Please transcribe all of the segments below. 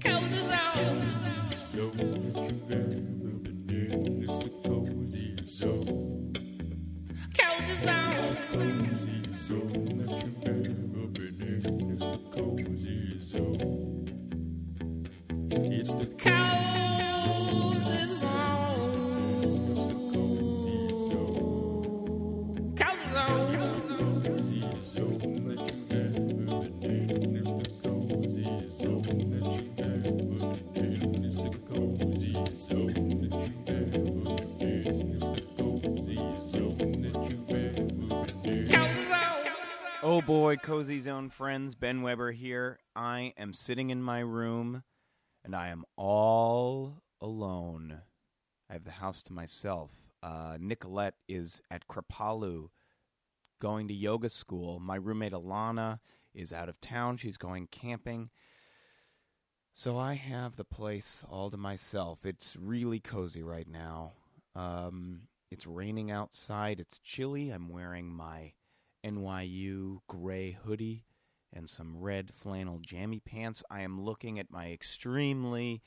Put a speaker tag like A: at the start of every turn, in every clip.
A: Cozy Zone.
B: So if you've ever been in, it's the cozy zone.
A: Cozy Zone.
B: Cozy zone that you've ever been in, it's the cozy zone. It's the cozy,
A: Cozy Zone.
B: it's the cozy zone.
A: Cozy Zone.
B: Cozy zone that you've ever been in, it's the cozy zone that you've ever been in, it's the cozy zone that you've ever been in, it's the cozy zone that you've ever been in.
A: Cozy Zone.
C: Oh boy, Cozy Zone friends, Ben Weber here. I am sitting in my room and I am all alone. I have the house to myself. Uh, Nicolette is at Kripalu going to yoga school. My roommate Alana is out of town. She's going camping. So I have the place all to myself. It's really cozy right now. Um, it's raining outside. It's chilly. I'm wearing my NYU gray hoodie and some red flannel jammy pants. I am looking at my extremely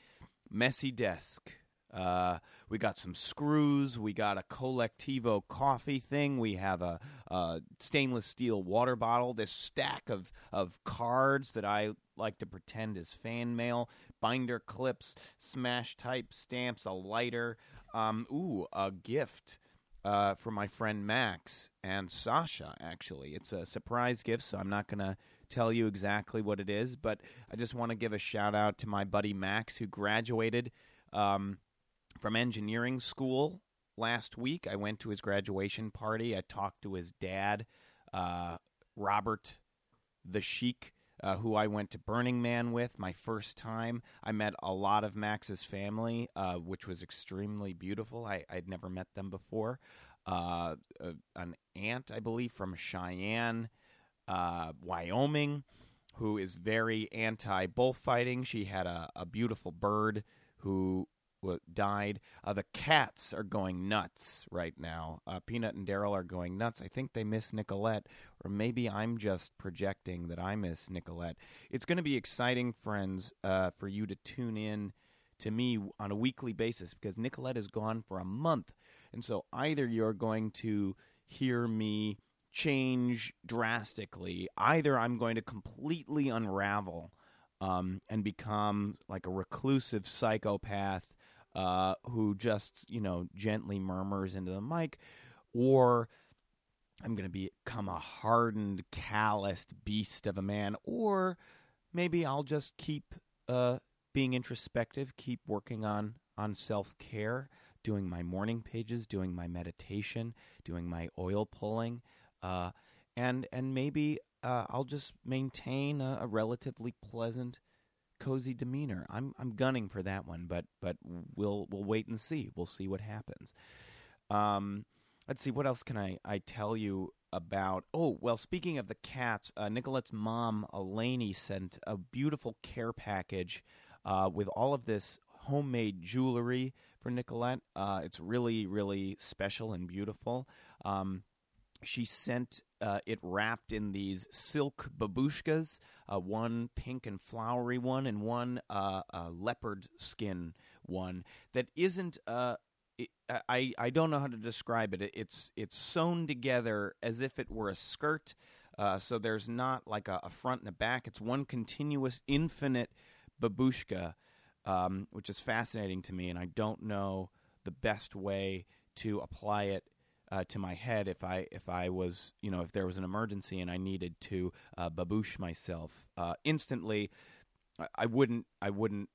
C: messy desk. Uh, we got some screws. We got a Colectivo coffee thing. We have a, uh stainless steel water bottle. This stack of, of cards that I like to pretend is fan mail, binder clips, smash type stamps, a lighter. Um, ooh, a gift uh, for my friend Max and Sasha, actually. It's a surprise gift, so I'm not going to tell you exactly what it is, but I just want to give a shout out to my buddy Max, who graduated um, from engineering school last week. I went to his graduation party. I talked to his dad, uh, Robert the Sheik, uh, who I went to Burning Man with my first time. I met a lot of Max's family, uh, which was extremely beautiful. I, I'd never met them before. Uh, uh, an aunt, I believe, from Cheyenne, uh, Wyoming, who is very anti bullfighting. She had a, a beautiful bird who wa died. Uh, the cats are going nuts right now. Uh, Peanut and Daryl are going nuts. I think they miss Nicolette, or maybe I'm just projecting that I miss Nicolette. It's going to be exciting, friends, uh, for you to tune in to me on a weekly basis because Nicolette is gone for a month. And so either you're going to hear me change drastically, either I'm going to completely unravel um, and become like a reclusive psychopath uh, who just, you know, gently murmurs into the mic, or I'm going to become a hardened, calloused beast of a man, or maybe I'll just keep uh, being introspective, keep working on on self care, doing my morning pages, doing my meditation, doing my oil pulling, uh, and and maybe uh, I'll just maintain a, a relatively pleasant, cozy demeanor. I'm I'm gunning for that one, but but we'll we'll wait and see. We'll see what happens. Um, let's see what else can I I tell you about. Oh well, speaking of the cats, uh, Nicolette's mom Elaney sent a beautiful care package uh, with all of this homemade jewelry for Nicolette. Uh, it's really really special and beautiful. Um, she sent uh, it wrapped in these silk babushkas, uh, one pink and flowery one, and one uh, uh, leopard skin one that isn't. Uh, it, I I don't know how to describe it. It's it's sewn together as if it were a skirt. Uh, so there's not like a, a front and a back. It's one continuous, infinite babushka, um, which is fascinating to me. And I don't know the best way to apply it uh, to my head if I if I was you know if there was an emergency and I needed to uh, baboosh myself uh, instantly. I- I wouldn't I wouldn't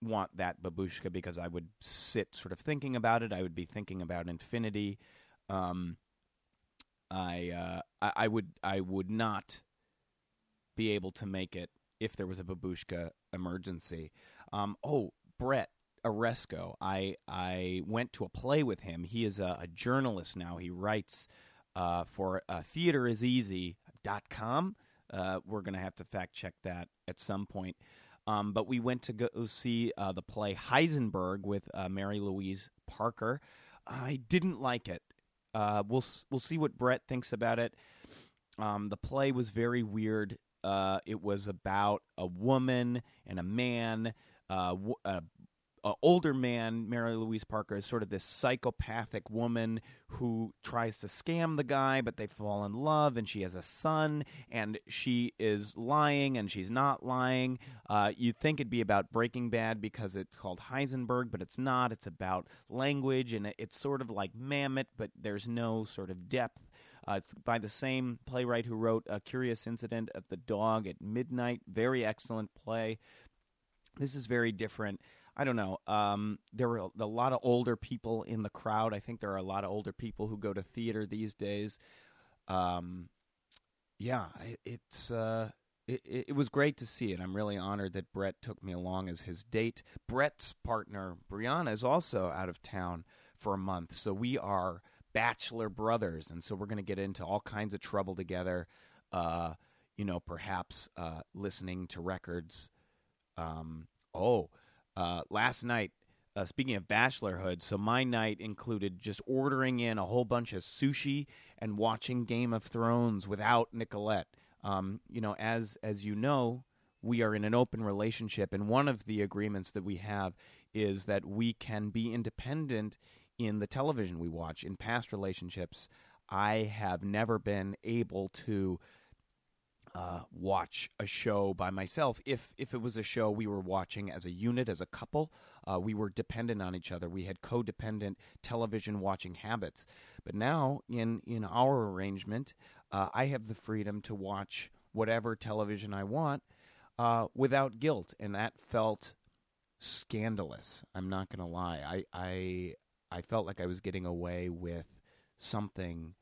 C: want that babushka because I would sit sort of thinking about it. I would be thinking about infinity. Um, I, uh, I I would I would not be able to make it if there was a babushka emergency. Um, oh, Brett Oresco, I I went to a play with him. He is a, a journalist now. He writes uh, for uh, theateriseasy.com. Uh, we're going to have to fact check that at some point. Um, but we went to go see uh, the play Heisenberg with uh, Mary Louise Parker. I didn't like it. Uh, we'll s- we'll see what Brett thinks about it. Um, the play was very weird. Uh, it was about a woman and a man uh, w- a, a older man, Mary Louise Parker, is sort of this psychopathic woman who tries to scam the guy, but they fall in love, and she has a son, and she is lying, and she's not lying. Uh, you'd think it'd be about Breaking Bad because it's called Heisenberg, but it's not. It's about language, and it- it's sort of like Mammoth, but there's no sort of depth. Uh, it's by the same playwright who wrote A Curious Incident at the Dog at Midnight. Very excellent play. This is very different. I don't know. Um, there were a, a lot of older people in the crowd. I think there are a lot of older people who go to theater these days. Um, yeah, it, it's. Uh, it, it it was great to see it. I'm really honored that Brett took me along as his date. Brett's partner, Brianna, is also out of town for a month. So we are bachelor brothers. And so we're going to get into all kinds of trouble together. Uh, you know, perhaps uh, listening to records. Um, oh, uh, last night, uh, speaking of bachelorhood, so my night included just ordering in a whole bunch of sushi and watching Game of Thrones without Nicolette. Um, you know, as as you know, we are in an open relationship, and one of the agreements that we have is that we can be independent in the television we watch. In past relationships, I have never been able to uh, watch a show by myself. If if it was a show we were watching as a unit, as a couple, uh, we were dependent on each other. We had codependent television watching habits. But now, in in our arrangement, uh, I have the freedom to watch whatever television I want uh, without guilt, and that felt scandalous. I'm not gonna lie. I I I felt like I was getting away with something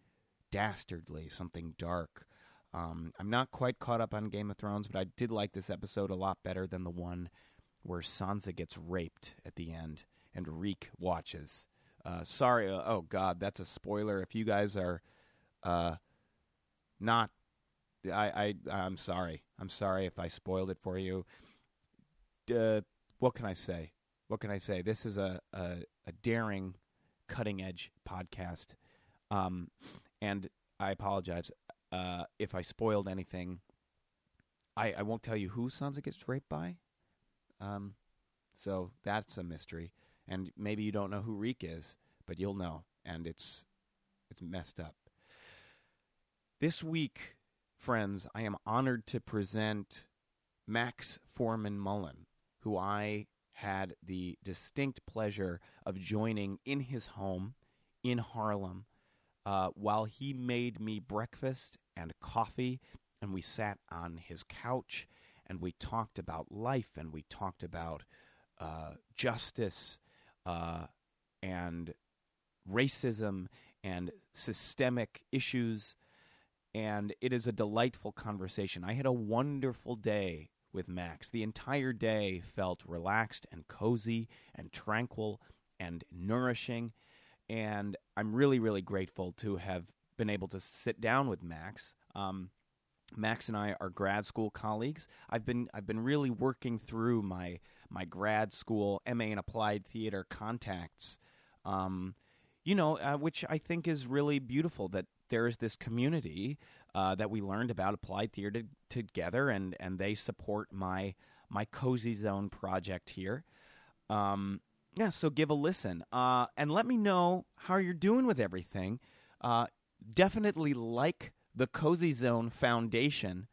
C: dastardly, something dark. Um, I'm not quite caught up on Game of Thrones, but I did like this episode a lot better than the one where Sansa gets raped at the end and Reek watches. Uh, sorry, uh, oh God, that's a spoiler. If you guys are uh, not, I, I, I'm sorry. I'm sorry if I spoiled it for you. Uh, what can I say? What can I say? This is a a, a daring, cutting edge podcast, um, and I apologize uh, if I spoiled anything, I, I won't tell you who Sansa gets raped by. Um, so that's a mystery, and maybe you don't know who Reek is, but you'll know, and it's it's messed up. This week, friends, I am honored to present Max Foreman Mullen, who I had the distinct pleasure of joining in his home in Harlem uh, while he made me breakfast and coffee, and we sat on his couch and we talked about life and we talked about uh, justice uh, and racism and systemic issues. And it is a delightful conversation. I had a wonderful day with Max. The entire day felt relaxed and cozy and tranquil and nourishing and I'm really, really grateful to have been able to sit down with Max. Um, Max and I are grad school colleagues. I've been I've been really working through my my grad school MA in Applied Theater contacts, um, you know, uh, which I think is really beautiful that there is this community uh, that we learned about Applied Theater t- together, and and they support my my cozy zone project here. Um, yeah, so give a listen uh, and let me know how you're doing with everything. Uh, definitely like the Cozy Zone Foundation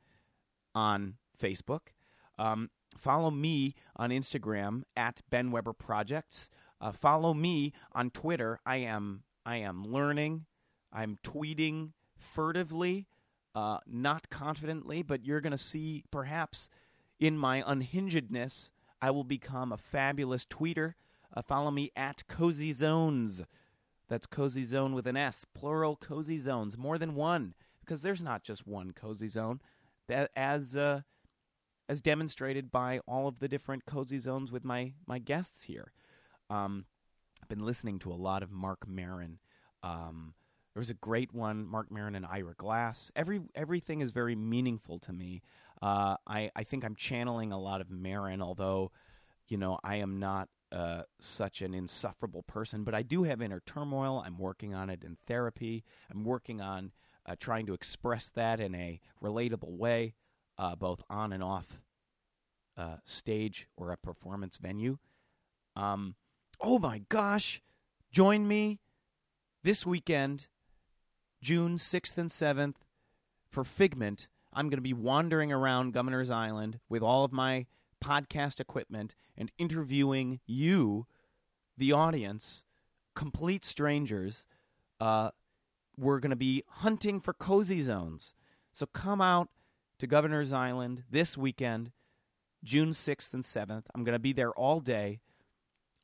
C: on Facebook. Um, follow me on Instagram at Ben Weber Projects. Uh, follow me on Twitter. I am I am learning. I'm tweeting furtively, uh, not confidently, but you're going to see perhaps in my unhingedness, I will become a fabulous tweeter. Uh, follow me at Cozy Zones. That's Cozy Zone with an S, plural Cozy Zones, more than one, because there's not just one Cozy Zone. That as uh, as demonstrated by all of the different Cozy Zones with my my guests here. Um, I've been listening to a lot of Mark Marin. Um, there was a great one, Mark Marin and Ira Glass. Every everything is very meaningful to me. Uh, I I think I'm channeling a lot of Marin, although you know I am not uh, such an insufferable person. But I do have inner turmoil. I'm working on it in therapy. I'm working on uh, trying to express that in a relatable way, uh, both on and off uh, stage or a performance venue. Um, oh my gosh, join me this weekend, June 6th and 7th, for Figment. I'm going to be wandering around Governor's Island with all of my podcast equipment and interviewing you, the audience, complete strangers. Uh, we're going to be hunting for cozy zones. So come out to Governor's Island this weekend, June 6th and 7th. I'm going to be there all day.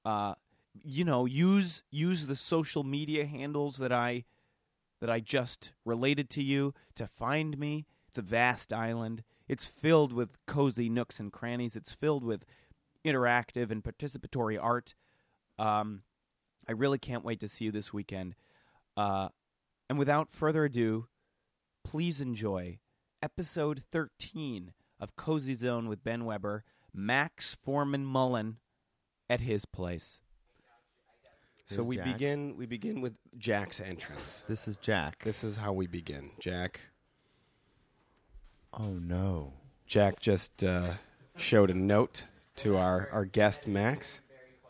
C: Uh, you know, use use the social media handles that I that I just related to you to find me. It's a vast island. It's filled with cozy nooks and crannies. It's filled with interactive and participatory art. Um, I really can't wait to see you this weekend. Uh, and without further ado, please enjoy episode 13 of Cozy Zone with Ben Weber, Max Foreman Mullen at his place. So
D: Here's
C: we
D: Jack.
E: begin we begin with Jack's entrance.
D: This is Jack.
E: This is how we begin. Jack.
D: oh no.
E: Jack just uh, showed a note to our, our guest Max.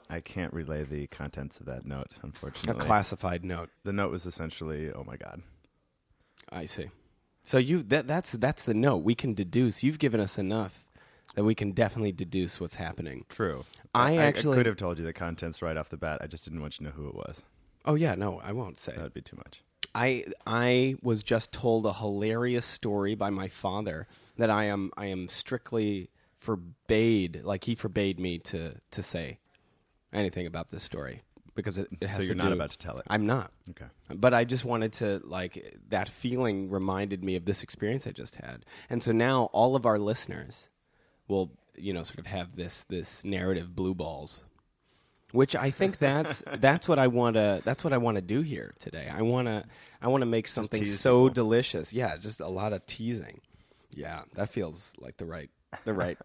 D: I can't relay the contents of that note,
E: A
D: unfortunately.
E: classified note.
D: The note was essentially, "Oh my god."
E: I see. So you that that's that's the note. We can deduce. You've given us enough that we can definitely deduce what's happening.
D: True.
E: I actually-
D: could have told you the contents right off the bat. I just didn't want you to know who it was.
E: Oh yeah, no, I won't say.
D: That would be too much.
E: I I was just told a hilarious story by my father that I am I am strictly forbade like he forbade me to to say anything about this story because it, it has
D: so
E: to
D: you're not
E: do-
D: about to tell it.
E: I'm not.
D: okay.
E: But I just wanted to like that feeling reminded me of this experience I just had. And so now all of our listeners will, you know, sort of have this this narrative blue balls. Which I think that's that's what I want to that's what I want to do here today. I want to I want to make something
D: tease
E: so delicious. Yeah, just a lot of teasing. Yeah, that feels like the right the right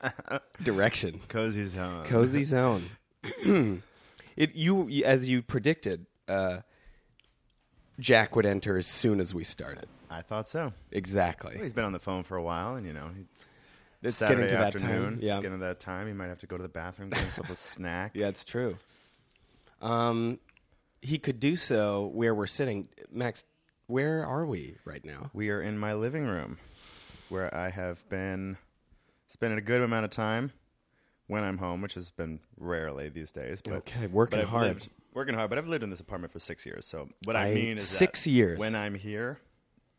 E: direction.
D: Cozy zone.
E: Cozy zone. it you as you predicted, uh, Jack would enter as soon as we started.
D: I thought so. Well,
E: Exactly.
D: he's been on the phone for a while, and you know, he-
E: It's
D: Saturday
E: getting to that time.
D: afternoon.
E: Yeah.
D: It's getting to that time. He might have to go to the bathroom, get himself a snack.
E: Yeah, it's true. Um, he could do so where we're sitting. Max, where are we right now?
D: We are in my living room where I have been spending a good amount of time when I'm home, which has been rarely these days. But,
E: Okay, working
D: but I've
E: hard.
D: lived- working hard, but I've lived in this apartment for six years. So what I,
E: I-
D: mean is that
E: six years.
D: When I'm here,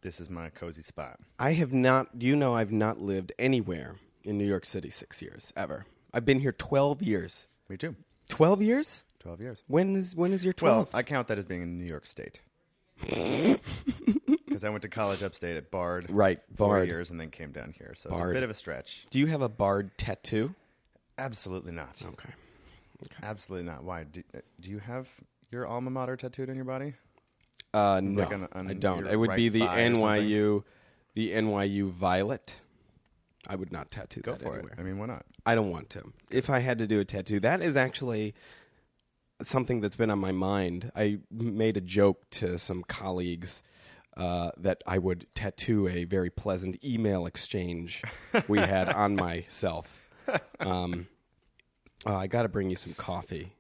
D: this is my cozy spot.
E: I have not. You know, I've not lived anywhere in New York City six years ever. I've been here twelve years.
D: Me too.
E: Twelve years?
D: Twelve years.
E: When is when is your
D: Well,
E: twelve?
D: I count that as being in New York State. Because I went to college upstate at Bard,
E: Right,
D: four
E: Bard.
D: years, and then came down here. So it's
E: Bard.
D: a bit of a stretch.
E: do you have a barred tattoo?
D: Absolutely not.
E: Okay.
D: Absolutely not. Why? Do, uh, do you have your alma mater tattooed on your body?
E: Uh, no,
D: on- on
E: I don't.
D: your
E: It would
D: right
E: be the
D: thigh or
E: NYU, the NYU violet. I would not tattoo
D: Go
E: that
D: for
E: anywhere.
D: it. I mean, why not?
E: I don't want to. If I had to do a tattoo, that is actually something that's been on my mind. I made a joke to some colleagues uh, that I would tattoo a very pleasant email exchange we had on myself. Um, oh, I got to bring you some coffee,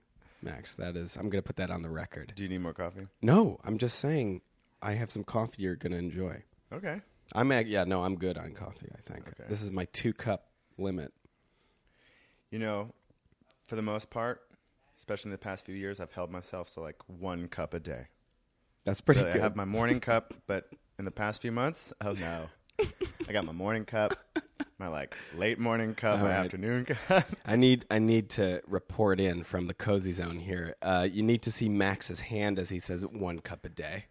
E: Max. That is, I'm going to put that on the record.
D: Do you need more coffee?
E: No, I'm just saying I have some coffee you're going to enjoy.
D: Okay.
E: I'm at, yeah, no, I'm good on coffee, I think.
D: Okay.
E: This is my 2 cup limit.
D: You know, for the most part, especially in the past few years, I've held myself to like one cup a day.
E: That's pretty
D: Really, I
E: good.
D: have my morning cup, but in the past few months, oh no, I got my morning cup, my like late morning cup, my
E: right.
D: afternoon cup.
E: I need I need to report in from the cozy zone here. Uh, you need to see Max's hand as he says one cup a day.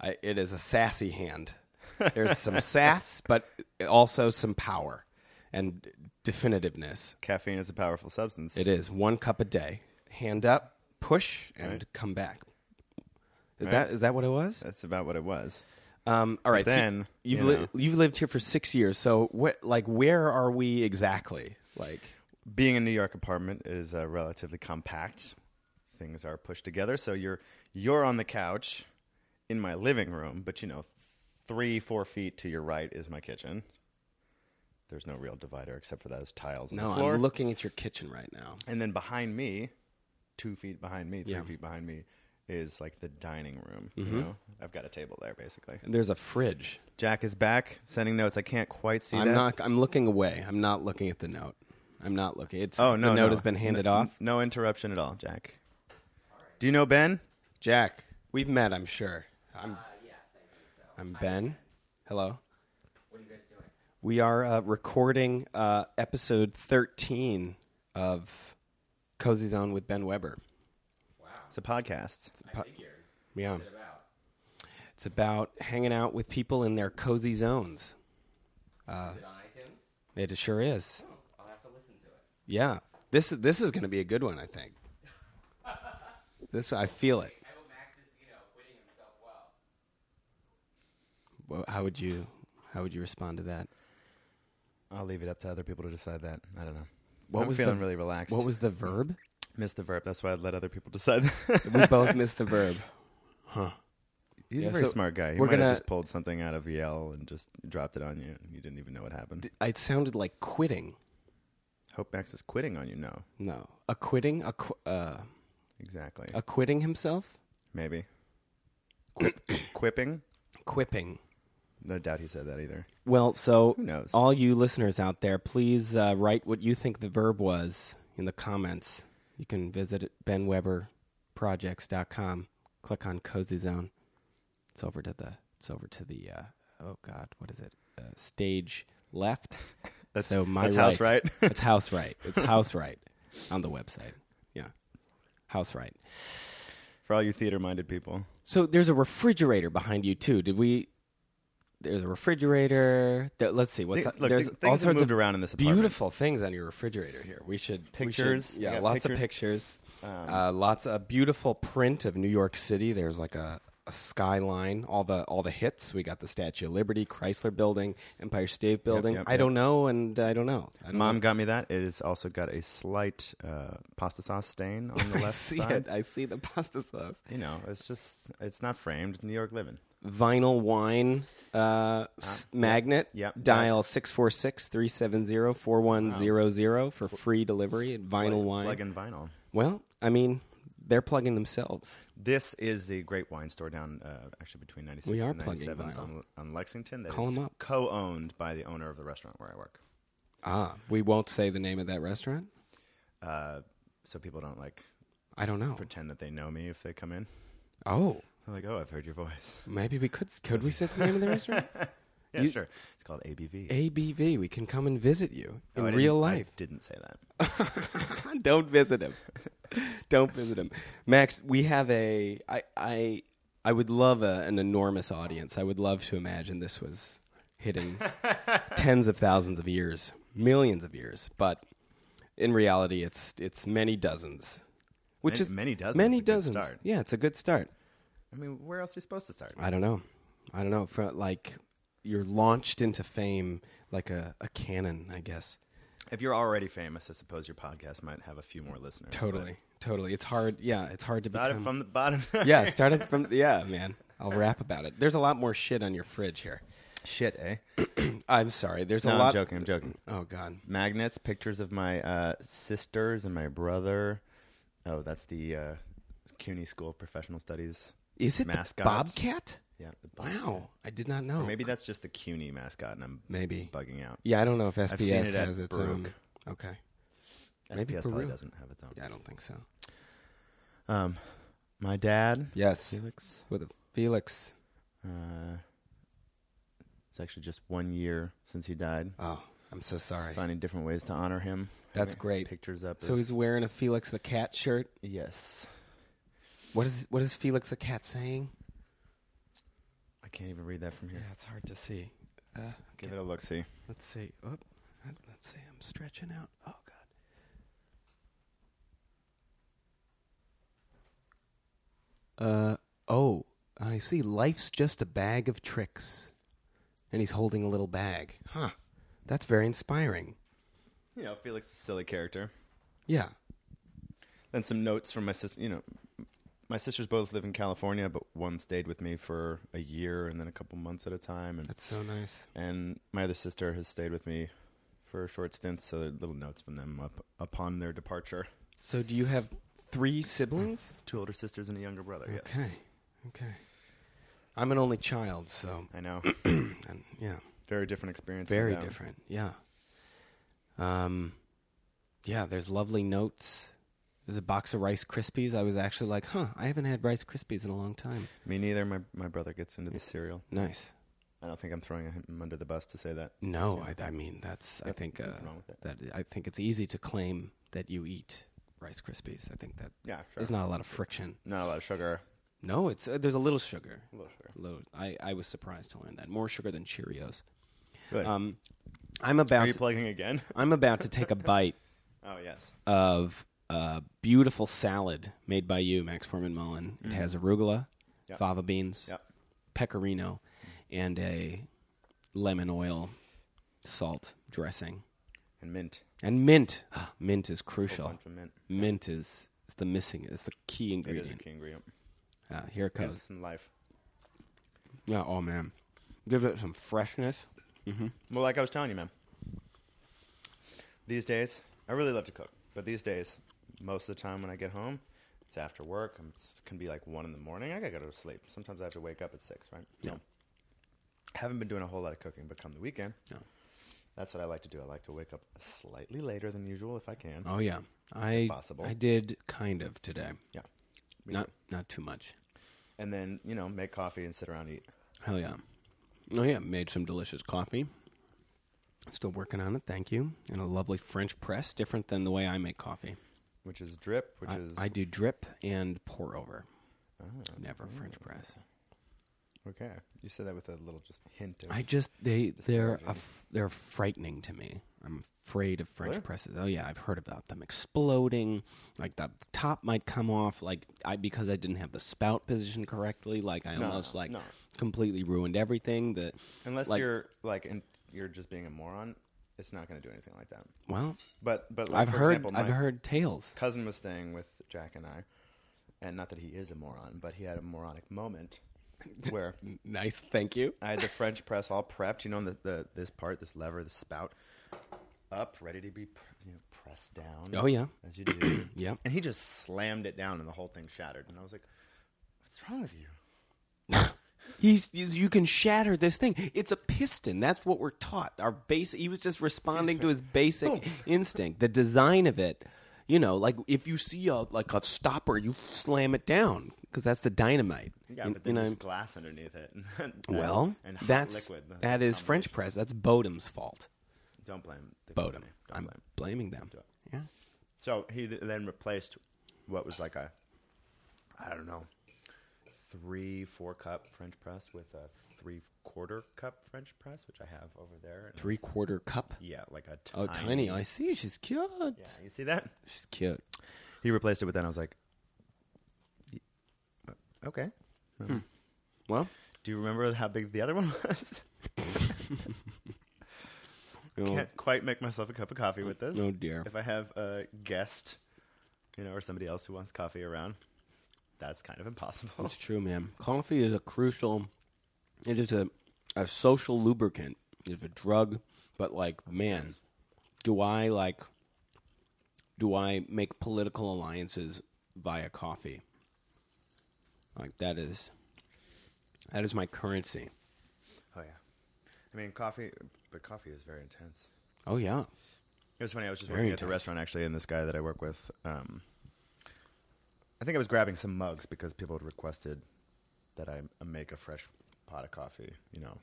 E: I, it is a sassy hand. There's some sass, but also some power and definitiveness.
D: Caffeine is a powerful substance.
E: It is one cup a day. Hand up, push, and
D: Right.
E: come back. Is that is that what it was?
D: That's about what it was.
E: Um, all right. so
D: Then,
E: you've
D: you
E: li-
D: know.
E: you've lived here for six years. So what? Like, where are we exactly? Like,
D: being a New York apartment is uh, relatively compact. Things are pushed together, so you're you're on the couch in my living room, but you know, three four feet to your right is my kitchen. There's no real divider except for those tiles on
E: No,
D: the floor.
E: I'm looking at your kitchen right now.
D: and then behind me, two feet behind me, three
E: Yeah. Mm-hmm.
D: feet behind me, is like the dining room. You know, I've got a table there basically.
E: And there's a fridge.
D: Jack is back sending notes. I can't quite see
E: I'm
D: that.
E: not. I'm looking away. I'm not looking at the note. I'm not looking. It's
D: oh no,
E: The
D: no.
E: note has been handed
D: No-
E: off.
D: No interruption at all, Jack. Do you know Ben?
E: Jack, we've met. I'm sure. I'm. I'm Ben. Hello. We are uh, recording uh, episode 13 of Cozy Zone with Ben Weber.
D: It's a podcast.
E: Yeah. It's about hanging out with people in their cozy zones. Uh,
F: Is it on iTunes?
E: It sure is.
F: Oh, I'll have to listen to it.
E: Yeah. This is this is going to be a good one, I think. This I feel it.
F: I hope Max is, you know, winning himself well.
E: Well, How would you how would you respond to that?
D: I'll leave it up to other people to decide that. I don't know.
E: What
D: I'm
E: was
D: feeling
E: the-
D: really relaxed.
E: What was the verb?
D: miss the verb? That's why I let other people decide.
E: We both missed the verb.
D: He's
E: Yeah,
D: a very
E: so
D: smart guy. He
E: we're
D: might have
E: gonna-
D: just pulled something out of Yale and just dropped it on you, and you didn't even know what happened.
E: It sounded like quitting.
D: Hope Max is quitting on you. No,
E: No, acquitting, acqu- uh,
D: exactly.
E: acquitting himself,
D: Maybe. Quip- quipping?
E: quipping.
D: No doubt he said that either.
E: Well, so
D: Who knows?
E: all you listeners out there, please uh, write what you think the verb was in the comments. You can visit benweberprojects.com. Click on Cozy Zone. It's over to the. It's over to the. Uh, oh God, what is it? Uh, stage left.
D: That's-
E: so my
D: that's house right.
E: it's house right. It's house right on the website. Yeah, house right.
D: For all you theater minded people.
E: So there's a refrigerator behind you too. Did we? There's a refrigerator. Th- let's see what's
D: Thi-
E: up.
D: look,
E: there's
D: thi- things have moved around in this apartment.
E: beautiful things on your refrigerator here. We should we should-
D: Pictures. We
E: yeah,
D: got
E: lots of pictures.
D: pictures. Um,
E: uh, lots a beautiful print of New York City. There's like a, a skyline. All the all the hits. We got the Statue of Liberty, Chrysler Building, Empire State Building.
D: yep,
E: I don't know, and I don't know. I don't
D: Mom
E: know.
D: got me that. It has also got a slight uh, pasta sauce stain on the
E: I
D: left
E: see
D: side.
E: it. I see the pasta sauce.
D: You know, it's just, it's not framed. New York living.
E: vinyl wine uh, s- magnet.
D: Ah, yep.
E: Dial 646-370-4100 for free delivery at Vinyl Wine.
D: Plug in vinyl.
E: Well, I mean, they're plugging themselves.
D: This is the great wine store down, uh, actually between 96
E: We are
D: and
E: plugging
D: 97
E: vinyl.
D: on, on Lexington. That
E: Call 'em up.
D: co owned by the owner of the restaurant where I work.
E: Ah, we won't say the name of that restaurant.
D: Uh, so people don't like
E: I don't know.
D: pretend that they know me if they come in.
E: Oh,
D: They're like, oh, I've heard your voice.
E: maybe we could. Could we say the name of the restaurant?
D: Yeah,
E: You-
D: sure. It's called ABV.
E: ABV. We can come and visit you
D: Oh,
E: in
D: I didn't-
E: real
D: I
E: life.
D: didn't say that.
E: don't visit him. don't visit him. Max, we have a I I I would love a, an enormous audience. I would love to imagine this was hitting tens of thousands of years, millions of years, but in reality it's it's many dozens. Which
D: Many-
E: is
D: many dozens
E: Many
D: is a good
E: dozens.
D: start.
E: Yeah, it's a good start.
D: I mean, where else are you supposed to start?
E: I don't know. I don't know. For, like you're launched into fame like a, a cannon, I guess.
D: If you're already famous, I suppose your podcast might have a few more listeners. but
E: Totally. Totally. It's hard. Yeah, it's hard to
D: Start
E: become
D: it from the bottom.
E: yeah, started from yeah, man. I'll rap about it. There's a lot more shit on your fridge here.
D: Shit, eh?
E: I'm sorry. There's
D: No,
E: a
D: I'm
E: lot.
D: joking. I'm joking.
E: Oh God.
D: Magnets, pictures of my uh, sisters and my brother. Oh, that's the uh, CUNY School of Professional Studies.
E: Is it the
D: Mascots.
E: bobcat?
D: Yeah. the bu-
E: Wow, I did not know.
D: Maybe that's just the CUNY mascot, and I'm
E: Maybe.
D: bugging out.
E: Yeah, I don't know if
D: seen
E: SBS
D: it at
E: has its own. Okay. maybe
D: SPS
E: for
D: probably
E: real.
D: doesn't have its own.
E: Yeah, I don't think so.
D: Um, my dad.
E: Yes.
D: Felix.
E: With a Felix.
D: Uh, it's actually just one year since he died.
E: Oh, I'm so sorry.
D: Finding different ways to honor him.
E: That's
D: Having
E: great.
D: Pictures up.
E: So
D: is-
E: he's wearing a Felix the Cat shirt.
D: yes.
E: What is what is Felix the Cat saying?
D: I can't even read that from
E: Yeah,
D: here.
E: it's hard to see. Uh,
D: Give it a look. See.
E: Let's see. Oop. Let's see. I'm stretching out. Oh God. Uh oh, I see. Life's just a bag of tricks, and he's holding a little bag. Huh. That's very inspiring.
D: You know, Felix is a silly character.
E: Yeah.
D: Then some notes from my sister. You know, my sisters both live in California, but one stayed with me for a year and then a couple months at a time, and
E: That's so nice.
D: and my other sister has stayed with me for short stints, so there are little notes from them up upon their departure.
E: So do you have three siblings?
D: Two older sisters and a younger brother. Yes.
E: Okay. Okay. I'm an only child, so
D: I know.
E: and yeah,
D: Very different experience. for
E: very
D: them.
E: different. Yeah. Um yeah, there's lovely notes. There's a box of Rice Krispies. I was actually like, "Huh, I haven't had Rice Krispies in a long time."
D: Me neither. My my brother gets into the cereal.
E: Nice.
D: I don't think I'm throwing him under the bus to say that.
E: No, I, I mean that's. I think uh,
D: nothing wrong with it.
E: that I think it's easy to claim that you eat Rice Krispies. I think that
D: Yeah, sure.
E: there's not a lot of friction.
D: Not a lot of sugar.
E: No, it's uh, there's a little sugar.
D: A little sugar.
E: Little, I I was surprised to learn that more sugar than Cheerios.
D: Good.
E: Um, I'm
D: Are
E: about
D: you plugging again?
E: I'm about to take a bite
D: Oh yes.
E: of a beautiful salad made by you, Max Forman Mullen. It has arugula,
D: Mm-hmm. Yep.
E: fava beans,
D: Yep. Mm-hmm.
E: pecorino, and a lemon oil salt dressing.
D: And mint.
E: And mint. Ah, mint is crucial.
D: Bunch of mint.
E: Mint is it's the missing. It's the key
D: It is a
E: ingredient.
D: key ingredient.
E: Uh, here it
D: Gives
E: comes.
D: it some life.
E: Yeah. Oh man, gives it some freshness.
D: Well, like I was telling you, man. These days, I really love to cook, but these days, most of the time when I get home, it's after work. I'm- It can be like one in the morning. I gotta go to sleep. Sometimes I have to wake up at six, right? No. Haven't been doing a whole lot of cooking, but come the weekend,
E: No.
D: that's what I like to do. I like to wake up slightly later than usual if I can.
E: Oh yeah. I
D: possible.
E: I did kind of today.
D: Yeah. Me
E: Not
D: too.
E: not too much.
D: And then you know, make coffee and sit around and eat.
E: Hell yeah. Oh yeah, made some delicious coffee. Still working on it, thank you. And a lovely French press, different than the way I make coffee.
D: Which is drip, which
E: I,
D: is Ah,
E: I do drip and pour over.
D: mm.
E: Never French press.
D: okay. You said that with a little just hint of
E: I just they they're
D: imagine.
E: a f- they're frightening to me. I'm afraid of French
D: Really?
E: presses. Oh yeah, I've heard about them exploding. Like the top might come off. Like I because I didn't have the spout position correctly. Like I
D: No,
E: almost like
D: no.
E: completely ruined everything. That
D: Unless
E: like,
D: you're like in, you're just being a moron, it's not going to do anything like that.
E: well,
D: But but like
E: I've
D: for
E: heard
D: example, my
E: I've heard tales.
D: cousin was staying with Jack and I, and not that he is a moron, but he had a moronic moment where
E: Nice, thank you.
D: I had the French press all prepped, you know, and the, the this part, this lever, the spout up, ready to be pr- you know, pressed down.
E: Oh, yeah.
D: as you do.
E: Yep.
D: And he just slammed it down, and the whole thing shattered. And I was like, "What's wrong with you?"
E: He's, he's- you can shatter this thing. It's a piston. That's what we're taught. Our base. He was just responding to his basic instinct. The design of it, you know, like if you see a like a stopper, you slam it down because that's the dynamite.
D: Yeah,
E: You-
D: but
E: you
D: then
E: know,
D: there's glass underneath it. and-
E: well,
D: and hot
E: that's
D: liquid. The
E: that is
D: combination.
E: French press. That's Bodum's fault.
D: Don't blame the
E: Bodum.
D: company. Don't
E: I'm
D: blame.
E: blaming them. Yeah.
D: So he th- then replaced what was like a, I don't know, three, four cup French press with a three quarter cup French press, which I have over there. And
E: Three
D: it's-
E: quarter cup.
D: Yeah, like a tiny.
E: Oh, tiny. I see. She's cute.
D: Yeah, you see that?
E: She's cute.
D: He replaced it with that. and I was like, y- uh, okay.
E: Well,
D: Do you remember how big the other one was?
E: you know,
D: Can't quite make myself a cup of coffee with this.
E: Oh, dear.
D: If I have a guest, you know, or somebody else who wants coffee around, that's kind of impossible.
E: It's true, man. Coffee is a crucial. It is a, a social lubricant. It's a drug, but like, man, do I like? Do I make political alliances via coffee? Like that is, that is my currency.
D: Oh yeah, I mean coffee, but coffee is very intense.
E: Oh yeah,
D: It was funny. I was just
E: Very
D: working at the
E: intense.
D: restaurant actually, and this guy that I work with, um, I think I was grabbing some mugs because people had requested that I m- make a fresh pot of coffee, you know,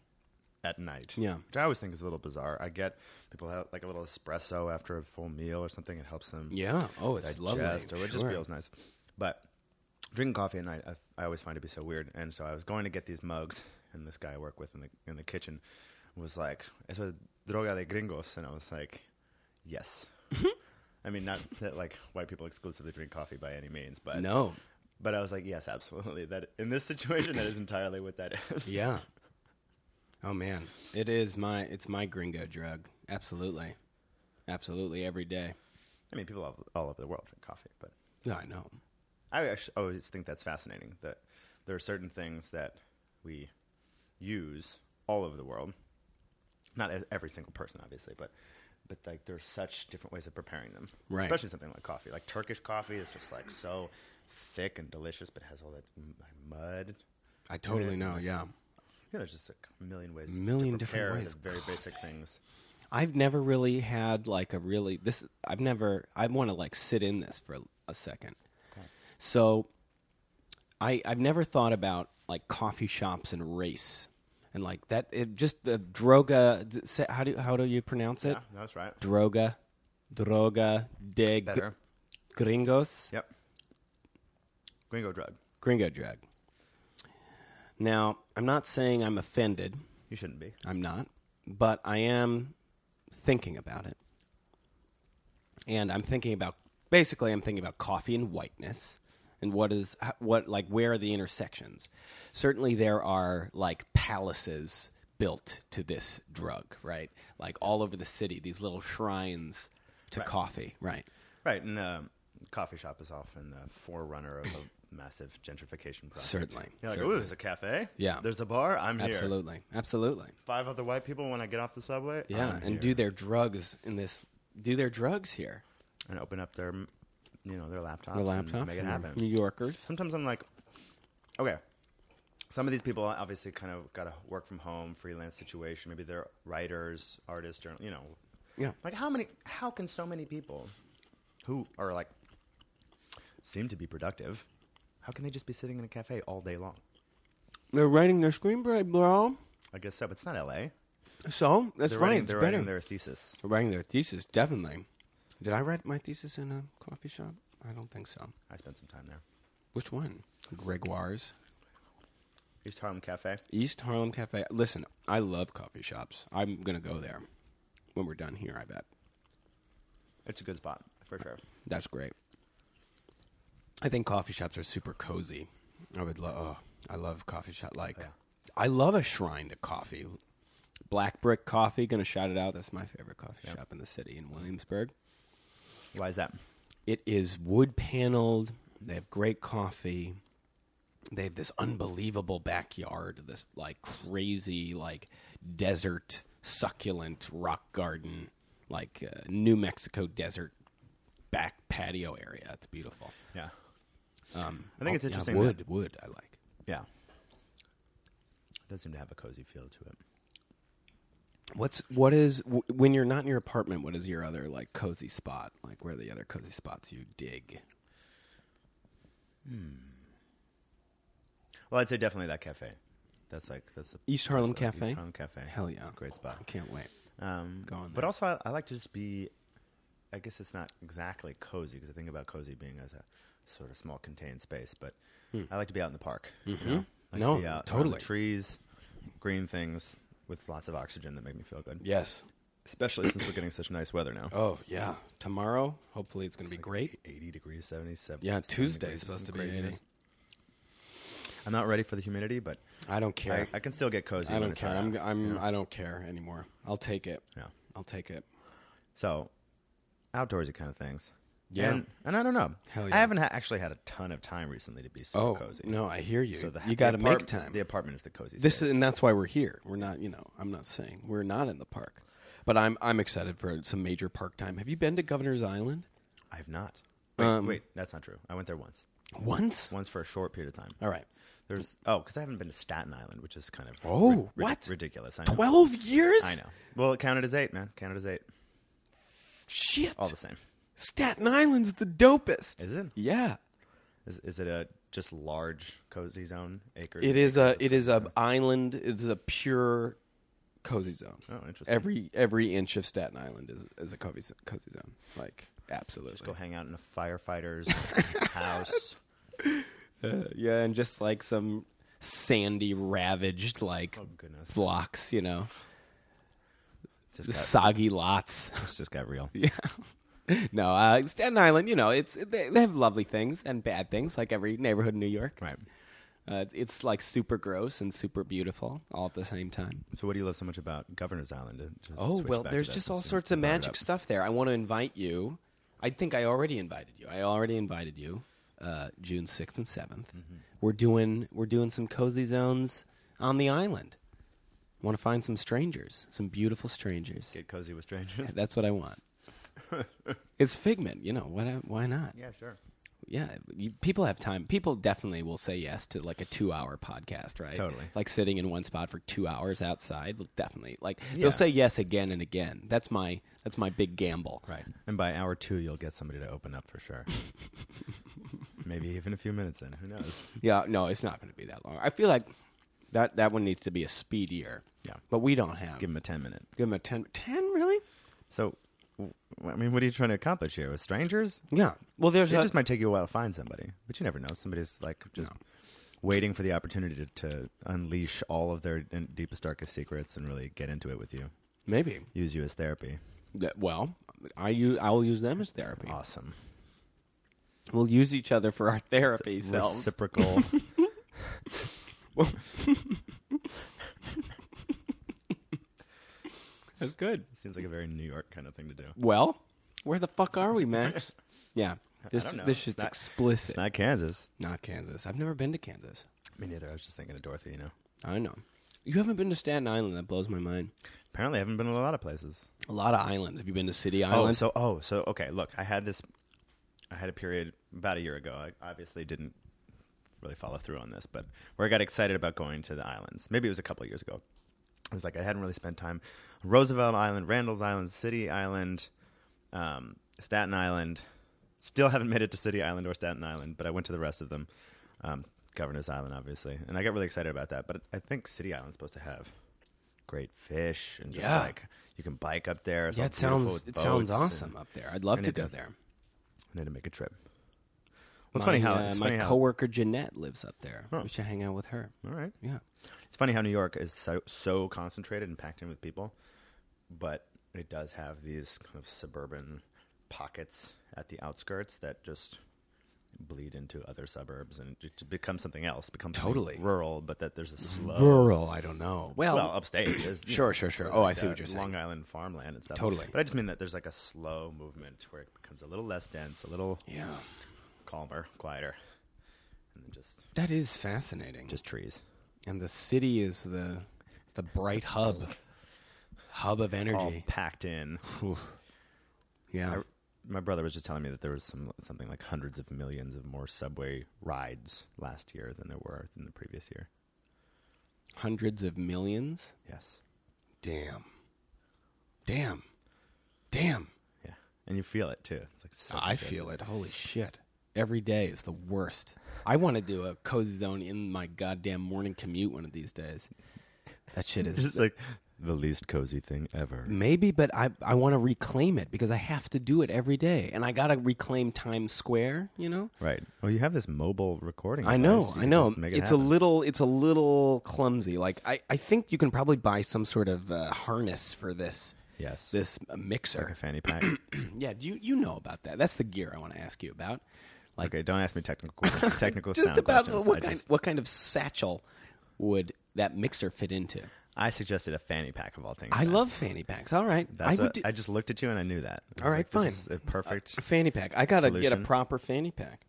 D: at night.
E: Yeah.
D: which I always think is a little bizarre. I get people have like a little espresso after a full meal or something. It helps them
E: yeah. Oh, it's lovely.
D: digest, or it just
E: Sure.
D: feels nice. But drinking coffee at night, I, I always find it to be so weird. And so I was going to get these mugs, and this guy I work with in the in the kitchen was like, "Eso droga de gringos," and I was like, "Yes." I mean, not that like white people exclusively drink coffee by any means, but
E: No.
D: But I was like, "Yes, absolutely." That in this situation, that is entirely what that is.
E: Yeah. Oh man, it is my it's my gringo drug. Absolutely, absolutely every day.
D: I mean, people all, all over the world drink coffee, but
E: Yeah, I know.
D: I actually always think that's fascinating that there are certain things that we use all over the world. Not e- every single person, obviously, but but like there's such different ways of preparing them.
E: Right.
D: Especially something like coffee. Like Turkish coffee is just like so thick and delicious, but has all that mm, like mud.
E: I totally know. Yeah,
D: Yeah, there's just like a million ways.
E: Million
D: to
E: different
D: prepare
E: ways.
D: The very basic things.
E: I've never really had like a really this. I've never. I want to like sit in this for a second. So, I I've never thought about like coffee shops and race, and like that. It just the droga. d- say- How do how do you pronounce it?
D: Yeah, no, that's right.
E: Droga, droga de gr-
D: Better.
E: gringos.
D: Yep. Gringo drug.
E: Gringo drug. Now, I'm not saying I'm offended.
D: You shouldn't be.
E: I'm not, but I am thinking about it. And I'm thinking about basically I'm thinking about coffee and whiteness and what is h- what like where are the intersections? Certainly there are like palaces built to this drug, right? Like all over the city, these little shrines to coffee, right?
D: Right, and uh, coffee shop is often the forerunner of a massive gentrification project.
E: Certainly,
D: You're like,
E: certainly.
D: ooh, there's a cafe.
E: Yeah.
D: There's a bar. I'm here.
E: Absolutely. Absolutely.
D: Five other white people when I get off the subway.
E: Yeah,
D: I'm
E: and
D: here.
E: do their drugs in this do their drugs here.
D: and open up their, mm, you know, their laptops.
E: The
D: And
E: laptop.
D: make it happen.
E: New Yorkers.
D: Sometimes I'm like, okay. Some of these people obviously kind of got a work from home, freelance situation. Maybe they're writers, artists, journal. You know,
E: Yeah.
D: like how many? How can so many people who are like seem to be productive? How can they just be sitting in a cafe all day long?
E: They're writing their screenplay, bro.
D: I guess so. But it's not L.A.
E: So that's
D: They're
E: right.
D: writing,
E: it's
D: they're
E: better.
D: writing their thesis.
E: They're writing their thesis, definitely. Did I write my thesis in a coffee shop? I don't think so.
D: I spent some time there.
E: Which one? Gregoire's
D: East Harlem Cafe.
E: East Harlem Cafe. Listen, I love coffee shops. I'm gonna go there when we're done here. I bet
D: It's a good spot for sure.
E: that's great. I think coffee shops are super cozy. I would love. Oh, I love coffee shop. Like, I love a shrine to coffee. Black Brick Coffee. Gonna shout it out. That's my favorite coffee shop in the city in Williamsburg.
D: Why is that?
E: It is wood paneled. They have great coffee. They have this unbelievable backyard, this like crazy, like desert, succulent rock garden, like uh, New Mexico desert back patio area. It's beautiful.
D: Yeah. I think it's
E: Um, oh, Yeah,
D: interesting.
E: wood,
D: that-
E: wood, I like.
D: yeah. It does seem to have a cozy feel to it.
E: What's what is w- when you're not in your apartment? What is your other like cozy spot? Like where are the other cozy spots you dig?
D: Well, I'd say definitely that cafe. That's like that's a,
E: East Harlem
D: that's a-
E: Cafe?
D: East Harlem Cafe.
E: Hell yeah,
D: it's a great
E: I
D: spot.
E: can't wait.
D: Um,
E: Go on
D: But
E: then.
D: also, I, I like to just be. I guess it's not exactly cozy because I think about cozy being as a sort of small contained space. But I like to be out in the park. you know? I like
E: Hmm. Mm-hmm. No,
D: to be out around the
E: totally.
D: trees, green things with lots of oxygen that make me feel good.
E: Yes.
D: especially since we're getting such nice weather now.
E: Oh yeah, tomorrow. Hopefully it's gonna be great.
D: 80 degrees, 77.
E: Yeah,
D: 70
E: Tuesday
D: degrees,
E: is supposed
D: some
E: to be 80.
D: craziness. I'm not ready for the humidity, but
E: I don't care.
D: I, I can still get cozy.
E: I,
D: when
E: don't
D: it's
E: care.
D: hot
E: I'm,
D: out.
E: I'm, I don't care anymore. I'll take it.
D: Yeah.
E: I'll take it.
D: So, outdoorsy kind of things.
E: Yeah.
D: And, and I don't know.
E: Hell yeah.
D: I haven't ha- actually had a ton of time recently to be super
E: Oh
D: cozy.
E: no, I hear you.
D: So the,
E: you got to
D: the
E: make
D: apart-
E: time.
D: The apartment is the cozy.
E: this
D: space.
E: is, and that's why we're here. We're not. You know, I'm not saying we're not in the park, but I'm, I'm excited for some major park time. Have you been to Governor's Island
D: I've not. Wait,
E: um,
D: wait, that's not true. I went there once.
E: once?
D: Once for a short period of time.
E: All right.
D: There's oh, because I haven't been to Staten Island, which is kind of ri-
E: Oh,
D: ri-
E: what?
D: ridiculous. I know.
E: Twelve years.
D: I know. Well, it counted as eight, man. Counted as eight.
E: Shit.
D: All the same.
E: Staten Island's the dopest.
D: Is it?
E: Yeah.
D: Is, is it a just large cozy zone acres?
E: It
D: and
E: is
D: acres
E: a
D: of
E: it is
D: cozy
E: a
D: zone?
E: island. It's a pure cozy zone.
D: Oh, interesting.
E: Every every inch of Staten Island is is a cozy z- cozy zone. Like absolutely.
D: Just go hang out in a firefighter's house.
E: Uh, yeah, and just like some sandy ravaged like
D: Oh, goodness.
E: blocks, you know,
D: Just got,
E: soggy lots.
D: it's just got real.
E: yeah. No, uh, Staten Island, you know, it's they, they have lovely things and bad things, like every neighborhood in New York.
D: Right.
E: Uh, it's like super gross and super beautiful all at the same time.
D: So, what do you love so much about Governor's Island? To- to
E: Oh
D: switch
E: well,
D: back to
E: there's
D: that
E: just
D: since
E: all
D: you
E: sorts of
D: brought it
E: magic
D: up.
E: stuff there. I want to invite you. I think I already invited you. I already invited you. Uh, June sixth
D: Mm-hmm.
E: and 7th we We're doing we're doing some cozy zones on the island. want to find some strangers, some beautiful strangers.
D: Get cozy with strangers.
E: That's what I want. it's Figment, you know. What? Why not?
D: Yeah, sure.
E: Yeah, you, people have time. People definitely will say yes to like a two-hour podcast, right?
D: Totally.
E: Like sitting in one spot for two hours outside, definitely. Like
D: Yeah.
E: they'll say yes again and again. That's my that's my big gamble.
D: Right. And by hour two, you'll get somebody to open up for sure. Maybe even a few minutes in. Who knows?
E: Yeah, no, it's not going to be that long. I feel like that that one needs to be a speedier.
D: Yeah.
E: but we don't have
D: Give them a 10 minute.
E: give 'em a 10, 10 really?
D: So, w- I mean, what are you trying to accomplish here? With strangers?
E: Yeah. Well, there's
D: It
E: a,
D: just might take you a while to find somebody, but you never know. Somebody's like just waiting for the opportunity to, to unleash all of their in- deepest, darkest secrets and really get into it with you.
E: maybe.
D: Use you as therapy.
E: That- well, I u- I will use them as therapy.
D: Awesome.
E: We'll use each other for our therapy selves.
D: Reciprocal.
E: That's good.
D: Seems like a very New York kind of thing to do.
E: Well, where the fuck are we, Max? yeah. This
D: don't know.
E: this shit's
D: It's not-
E: explicit.
D: It's not Kansas.
E: not Kansas. I've never been to Kansas.
D: Me neither. I was just thinking of Dorothy, you know.
E: I know. You haven't been to Staten Island. That blows my mind.
D: Apparently, I haven't been to a lot of places.
E: A lot of islands. Have you been to City
D: Oh,
E: Island?
D: so oh, so okay. Look, I had this. I had a period about a year ago. I obviously didn't really follow through on this, but where I got excited about going to the islands. Maybe it was a couple of years ago. It was like I hadn't really spent time. on Roosevelt Island, Randall's Island, City Island, um, Staten Island. Still haven't made it to City Island or Staten Island, but I went to the rest of them. Um, Governor's Island, obviously, and I got really excited about that. But I think City Island's supposed to have great fish and just
E: Yeah.
D: like you can bike up there. It's
E: yeah,
D: all
E: it
D: beautiful
E: sounds
D: with
E: it sounds
D: boats and-
E: awesome up there. I'd love
D: I
E: to
D: need
E: go
D: to-
E: there.
D: I need to make a trip. Well, it's funny
E: My,
D: how
E: uh,
D: it's
E: my
D: funny how,
E: coworker Jeanette lives up there. We should hang out with her.
D: All right.
E: Yeah.
D: It's funny how New York is so so concentrated and packed in with people, but it does have these kind of suburban pockets at the outskirts that just bleed into other suburbs and it becomes something else, becomes something
E: Totally. Mm-hmm.
D: rural, but that there's a slow
E: Rural, I don't know. Well,
D: Oh. well, upstate is you
E: Sure,
D: know,
E: sure, sure.
D: sort of
E: Oh, I
D: like,
E: see
D: uh,
E: what you're saying.
D: Long Island farmland and stuff.
E: Totally.
D: But I just mean that there's like a slow movement where it becomes a little less dense, a little
E: yeah.
D: calmer, quieter, and then just
E: That is fascinating.
D: just trees.
E: and the city is the it's the bright hub hub of
D: all
E: energy.
D: packed in.
E: yeah.
D: I- my brother was just telling me that there was some something like hundreds of millions of more subway rides last year than there were in the previous year.
E: Hundreds of millions.
D: Yes,
E: Damn. Damn. Damn.
D: yeah, and you feel it too. It's like so
E: I
D: congested.
E: feel it. Holy shit. Every day is the worst. I want to do a cozy zone in my goddamn morning commute one of these days. That shit is
D: just like the least cozy thing ever.
E: Maybe, but I I want to reclaim it because I have to do it every day, and I gotta reclaim Times Square. You know.
D: Right. Well, you have this mobile recording.
E: I
D: device.
E: know,
D: You
E: I
D: can
E: know.
D: just make it
E: It's a
D: happen.
E: little, it's a little clumsy. Like I, I think you can probably buy some sort of uh, harness for this,
D: yes,
E: this uh,
D: like a
E: mixer.
D: fanny pack.
E: Yeah, do you you know about that? That's the gear I want to ask you about. Like
D: okay, don't ask me technical technical
E: just
D: sound
E: about
D: questions.
E: what
D: I,
E: kind
D: just-
E: what kind of satchel would that mixer fit into?
D: I suggested a fanny pack of all things.
E: I
D: man.
E: love fanny packs. All right,
D: That's
E: I would
D: what-
E: do
D: I just looked at you and I knew that. I
E: All
D: was
E: right,
D: like, this
E: fine. Uh,
D: is a perfect.
E: a fanny pack. I gotta get a
D: Solution.
E: proper fanny pack.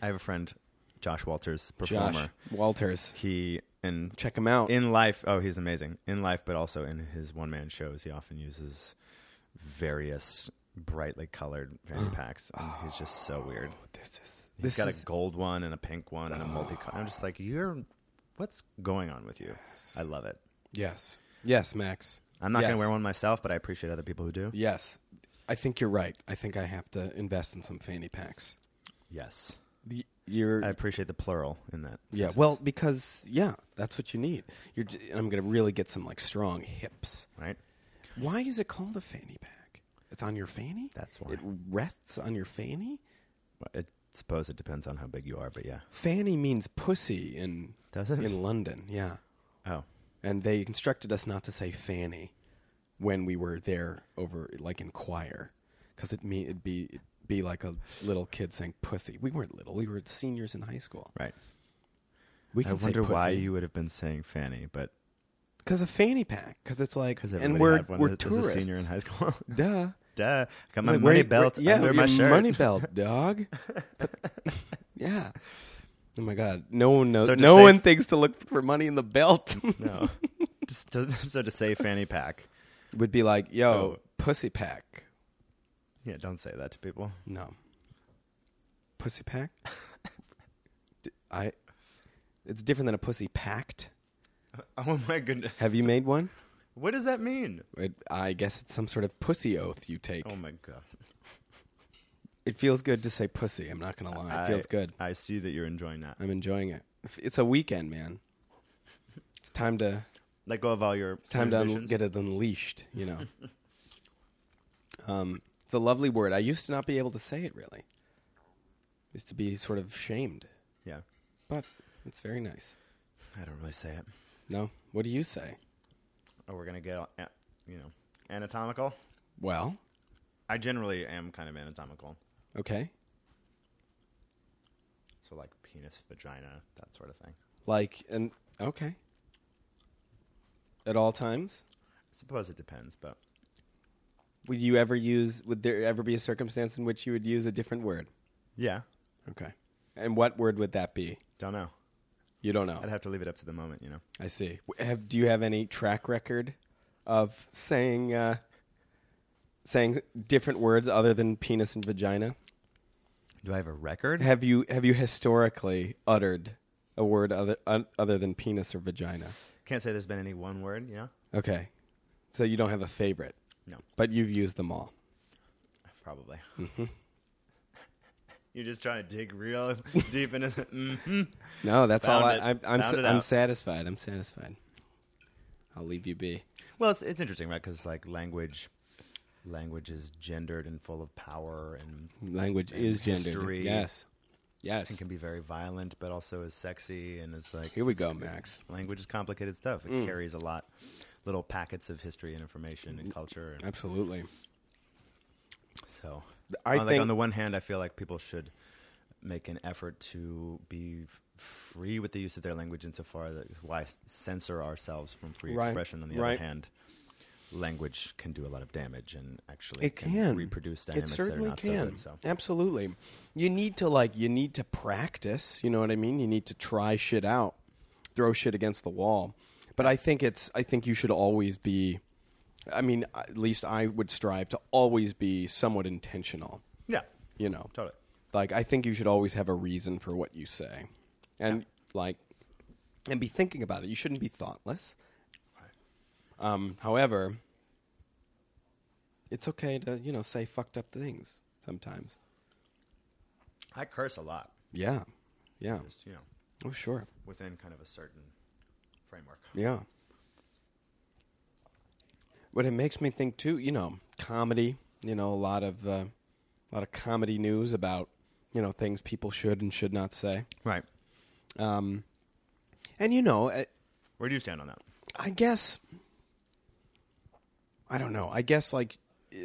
D: I have a friend, Josh Walters, performer.
E: Josh Walters,
D: He in
E: check him out.
D: in life. Oh, he's amazing in life, but also in his one man shows, he often uses various brightly colored fanny packs, and he's just so weird.
E: Oh, this is Oh.
D: He's got a gold one and a pink one and a multicolor. I'm just like, you're. What's going on with you? I love it.
E: yes, yes, Max.
D: I'm not
E: Yes.
D: gonna wear one myself, but I appreciate other people who do.
E: Yes. I think you're right. I think I have to invest in some fanny packs.
D: Yes,
E: Y- You're
D: I appreciate the plural in that.
E: yeah, well, because yeah, that's what you need. You're j- I'm going to really get some like strong hips.
D: right.
E: Why is it called a fanny pack? It's on your fanny?
D: That's why.
E: It rests on your fanny?
D: Well, I suppose it depends on how big you are, but yeah.
E: Fanny means pussy in
D: Does it?
E: in London. Yeah.
D: Oh,
E: And they instructed us not to say fanny when we were there over like in choir cuz it mean it'd be it'd be like a little kid saying pussy. We weren't little. We were seniors in high school.
D: right.
E: We
D: I
E: can
D: wonder
E: say
D: why you would have been saying fanny, but
E: because a fanny pack because it's like
D: because
E: and we're
D: had one
E: we're
D: as,
E: tourists.
D: as a senior in high school.
E: Duh.
D: Duh, I got
E: It's
D: my
E: like,
D: money
E: where-
D: belt
E: where- yeah,
D: under
E: your
D: my shirt.
E: money belt, dog. But- yeah. Oh my god, no one knows.
D: So to
E: no
D: say-
E: one thinks to look for money in the belt.
D: No, Just to, so to say fanny pack.
E: would be like, yo,
D: Oh.
E: pussy pack.
D: Yeah, don't say that to people.
E: No. Pussy pack? D- I. It's different than a pussy packed.
D: Oh my goodness.
E: Have you made one?
D: What does that mean?
E: It, I guess it's some sort of pussy oath you take.
D: Oh my god.
E: It feels good to say pussy. I'm not gonna lie. It feels
D: I-
E: good.
D: I see that you're enjoying that.
E: I'm enjoying it. It's a weekend, man. It's time to
D: Let go of all your
E: time to un-
D: inhibitions.
E: get it unleashed. You know. um, it's a lovely word. I used to not be able to say it. Really, used to be sort of shamed,
D: Yeah,
E: but it's very nice.
D: I don't really say it.
E: No, what do you say?
D: Oh, we're gonna get all- a- you know anatomical.
E: Well,
D: I generally am kind of anatomical,
E: okay,
D: so like penis, vagina, that sort of thing.
E: like and okay. At all times,
D: I suppose it depends, but
E: would you ever use? Would there ever be a circumstance in which you would use a different word?
D: yeah,
E: Okay. And what word would that be?
D: don't know.
E: You don't know.
D: I'd have to leave it up to the moment, you know.
E: I see. W- Have, do you have any track record of saying uh, saying different words other than penis and vagina?
D: Do I have a record?
E: Have you have you historically uttered a word other un, other than penis or vagina?
D: Can't say there's been any one word, you know.
E: Okay. So you don't have a favorite,
D: No,
E: but you've used them all.
D: probably.
E: Mm-hmm.
D: You're just trying to dig real deep into. The, hmm
E: No, that's all.
D: Found
E: I,
D: it.
E: I'm I'm,
D: Found
E: sa-
D: it
E: I'm
D: out.
E: satisfied. I'm satisfied. I'll leave you be.
D: Well, it's it's interesting, right? Because like language, language is gendered and full of power and
E: Language is gendered.
D: history.
E: Yes. Yes.
D: can be very violent, but also is sexy and is like.
E: Mm. Here we
D: it's-
E: go, Mm. Max.
D: Language is complicated stuff. It carries a lot, little packets of history and information
E: Mm.
D: and culture. And
E: Absolutely.
D: so,
E: I
D: on, like,
E: think-
D: on the one hand, I feel like people should make an effort to be f- free with the use of their language insofar that why s- censor ourselves from free
E: Right.
D: expression. On the
E: Right.
D: other hand, language can do a lot of damage and actually
E: It can
D: reproduce
E: It
D: dynamics
E: certainly
D: that are not
E: can.
D: so good. So.
E: Absolutely, you need to like you need to practice. You know what I mean? You need to try shit out, throw shit against the wall. But I think it's I think you should always be. I mean, at least I would strive to always be somewhat intentional.
D: Yeah,
E: You know,
D: totally.
E: like I think you should always have a reason for what you say, and like, and be thinking about it. You shouldn't be thoughtless. Um, however, it's okay to you know say fucked up things sometimes.
D: I curse a lot.
E: Yeah, yeah.
D: Just you know,
E: Oh sure.
D: within kind of a certain framework.
E: Yeah. But it makes me think too, you know, comedy, you know, a lot of uh, a lot of comedy news about, you know, things people should and should not say.
D: Right.
E: Um and you know, eh, I,
D: Where do you stand on that?
E: I guess I don't know. I guess like uh,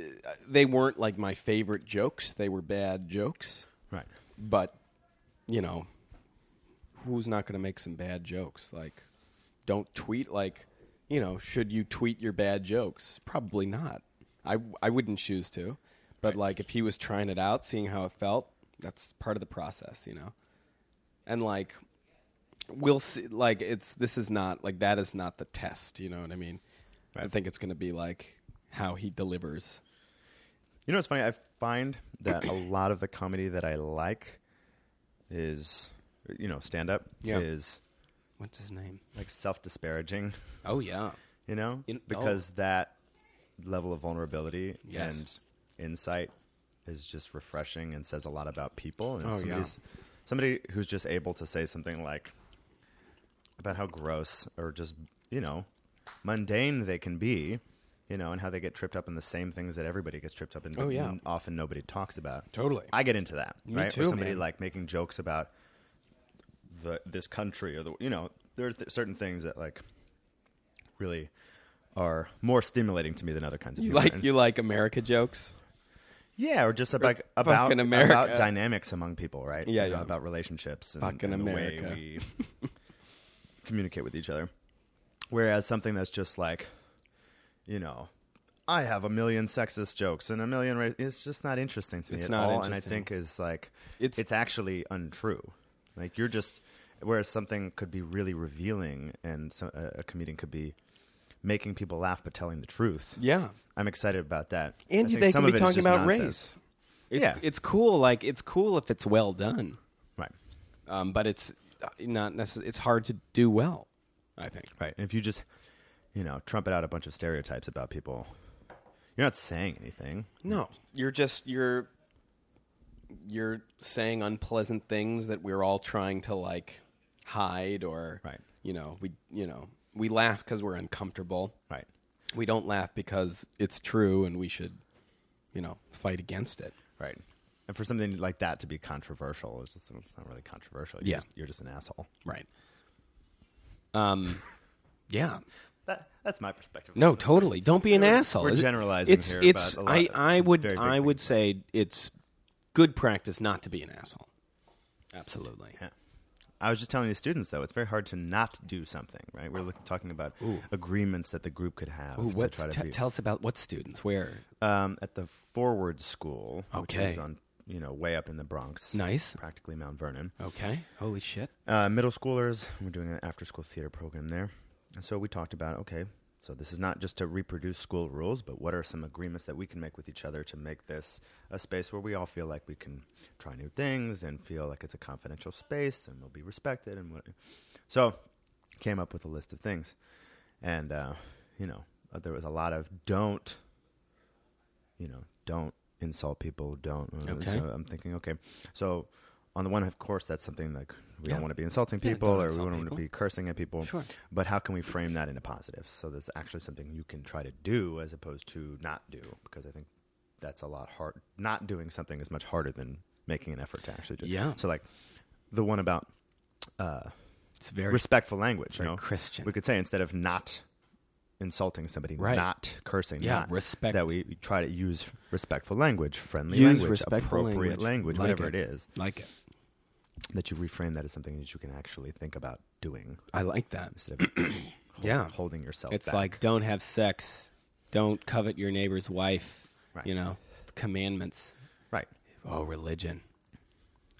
E: they weren't like my favorite jokes. They were bad jokes,
D: Right.
E: but you know, who's not going to make some bad jokes? Like don't tweet like, you know, should you tweet your bad jokes? Probably not. I I wouldn't choose to. But like if he was trying it out, seeing how it felt, that's part of the process, you know. And like we'll see like it's this is not like that is not the test, you know what I mean? I think it's going to be like how he delivers.
D: You know what's funny? I find that a lot of the comedy that I like is, you know, stand up
E: Yeah.
D: is
E: What's his name?
D: like self disparaging,
E: Oh yeah.
D: you know?
E: In- oh.
D: because that level of vulnerability
E: Yes.
D: and insight is just refreshing and says a lot about people. And
E: Oh, yeah.
D: somebody's- somebody who's just able to say something like about how gross or just, you know, mundane they can be. You know, and how they get tripped up in the same things that everybody gets tripped up in, but
E: Oh, yeah.
D: n- often nobody talks about.
E: Totally.
D: I get into that,
E: Me
D: right?
E: too,
D: Or somebody
E: man.
D: like making jokes about the this country or the you know there are th- certain things that like really are more stimulating to me than other kinds of
E: You
D: humor.
E: like
D: And-
E: you like America jokes?
D: yeah, or just about about,
E: fucking America.
D: about dynamics among people, right?
E: Yeah,
D: You know,
E: yeah.
D: about relationships and,
E: Fucking
D: and the way
E: America.
D: we communicate with each other. Whereas something that's just like, you know, I have a million sexist jokes and a million ra- it's just not interesting to me
E: It's
D: at
E: not
D: all. And I
E: interesting.
D: think is like
E: It's-
D: it's actually untrue. Like you're just whereas something could be really revealing and so, a, a comedian could be making people laugh but telling the truth.
E: Yeah.
D: I'm excited about that. I
E: And
D: think
E: they
D: some
E: can be
D: of it is
E: talking
D: just
E: about
D: nonsense.
E: race. It's,
D: Yeah.
E: it's cool. Like it's cool if it's well done,
D: Right.
E: um, but it's not necessarily. It's hard to do well. I think.
D: Right. And if you just, you know, trumpet out a bunch of stereotypes about people, you're not saying anything.
E: No, you're just you're you're saying unpleasant things that we're all trying to like hide or
D: Right.
E: you know, we you know, we laugh cuz we're uncomfortable.
D: Right.
E: We don't laugh because it's true and we should you know, fight against it.
D: Right. And for something like that to be controversial, it's just it's not really controversial. You're
E: Yeah.
D: Just, you're just an asshole.
E: Right. Um yeah.
D: That, that's my perspective.
E: No, totally. Don't be an
D: We're-
E: asshole.
D: we're
E: It's-
D: generalizing
E: it's,
D: here
E: It's
D: about a lot-
E: I I
D: some
E: would
D: very big
E: I would say it's good practice not to be an asshole. Absolutely.
D: Yeah. I was just telling the students though, it's very hard to not do something, right? We're look, talking about agreements that the group could have
E: Ooh,
D: to
E: what's-
D: try to
E: te-
D: be-
E: tell us about what students? Where?
D: um, at the Forward School, which
E: Okay.
D: is on you know way up in the Bronx,
E: Nice.
D: practically Mount Vernon.
E: Okay. Holy shit.
D: Uh, middle schoolers, we're doing an after-school theater program there, and so we talked about okay, so this is not just to reproduce school rules, but what are some agreements that we can make with each other to make this a space where we all feel like we can try new things and feel like it's a confidential space and we'll be respected and what. So, came up with a list of things, and uh, you know there was a lot of don't you know, don't insult people, don't. uh,
E: Okay.
D: So I'm thinking, okay, so on the one, of course, that's something like we
E: Yeah.
D: don't want to be insulting
E: Yeah,
D: people
E: don't
D: or
E: insult
D: we don't want
E: people.
D: to be cursing at people.
E: Sure.
D: But how can we frame that into positive? So that's actually something you can try to do as opposed to not do, because I think that's a lot hard. Not doing something is much harder than making an effort to actually do. it.
E: Yeah.
D: So like the one about uh,
E: It's very
D: respectful language.
E: very
D: you know?
E: Christian.
D: We could say instead of not insulting somebody,
E: Right.
D: not cursing,
E: Yeah,
D: not
E: respect.
D: That we try to use respectful language, friendly
E: Use
D: language,
E: respectful
D: appropriate
E: language.
D: language,
E: Like
D: whatever
E: it.
D: it is.
E: like it.
D: That you reframe that as something that you can actually think about doing
E: I like that.
D: instead of hold-
E: Yeah.
D: holding yourself.
E: It's
D: back.
E: like don't have sex, don't covet your neighbor's wife.
D: Right.
E: You know, commandments.
D: right.
E: Oh, religion.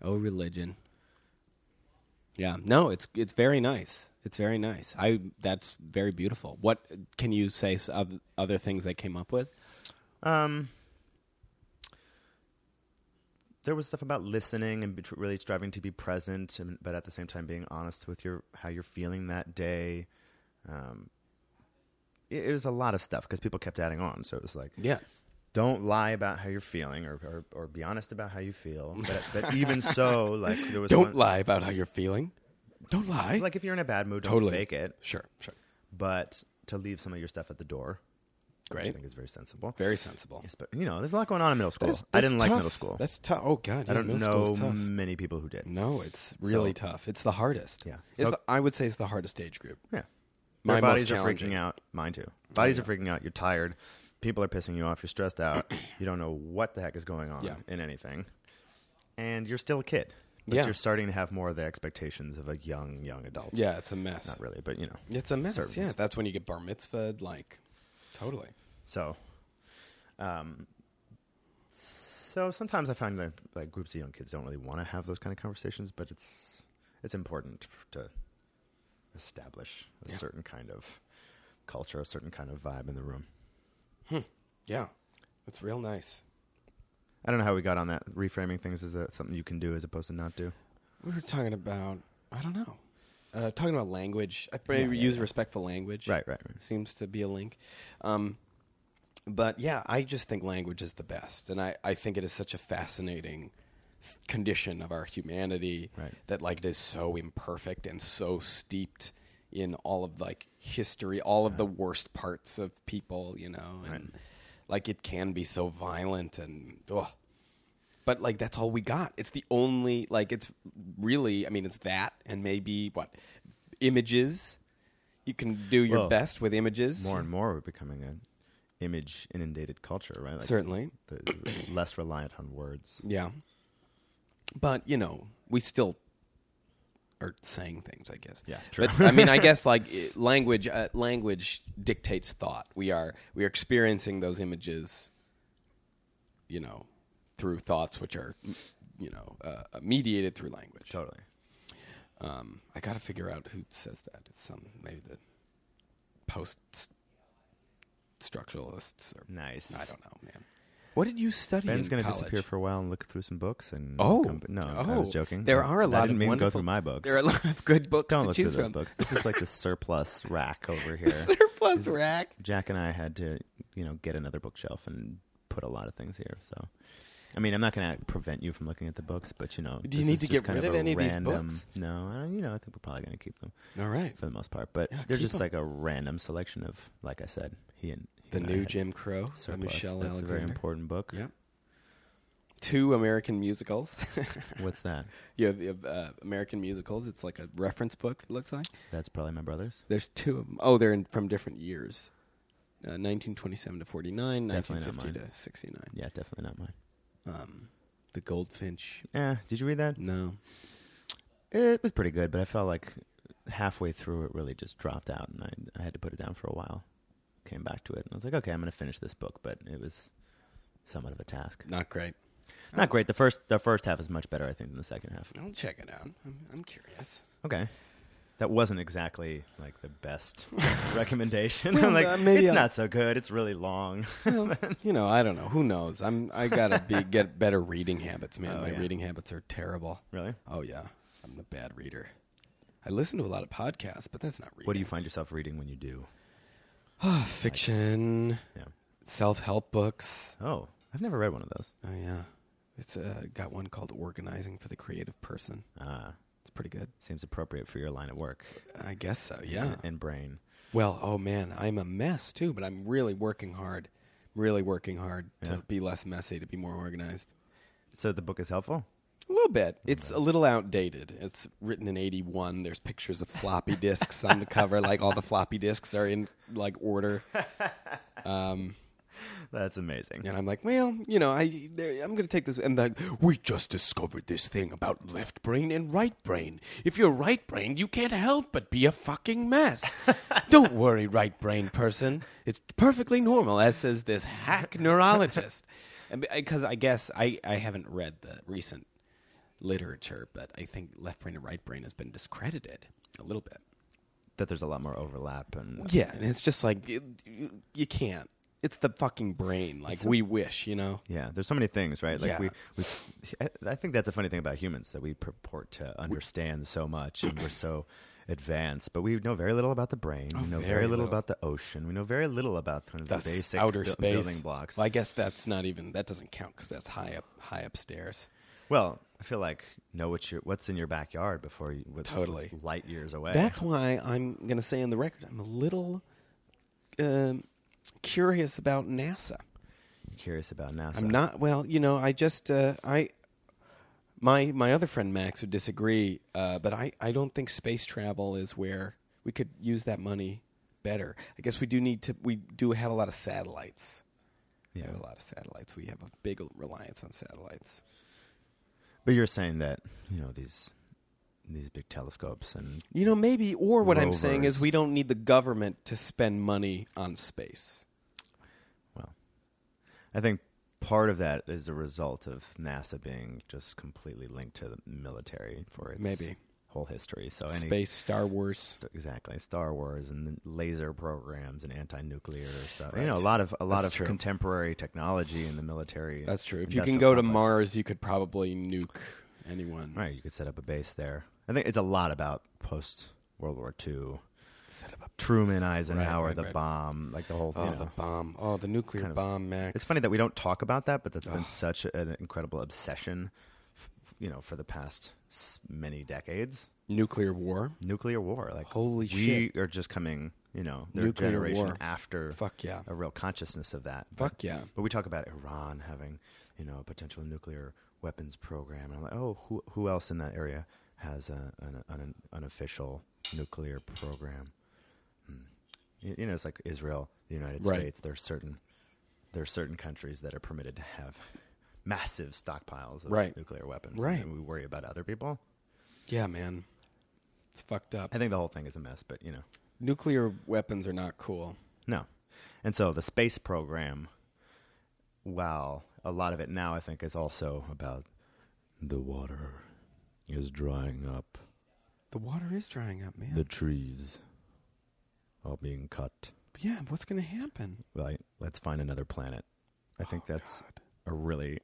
E: Oh, religion. Yeah. No, it's it's very nice. It's very nice. I that's very beautiful. What can you say s- of other things they came up with?
D: Um, there was stuff about listening and be- really striving to be present, and, but at the same time being honest with your how you're feeling that day. Um, it, it was a lot of stuff because people kept adding on, so it was like,
E: Yeah.
D: don't lie about how you're feeling, or or, or be honest about how you feel. But, but even so, like there was
E: Don't
D: one-
E: lie about how you're feeling. Don't lie.
D: Like if you're in a bad mood, don't
E: Totally.
D: fake it.
E: sure. Sure.
D: But to leave some of your stuff at the door, which I
E: Great.
D: think is very sensible.
E: Very sensible.
D: Yes, but you know, there's a lot going on in middle school.
E: That's-
D: I
E: that's
D: didn't like
E: tough.
D: middle school.
E: That's tough. Oh god,
D: I
E: yeah,
D: don't
E: middle
D: know
E: school's tough.
D: many people who did.
E: No, it's really
D: So-
E: tough. It's the hardest.
D: Yeah.
E: It's
D: So-
E: the, I would say it's the hardest age group.
D: Yeah.
E: My
D: My
E: most
D: bodies are
E: challenging.
D: freaking out. Mine too. Bodies are freaking out. You're tired. People are pissing you off. You're stressed out. you don't know what the heck is going on
E: Yeah.
D: in anything. And you're still a kid. But
E: Yeah.
D: you're starting to have more of the expectations of a young, young adult.
E: Yeah, it's a mess.
D: Not really, but you know.
E: It's a mess.
D: Certain
E: Yeah,
D: things.
E: that's when you get bar mitzvahed. Like, totally.
D: So, um, so sometimes I find that like groups of young kids don't really want to have those kind of conversations, but it's it's important f- to establish a certain kind of culture, a certain kind of vibe in the room.
E: Yeah, it's real nice.
D: I don't know how we got on that reframing things. Is that something you can do as opposed to not do?
E: We were talking about I don't know, uh, talking about language. I probably
D: yeah,
E: use respectful language.
D: Right, right, right.
E: Seems to be a link. Um, but yeah, I just think language is the best, and I, I think it is such a fascinating condition of our humanity
D: Right.
E: that like it is so imperfect and so steeped in all of like history, all of the worst parts of people, you know, and like it can be so violent and ugh. but like that's all we got. It's the only like it's really I mean it's that and maybe what images. You can do your
D: Well,
E: best with images.
D: More and more, we're becoming an image inundated culture, right? Like
E: Certainly.
D: the, less reliant on words.
E: Yeah. But, you know, we still are saying things, I guess.
D: Yes, true.
E: But, I mean, I guess like i- language uh, language dictates thought. We are we are experiencing those images you know, through thoughts which are you know, uh, mediated through language.
D: Totally.
E: Um, I got to figure out who says that. It's some maybe the post structuralists or
D: Nice.
E: I don't know, man. What did you study?
D: Ben's
E: going
D: gonna
E: to
D: disappear for a while and look through some books and
E: Oh
D: come- no, I was
E: oh.
D: joking.
E: There are a lot
D: I didn't
E: of
D: mean go
E: wonderful-
D: through my books.
E: There are a lot of good books
D: Don't
E: to
D: look through
E: choose
D: those
E: from.
D: books. This is like the surplus rack over here.
E: Surplus rack.
D: Jack and I had to, you know, get another bookshelf and put a lot of things here. So, I mean, I'm not going to prevent you from looking at the books, but you know,
E: Do you
D: this
E: need
D: is
E: to
D: just
E: get
D: kind
E: rid of
D: a
E: any of these
D: random-
E: books?
D: No, I don't, you know, I think we're probably going to keep them
E: All right.
D: for the most part, but
E: Yeah,
D: they're
E: keep
D: just
E: 'em.
D: like a random selection of, like I said, he and he
E: The
D: and I
E: new
D: had
E: Jim Crow by
D: surplus.
E: Michelle
D: That's a very
E: Alexander.
D: important book.
E: Yep. Two American musicals.
D: What's that?
E: you have, you have uh, American musicals. It's like a reference book. It looks like
D: That's probably my brother's.
E: there's two of them. Oh, they're in, from different years. Uh, 1927 to 49,
D: Definitely not
E: 1950
D: mine.
E: to 69.
D: Yeah, definitely not mine.
E: Um, the Goldfinch.
D: Yeah, did you read that?
E: No.
D: It was pretty good, but I felt like halfway through it really just dropped out, and I, I had to put it down for a while. Came back to it, and I was like, okay, I'm going to finish this book, but it was somewhat of a task.
E: Not great.
D: Not great. The first the first half is much better, I think, than the second half.
E: I'll check it out. I'm, I'm curious.
D: Okay, that wasn't exactly like the best recommendation.
E: Well,
D: I'm like,
E: uh, maybe
D: it's
E: I'll-
D: not so good. It's really long.
E: Well, you know, I don't know. Who knows? I'm. I gotta be get better reading habits, man.
D: Oh,
E: My
D: yeah.
E: reading habits are terrible.
D: really?
E: Oh yeah, I'm a bad reader. I listen to a lot of podcasts, but that's not reading.
D: What do you find yourself reading when you do?
E: Ah, fiction,
D: Yeah.
E: self help books.
D: Oh, I've never read one of those.
E: Oh yeah, it's uh, got one called "Organizing for the Creative Person."
D: Uh,
E: It's pretty good.
D: seems appropriate for your line of work
E: I guess so. Yeah.
D: and brain.
E: Well, oh man, I'm a mess too, but I'm really working hard. Really working hard to
D: Yeah.
E: be less messy, to be more organized.
D: So the book is helpful.
E: A little bit. It's a little outdated. It's written in 81. There's pictures of floppy disks on the cover. Like all the floppy disks are in like order.
D: That's amazing.
E: And I'm like, well, you know, I there, I'm going to take this. And like, we just discovered this thing about left brain and right brain. If you're right brain, you can't help but be a fucking mess. Don't worry, right brain person. It's perfectly normal, as says this hack neurologist. And because I guess I I haven't read the recent literature, but I think left brain and right brain has been discredited a little bit.
D: that there's a lot more overlap and
E: Yeah, and it's just like it, you, you can't. It's the fucking brain. Like we wish, you know.
D: yeah there's so many things right like
E: Yeah.
D: we, we I- i think that's a funny thing about humans that we purport to understand so much and we're so advanced but we know very little about the brain we know very,
E: Oh, very
D: little
E: little.
D: about the ocean we know very little about kind of the,
E: the s-
D: basic
E: outer
D: buil-
E: space
D: building blocks
E: Well, I guess that's not even that doesn't count because that's high up, high upstairs.
D: well i feel like know what your what's in your backyard before you what,
E: Totally.
D: what's light years away
E: That's why I'm gonna say on the record, I'm a little um, curious about NASA.
D: I'm curious about nasa
E: I'm not well, you know. I just uh, I my my other friend Max would disagree, uh, but I I don't think space travel is where we could use that money better. I guess we do need to. We do have a lot of satellites.
D: yeah
E: We have a lot of satellites. We have a big reliance on satellites.
D: but you're saying that you know these these big telescopes and
E: You know, maybe, or what I'm saying is
D: Rovers.
E: we don't need the government to spend money on space.
D: Well, I think part of that is a result of NASA being just completely linked to the military for its
E: Maybe.
D: whole history. So any,
E: Space, Star Wars.
D: exactly, Star Wars and the laser programs and anti-nuclear stuff. You
E: Right.
D: know, a lot of a lot
E: That's
D: of
E: true.
D: contemporary technology in the military.
E: That's true. If you can
D: industrial
E: go to
D: complex.
E: Mars, you could probably nuke anyone.
D: right? You could set up a base there. I think it's a lot about post World War II. Truman, Eisenhower,
E: right,
D: the
E: right.
D: bomb, like the whole.
E: Oh,
D: you
E: the
D: know.
E: bomb. Oh, the nuclear
D: kind of-
E: bomb, Max.
D: It's funny that we don't talk about that, but that's been such an incredible obsession, f- you know, for the past s- many decades.
E: Nuclear war.
D: Nuclear war, like
E: Holy
D: we
E: shit.
D: are just coming, you know, their
E: Nuclear
D: generation
E: war.
D: after
E: Fuck yeah.
D: a real consciousness of that. But,
E: Fuck yeah.
D: but we talk about Iran having, you know, a potential nuclear weapons program, and I'm like, oh, who who else in that area has a, an, an unofficial nuclear program? Hmm. you, you know, it's like Israel, the United
E: Right.
D: States. There are certain there are certain countries that are permitted to have massive stockpiles of
E: Right.
D: nuclear weapons. and
E: Right.
D: then we worry about other people.
E: Yeah, man. It's fucked up.
D: I think the whole thing is a mess, but you know,
E: Nuclear weapons are not cool.
D: no. And so the space program, while a lot of it now I think is also about the water is drying up,
E: The water is drying up, man.
D: the trees are being cut.
E: yeah, what's going to happen?
D: Like, let's find another planet. I think
E: Oh,
D: that's a really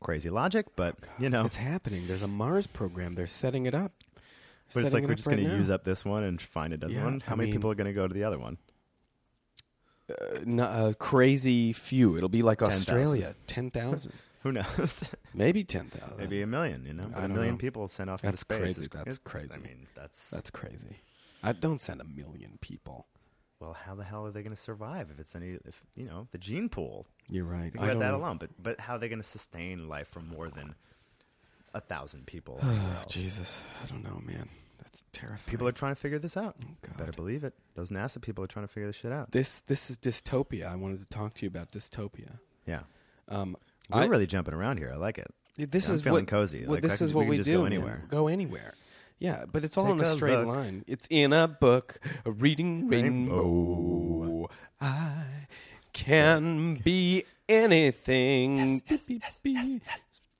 D: crazy logic, but you know,
E: It's happening. There's a Mars program. They're setting it up.
D: but it's like we're just going to use
E: up.
D: up this one and find another
E: Yeah,
D: one. How
E: I
D: many
E: mean-
D: people are going to go to the other one?
E: n- a crazy few. It'll be like
D: 10,000.
E: Australia, ten thousand,
D: Who knows?
E: maybe ten thousand.
D: Maybe a million. You know,
E: Uh, I
D: a
E: don't
D: million
E: know.
D: people sent off into
E: That's
D: space.
E: crazy.
D: is-
E: That's
D: is- I
E: crazy.
D: mean, that's,
E: that's crazy. I don't send a million people.
D: well. How the hell are they going to survive if it's any? If you know, the gene pool.
E: You're right.
D: Think about that alone. But but how are they going to sustain life for more than a thousand people? anywhere else?
E: Oh, Jesus, I don't know, man. That's terrifying.
D: People are trying to figure this out.
E: God.
D: Better believe it. Those NASA people are trying to figure this shit out.
E: this. This is dystopia. I wanted to talk to you about dystopia.
D: yeah,
E: Um,
D: we're
E: I,
D: really jumping around here. I like it.
E: this
D: I'm
E: is
D: feeling
E: what,
D: cozy.
E: Well,
D: Like, I
E: this
D: can-
E: is
D: we
E: what
D: can
E: we
D: just
E: do.
D: go
E: man.
D: anywhere.
E: Go anywhere. Yeah, but it's all in
D: Take
E: a
D: a
E: straight
D: look.
E: line. It's in a book, a reading
D: Rainbow.
E: rainbow. I can be anything. Beep, beep, beep.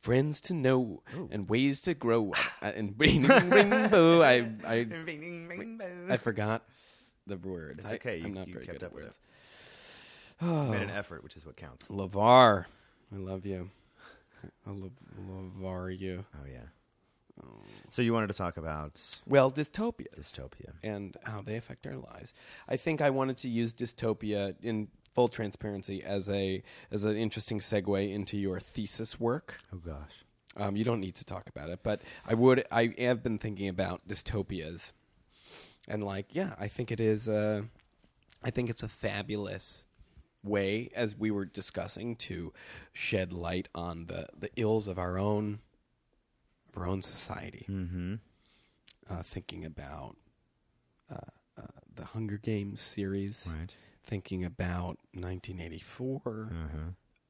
E: Friends to know and ways to grow. I- And reading rainbow. I I I forgot the words.
D: It's
E: I-
D: okay. You-
E: I'm not
D: you
E: very
D: kept
E: good at
D: up with
E: words.
D: Made an
E: Oh.
D: effort, which is what counts.
E: Lavar, I love you. I love Lavar you.
D: Oh yeah. So you wanted to talk about
E: Well, dystopia.
D: dystopia?
E: and how they affect our lives. I think I wanted to use dystopia in full transparency as a as an interesting segue into your thesis work.
D: Oh gosh.
E: Um, you don't need to talk about it, but I would. I have been thinking about dystopias, and like, yeah, I think it is. Uh, I think it's a fabulous way, as we were discussing, to shed light on the the ills of our own of our own society. Mm-hmm. Uh, thinking about uh, uh, the Hunger Games series,
D: Right.
E: thinking about 1984.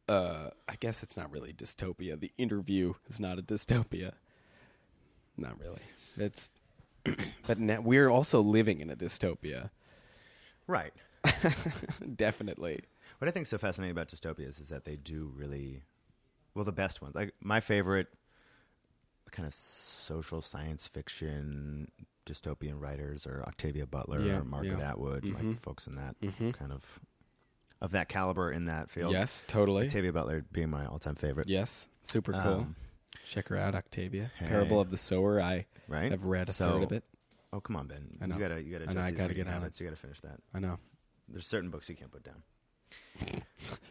E: Uh, I guess it's not really dystopia. The interview is not a dystopia. Not really. It's, but now we're also living in a dystopia.
D: Right.
E: Definitely.
D: What I think is so fascinating about dystopias is that they do really well the best ones. Like my favorite kind of social science fiction dystopian writers are Octavia Butler
E: Yeah,
D: or Margaret
E: yeah. Mm-hmm.
D: Atwood, like folks in that kind of of that caliber in that field.
E: Yes, totally.
D: Octavia Butler being my all-time favorite.
E: Yes, super cool.
D: Um,
E: Check her out, Octavia.
D: Hey.
E: Parable of the Sower. I
D: Right?
E: have read a
D: So-
E: third of it.
D: Oh, come on, Ben.
E: I know.
D: You got to you got to
E: I know, I gotta get on
D: habits. You got to finish that.
E: I know.
D: There's certain books you can't put down.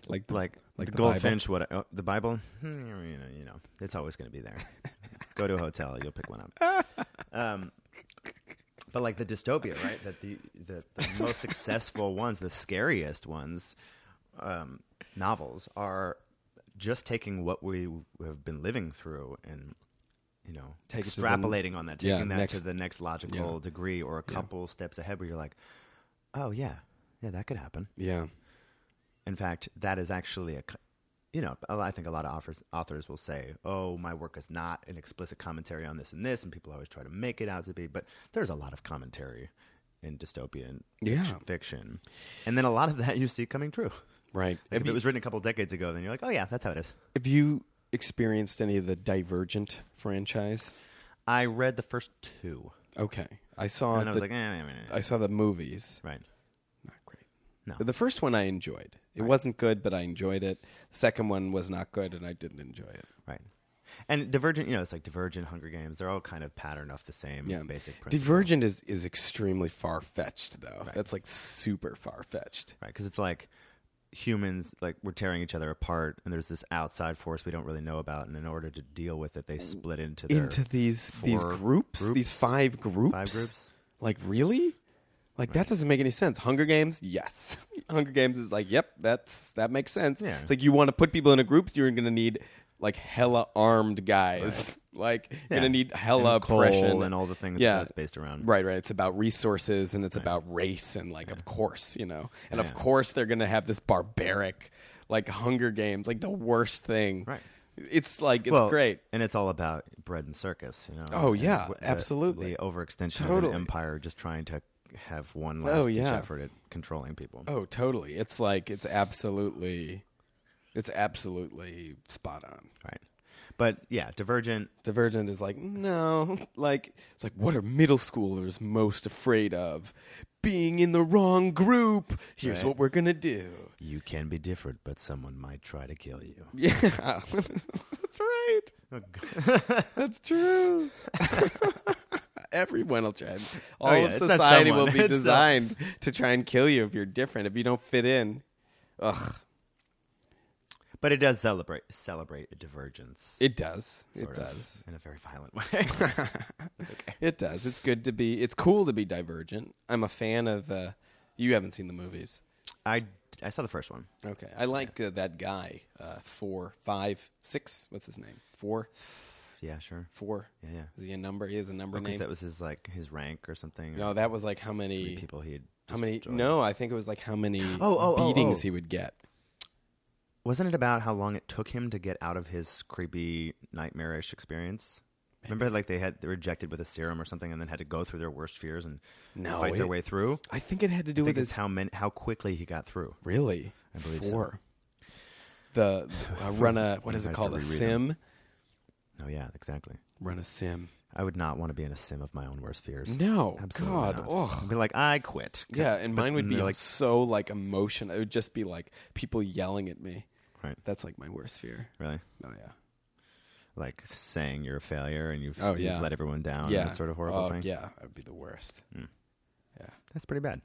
E: Like the-
D: like
E: like
D: like
E: the
D: the,
E: Bible.
D: goldfinch. What oh, the Bible? Hmm, You know, you know, it's always going to be there. Go to a hotel, you'll pick one up. Um, but like the dystopia, right? That the the, the most successful ones, the scariest ones, um, novels are just taking what we have been living through and you know
E: Takes it to the n-
D: extrapolating on that,
E: yeah,
D: taking that to
E: next-
D: the next logical
E: yeah.
D: degree or a couple steps ahead, where you're like, oh yeah, yeah, that could happen.
E: yeah.
D: In fact, that is actually a, co- you know, a lot- I think a lot of authors, authors will say, "Oh, my work is not an explicit commentary on this and this," and people always try to make it out to be. But there's a lot of commentary in dystopian
E: Yeah.
D: fic- fiction, and then a lot of that you see coming true.
E: Right.
D: Like
E: Have
D: if
E: you-
D: it was written a couple decades ago, then you're like, "Oh yeah, that's how it is."
E: have you experienced any of the Divergent franchise?
D: I read the first two,
E: Okay, I saw.
D: and I was
E: the-
D: like, eh, eh, eh, eh.
E: I saw the movies.
D: "Right,
E: Not great.
D: No.
E: The first one I enjoyed. It wasn't good, but I enjoyed it. The second one was not good, and I didn't enjoy it.
D: right." And Divergent, you know, it's like Divergent, Hunger Games. They're all kind of patterned off the same
E: Yeah.
D: basic principle.
E: Divergent is is extremely far fetched, though. That's like super far fetched.
D: right because it's like humans like we're tearing each other apart and there's this outside force we don't really know about and in order to deal with it they split into their
E: Into these these
D: four
E: groups, these
D: groups?
E: five groups,
D: five groups
E: Like really? Like that doesn't make any sense. Hunger Games, yes. Hunger Games is like, yep, that's that makes sense.
D: Yeah.
E: It's like you want to put people in a group, you're gonna need like hella armed guys. Like you're
D: Yeah.
E: gonna need hella
D: And coal
E: oppression
D: and all the things that's based around.
E: Right, right. It's about resources and it's about race and like of course, you know. And of
D: Yeah.
E: course they're gonna have this barbaric like Hunger Games, like the worst thing.
D: Right.
E: It's like it's
D: Well,
E: great.
D: and it's all about bread and circus you know
E: Oh,
D: and
E: yeah,
D: w- uh,
E: absolutely.
D: the overextension of
E: Totally.
D: an empire just trying to have one
E: Oh,
D: last ditch
E: yeah.
D: effort at controlling people
E: Oh, totally. It's like it's absolutely, it's absolutely spot on.
D: right but yeah divergent
E: Divergent is like no, like it's like what are middle schoolers most afraid of? being in the wrong group. Here's
D: Right.
E: what we're gonna do.
D: You can be different, but someone might try to kill you.
E: Yeah, that's right.
D: Oh,
E: That's true. Everyone will try. All
D: Oh, yeah,
E: of
D: it's not
E: society
D: someone,
E: will be
D: it's not-
E: designed to try and kill you if you're different, if you don't fit in. Ugh,
D: But it does celebrate celebrate a divergence.
E: it does.
D: sort
E: it
D: of,
E: does.
D: in a very violent way. it's okay.
E: It does. It's good to be. It's cool to be divergent. I'm a fan of. Uh, you haven't seen the movies.
D: I I saw the first one.
E: Okay, I like uh, that guy. Uh, four, five, six. What's his name? Four,
D: Yeah, sure.
E: four.
D: Yeah, yeah.
E: Is he a number? He has a number
D: Because
E: name.
D: that was his like his rank or something. or
E: no, that was like how
D: how
E: many
D: many people he had.
E: How many?
D: destroyed.
E: No, I think it was like how many
D: Oh, oh, oh,
E: beatings
D: oh.
E: he would get.
D: Wasn't it about how long it took him to get out of his creepy nightmarish experience? Remember, like they had they were rejected with a serum or something, and then had to go through their worst fears and
E: No,
D: fight their
E: it-
D: way through.
E: I think it had to do
D: I
E: with
D: think
E: his
D: it's how many, how quickly he got through.
E: really. I
D: believe so.
E: four. The uh, run a what
D: I
E: is
D: have
E: it
D: to
E: called a
D: reread
E: sim?
D: Oh yeah, exactly.
E: Run a sim.
D: I would not want to be in a sim of my own worst fears.
E: No,
D: Absolutely
E: God,
D: not.
E: ugh.
D: I'd be like, I quit.
E: Yeah, and
D: But-
E: mine would
D: and
E: be
D: they're
E: like so like emotion. It would just be like people yelling at me.
D: right,
E: That's like my worst fear.
D: really,
E: Oh yeah.
D: like saying you're a failure and you've,
E: Oh,
D: you've
E: yeah.
D: let everyone down. and
E: yeah.
D: that sort of horrible
E: Oh,
D: thing. Mm.
E: Yeah, I'd be the worst.
D: that's pretty bad.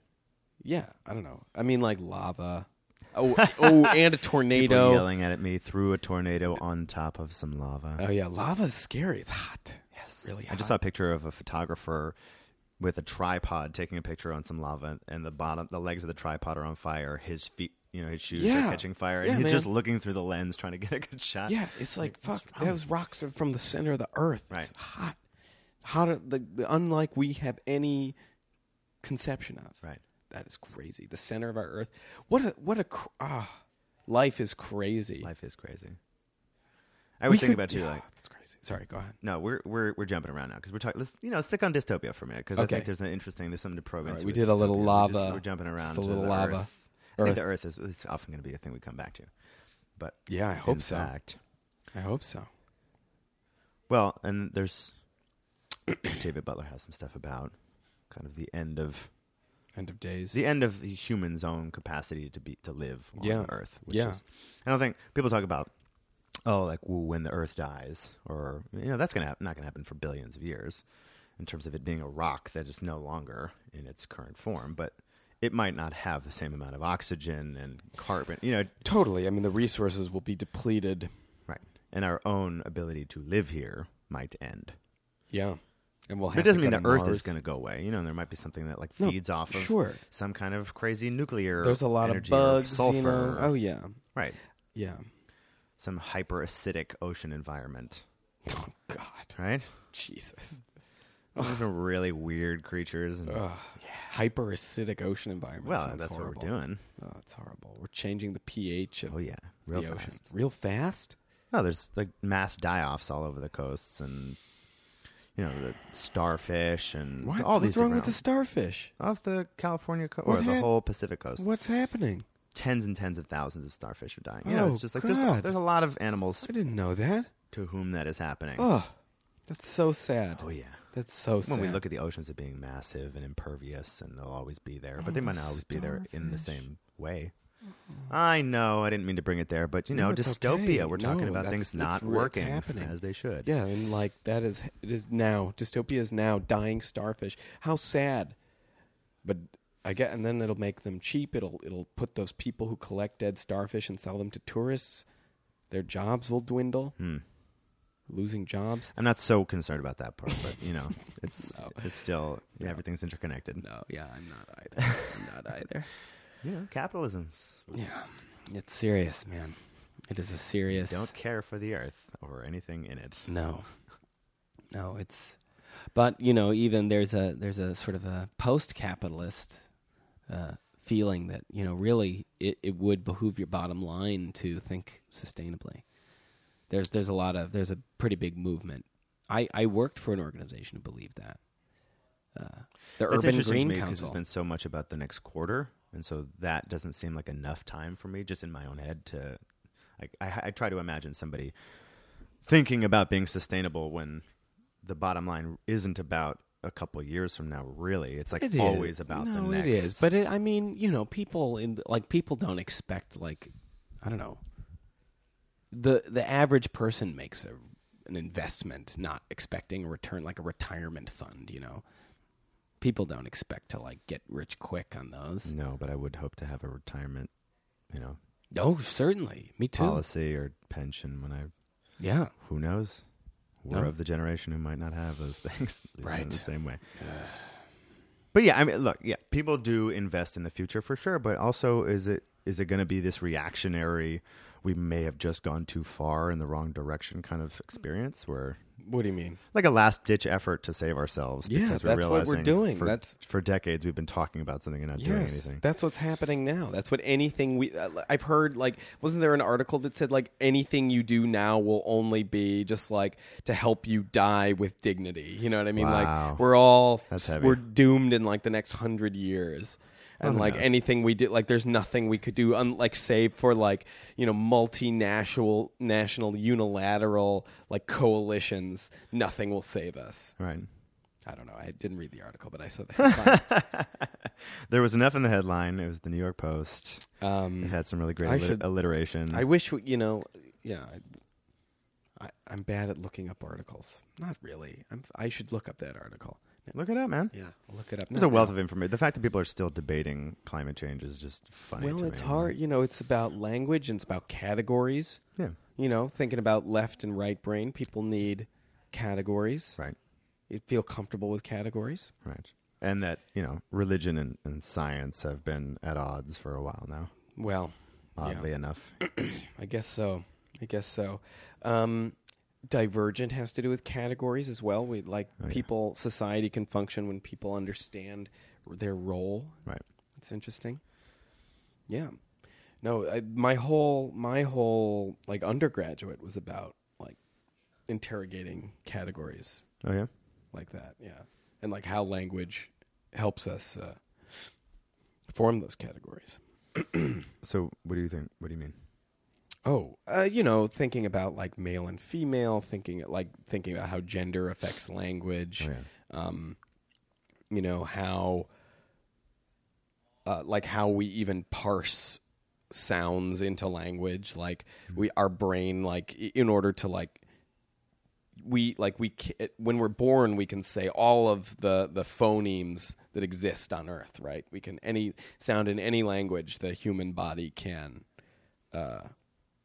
E: Yeah, I don't know. I mean, like lava. Oh, oh, and a
D: People
E: tornado.
D: yelling at me through a tornado on top of some lava.
E: Oh yeah, lava's scary. It's hot. Yes, really. Hot.
D: I just saw a picture of a photographer with a tripod taking a picture on some lava, and the bottom, the legs of the tripod are on fire. His feet, you know, his shoes
E: Yeah.
D: are catching fire, and
E: Yeah,
D: he's just
E: man.
D: looking through the lens trying to get a good shot.
E: Yeah, it's like fuck. Those rocks are from the center of the earth.
D: Right.
E: It's hot, hotter. The, the unlike we have any conception of.
D: Right.
E: That is crazy. The center of our earth. What a what a cr- ah, life is crazy.
D: Life is crazy. I was
E: could-
D: thinking about too,
E: yeah,
D: like
E: that's crazy. Sorry, go ahead.
D: no, we're we're we're jumping around now because we're talking. Let's you know stick on dystopia for a minute because I
E: Okay.
D: think there's an interesting. There's something to probe
E: All right,
D: into.
E: we
D: with
E: did a little
D: dystopia. We're just-
E: lava.
D: We're jumping
E: Just
D: around
E: a
D: to
E: little
D: the
E: lava.
D: Earth. I think
E: Earth.
D: the Earth is it's often going to be a thing we come back to. But
E: Yeah, I
D: in
E: hope so.
D: fact-
E: I hope so.
D: Well, and there's David Butler has some stuff about kind of the end of
E: End of days.
D: the end of human's own capacity to be to live on
E: Yeah.
D: Earth. Which
E: Yeah.
D: is, I don't think people talk about oh like well, when the Earth dies or you know that's gonna hap- not gonna happen for billions of years in terms of it being a rock that is no longer in its current form, but it might not have the same amount of oxygen and carbon, you know,
E: totally. I mean, the resources will be depleted.
D: right? And our own ability to live here might end.
E: Yeah, and we'll. Have
D: But it doesn't
E: to
D: mean
E: go to
D: the Earth
E: Mars.
D: is going to go away. You know, there might be something that like
E: No,
D: feeds off of
E: sure.
D: some kind of crazy nuclear.
E: There's a lot of
D: energy or
E: bugs.
D: sulfur.
E: You know? Oh yeah,
D: right.
E: yeah.
D: Some hyper acidic ocean environment.
E: Oh God,
D: Right.
E: Jesus.
D: Those are really weird creatures. And,
E: Ugh. Hyper acidic ocean environment.
D: well,
E: sounds
D: that's
E: horrible.
D: what we're doing.
E: Oh, it's horrible. We're changing the pH of
D: Oh yeah,
E: the
D: real
E: ocean
D: fast.
E: real fast.
D: Oh, there's like mass die offs all over the coasts, and you know the starfish and
E: What?
D: all
E: What's
D: these
E: wrong
D: different
E: with the starfish?
D: off the California coast
E: What
D: or the
E: hap-
D: whole Pacific coast.
E: What's happening?
D: Tens and tens of thousands of starfish are dying. You know,
E: Oh,
D: it's just like there's
E: God.
D: there's a lot of animals
E: I didn't know that.
D: to whom that is happening.
E: Ugh, that's so sad.
D: Oh yeah.
E: That's so sad.
D: When we look at the oceans as being massive and impervious, and they'll always be there, but they
E: Oh,
D: might
E: the
D: not always be there in the same way. I know I didn't mean to bring it there, but you
E: No,
D: know,
E: it's
D: dystopia.
E: okay.
D: We're talking
E: No,
D: about
E: that's-
D: things
E: it's
D: not
E: re- it's
D: working
E: happening.
D: as they should.
E: yeah, and like that is it is now dystopia is now dying starfish. How sad. But I get, and then it'll make them cheap. It'll it'll put those people who collect dead starfish and sell them to tourists. Their jobs will dwindle. Losing jobs.
D: I'm not so concerned about that part, but you know, it's it's still everything's interconnected.
E: No, yeah, I'm not either. I'm not either.
D: You know, capitalism's
E: Yeah, it's serious, man. It is a serious.
D: don't care for the earth or anything in it.
G: No. No, it's but you know, even there's a there's a sort of a post-capitalist uh, feeling that you know really it, it would behoove your bottom line to think sustainably. There's there's a lot of there's a pretty big movement. I I worked for an organization who believed that. Uh, the
D: That's
G: Urban
D: interesting
G: Green
D: to me because
G: Council.
D: it's been so much about the next quarter, and so that doesn't seem like enough time for me, just in my own head. To I, I, I try to imagine somebody thinking about being sustainable when the bottom line isn't about a couple years from now. Really, it's like
G: It is.
D: always about
G: no,
D: the next.
G: It is, but it, I mean, you know, people in like people don't expect like I don't know. The the average person makes a an investment, not expecting a return, like a retirement fund. You know, people don't expect to like get rich quick on those.
D: no, but I would hope to have a retirement, you know,
G: No, Oh, certainly, me too.
D: policy or pension when I.
G: Yeah,
D: Who knows? We're
G: No.
D: of the generation who might not have those things, at least not in
G: Right.
D: the same way. But yeah, I mean, look, yeah, people do invest in the future for sure, but also is it is it going to be this reactionary? We may have just gone too far in the wrong direction, kind of experience where
E: What do you mean?
D: like a last ditch effort to save ourselves.
E: Yeah,
D: because
E: that's
D: we're
E: what we're
D: realizing
E: doing.
D: For,
E: That's-
D: for decades we've been talking about something and not doing anything.
E: That's what's happening now. That's what anything we uh, I've heard like wasn't there an article that said like anything you do now will only be just like to help you die with dignity. You know what I mean?
D: Wow.
E: Like we're all
D: That's heavy. Oh
E: we're doomed in like the next 100 years. And
D: who
E: like
D: knows?
E: anything we did, like there's nothing we could do, un- like save for like you know multinational, national, unilateral like coalitions. Nothing will save us.
D: right.
E: I don't know. I didn't read the article, but I saw the headline.
D: There was enough in the headline. It was the New York Post.
E: um,
D: It had some really great
E: I
D: alli-
E: should-
D: alliteration.
E: I wish we, you know, yeah. I, I, I'm bad at looking up articles. Not really. I'm, I should look up that article.
D: Look it up, man.
E: Yeah, I'll look it up.
D: There's
E: now.
D: a wealth of information. The fact that people are still debating climate change is just funny.
E: Well,
D: to
E: it's
D: me.
E: hard. You know, it's about language and it's about categories.
D: Yeah.
E: You know, thinking about left and right brain, people need categories.
D: Right.
E: You feel comfortable with categories.
D: Right. And that you know, religion and, and science have been at odds for a while now.
E: Well,
D: Oddly enough,
E: I guess so. I guess so. Um, divergent has to do with categories as well. We like
D: yeah.
E: people, society can function when people understand their role
D: right?
E: That's interesting. Yeah. No, I, my whole my whole like undergraduate was about like interrogating categories
D: Oh yeah.
E: like that. Yeah. And like how language helps us uh, form those categories.
D: So, what do you think? What do you mean?
E: Oh, uh, you know, thinking about like male and female, thinking like thinking about how gender affects language.
D: Oh, yeah.
E: um, you know how uh, like how we even parse sounds into language like
D: Mm-hmm.
E: we our brain like i- in order to like we like we ca- when we're born we can say all of the the phonemes that exist on earth right we can any sound in any language the human body can uh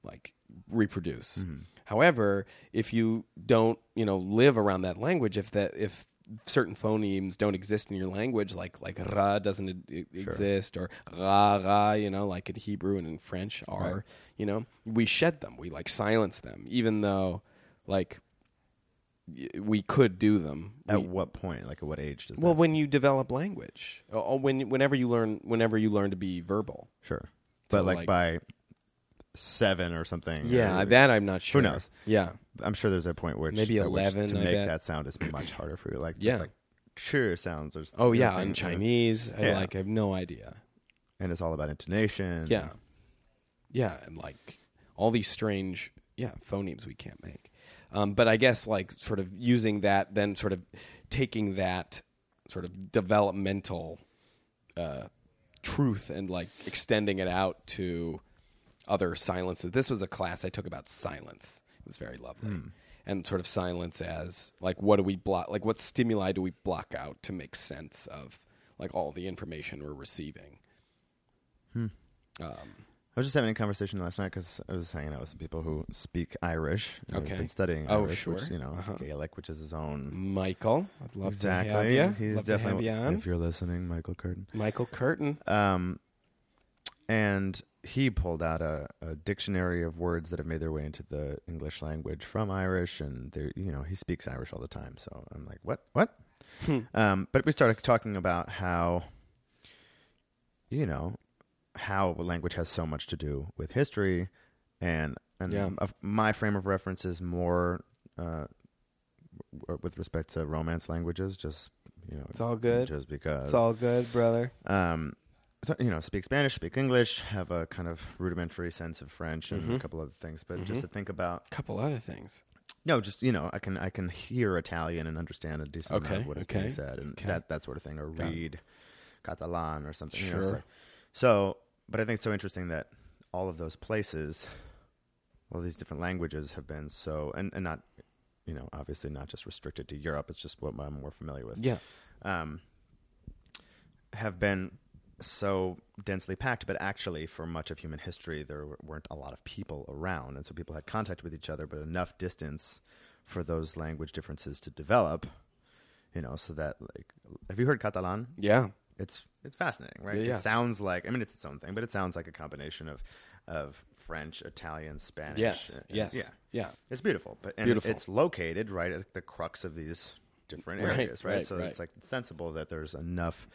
E: like reproduce however if you don't you know live around that language if that if certain phonemes don't exist in your language like like ra doesn't e- e- exist or ra ra you know like in hebrew and in french are you know we shed them we like silence them even though like y- we could do them
D: At
E: We-
D: what point? Like, at what age does
E: well
D: that?
E: when you develop language or- or when whenever you learn whenever you learn to be verbal
D: Sure. But like,
E: like-
D: by seven or something.
E: yeah
D: or-
E: Uh, that i'm not sure
D: knows?
E: yeah
D: I'm sure there's a point where
E: Maybe
D: at which
E: 11,
D: to
E: I
D: make
E: bet.
D: that sound is much harder for you. Like
E: Yeah.
D: just like sure sounds or
E: Oh yeah,
D: something,
E: in
D: you know?
E: Chinese, I
D: Yeah.
E: like I have no idea.
D: and it's all about intonation.
E: Yeah, uh, yeah, and like all these strange yeah phonemes we can't make. Um, but I guess like sort of using that, then sort of taking that sort of developmental uh, truth and like extending it out to other silences. This was a class I took about silence. It was very lovely. And sort of silence as like what do we block like what stimuli do we block out to make sense of like all the information we're receiving.
D: I was just having a conversation last night because I was hanging out with some people who speak Irish. and have
E: Okay.
D: been studying
E: Oh,
D: Irish, which,
E: sure.
D: you know,
E: Uh-huh.
D: Gaelic, which is his own.
E: Michael, I'd love to have
D: Exactly.
E: you.
D: He's
E: love
D: definitely.
E: to have you on.
D: If you're listening, Michael Curtin.
E: Michael Curtin.
D: Um, and he pulled out a, a dictionary of words that have made their way into the English language from Irish, and they you know he speaks Irish all the time. So I'm like, what, what?
E: Hmm.
D: um, but we started talking about how, you know, how language has so much to do with history, and and
E: Yeah.
D: of- my frame of reference is more. Uh, w- with respect to romance languages, just you know,
E: It's all good.
D: Just because
E: It's all good, brother.
D: um, so, you know, speak Spanish, speak English, have
G: Mm-hmm.
D: a kind of rudimentary sense of French and a couple other things. But just to think about
E: A couple other things.
D: No, just you know, I can I can hear Italian and understand a decent amount
G: Okay,
D: of what is
G: okay,
D: being said and that that sort of thing, or
G: it.
D: read Catalan or something. you know, it's
G: Sure.
D: like- so, but I think it's so interesting that all of those places, all these different languages, have been so and and not, you know, obviously not just restricted to Europe. It's just what I'm more familiar with.
E: Yeah.
D: Um, have been so densely packed, but actually, for much of human history, there w- weren't a lot of people around. And so people had contact with each other, but enough distance for those language differences to develop, you know, so that, like, have you heard Catalan?
E: Yeah.
D: It's it's fascinating, right?
E: Yeah, yeah.
D: It sounds like I mean it's its own thing, but it sounds like a combination of of French, Italian, Spanish.
E: Yes.
D: and-
E: Yes.
D: Yeah.
E: Yeah.
D: It's beautiful, but and
E: Beautiful.
D: it's located right at the crux of these different
E: Right,
D: areas, right?
E: right,
D: so
E: right.
D: it's like sensible that there's enough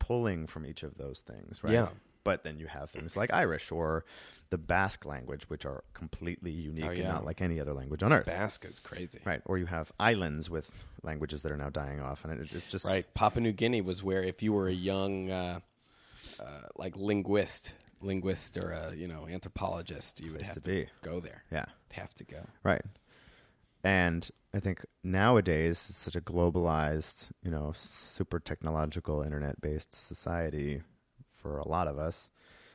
D: pulling from each of those things, right?
E: Yeah.
D: But then you have things like Irish or the Basque language, which are completely unique and
E: Oh, yeah.
D: not like any other language on earth,
E: Basque is crazy.
D: right? Or you have islands with languages that are now dying off, and it, it's just
E: Right. Papua New Guinea was where if you were a young, uh, uh, like linguist, linguist or a you know anthropologist, you would
D: Place
E: have to,
D: to be.
E: go there.
D: Yeah.
E: Have to go.
D: Right. And I think nowadays it's such a globalized, you know, super technological internet based society for a lot of us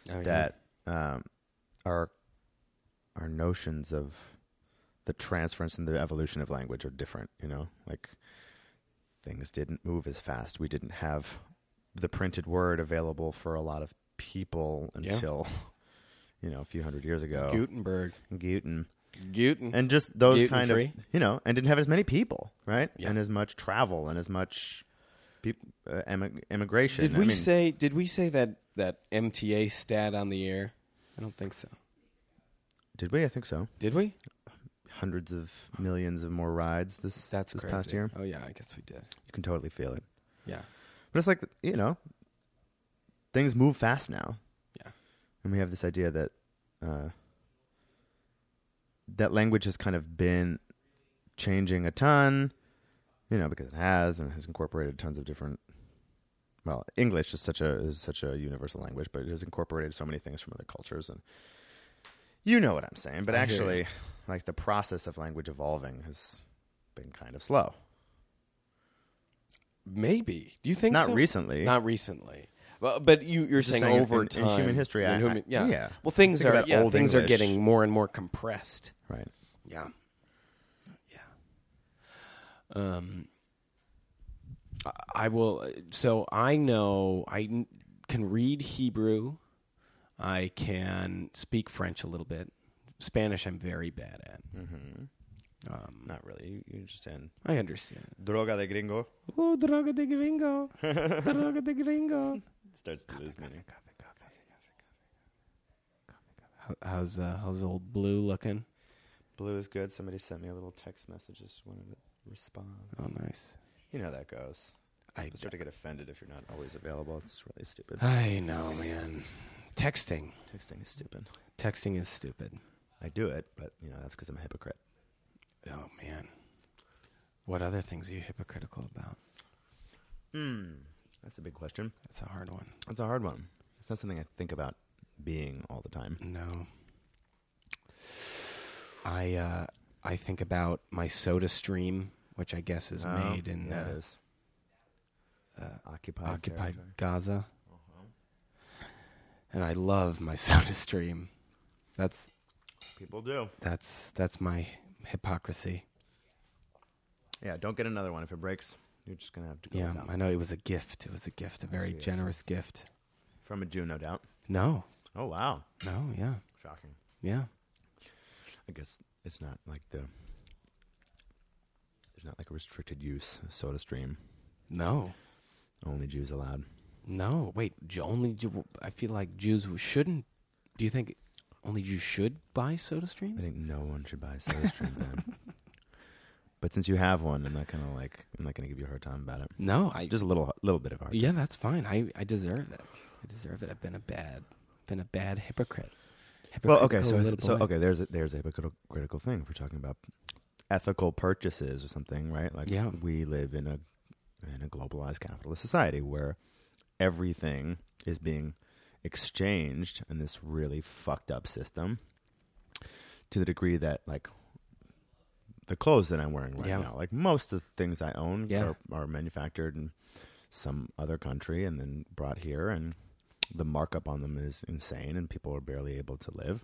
D: that um, our our notions of the transference and the evolution of language are different, you know? Like things didn't move as fast. We didn't have the printed word available for a lot of people
E: Yeah.
D: until you know, a few hundred years ago.
E: Gutenberg.
D: Guten
E: Guten.
D: Oh. and just those
E: Gluten
D: kind
E: free?
D: of you know and didn't have as many people right
E: Yeah.
D: and as much travel and as much peop uh, emig- immigration
E: Did
D: I
E: we
D: mean,
E: say? Did we say that that MTA stat on the air? I don't think so.
D: did we i think so
E: Did we?
D: hundreds of millions of more rides this
E: That's
D: this
E: crazy.
D: past year
E: Oh yeah, I guess we did.
D: you can totally feel it
E: Yeah.
D: but it's like you know things move fast now
E: Yeah.
D: and we have this idea that uh, that language has kind of been changing a ton, you know, because it has and has incorporated tons of different. Well, English is such a is such a universal language, but it has incorporated so many things from other cultures, and you know what I'm saying. But
E: I hear
D: actually, like the process of language evolving has been kind of slow.
E: Maybe. Do you think
D: Not
E: so?
D: recently.
E: Not recently. Well, but you, you're
D: Just
E: saying,
D: saying in-
E: over
D: in- in
E: time
D: human history, I-
E: human-
D: I-
E: yeah.
D: yeah.
E: Well, things
D: Think
E: are
D: about
E: yeah,
D: Old
E: things are
D: English.
E: getting more and more compressed.
D: Right.
E: Yeah.
G: Um, I- I will. So I know I n- can read Hebrew. I can speak French a little bit. Spanish, I'm very bad at. Um,
D: Not really. You, you understand.
G: I understand.
D: Droga de gringo
G: Oh, droga de gringo. droga de gringo.
D: starts to lose meaning.
G: How- How's uh, how's old blue looking?
D: Blue is good. Somebody sent me a little text message. Just wanted to respond.
G: Oh, nice.
D: You know how that goes.
G: I-
D: People start to get offended if you're not always available. It's really stupid.
G: I know, man. Texting,
D: Texting is stupid.
G: texting is stupid.
D: I do it, but you know that's because I'm a hypocrite.
G: Oh man, what other things are you hypocritical about?
D: Hmm. That's a big question.
G: That's a hard one.
D: That's a hard one. It's not something I think about being all the time.
G: No. I uh, I think about my Soda Stream, which I guess is
D: No,
G: made in
D: yeah,
G: uh,
D: Oh, it is. occupied.
G: occupied
D: territory.
G: Gaza,
D: Uh-huh.
G: and I love my Soda Stream. That's
D: People do.
G: that's that's my hypocrisy.
D: Yeah. Don't get another one if it breaks. You're just gonna have to go
G: Yeah,
D: without.
G: I know it was a gift. It was a gift, a very
D: Yes.
G: generous gift.
D: from a Jew, no doubt.
G: No,
D: Oh wow,
G: no, yeah,
D: shocking.
G: yeah.
D: I guess it's not like the there's not like a restricted use of soda stream.
G: No,
D: Only Jews allowed.
G: no. Wait, Ju- only Ju- I feel like Jews who shouldn't. Do you think only Jews should buy Soda Stream?
D: I think no one should buy a soda stream Ben. But since you have one, I'm not gonna like I'm not gonna give you a hard time about it.
G: No, I
D: Just a little little bit of a hard
G: yeah, that's fine. I I deserve it. I deserve it. I've been a bad, been a bad hypocrite.
D: time. Well, okay,
G: Hypocritical
D: so
G: little
D: so
G: boy.
D: okay, there's a there's a hypocritical critical thing if we're talking about ethical purchases or something, right? Like
G: Yeah.
D: we live in a in a globalized capitalist society where everything is being exchanged in this really fucked up system to the degree that like the clothes that I'm wearing right
E: Yeah.
D: now. Like most of the things I own
E: Yeah.
D: are, are manufactured in some other country and then brought here, and the markup on them is insane, and people are barely able to live.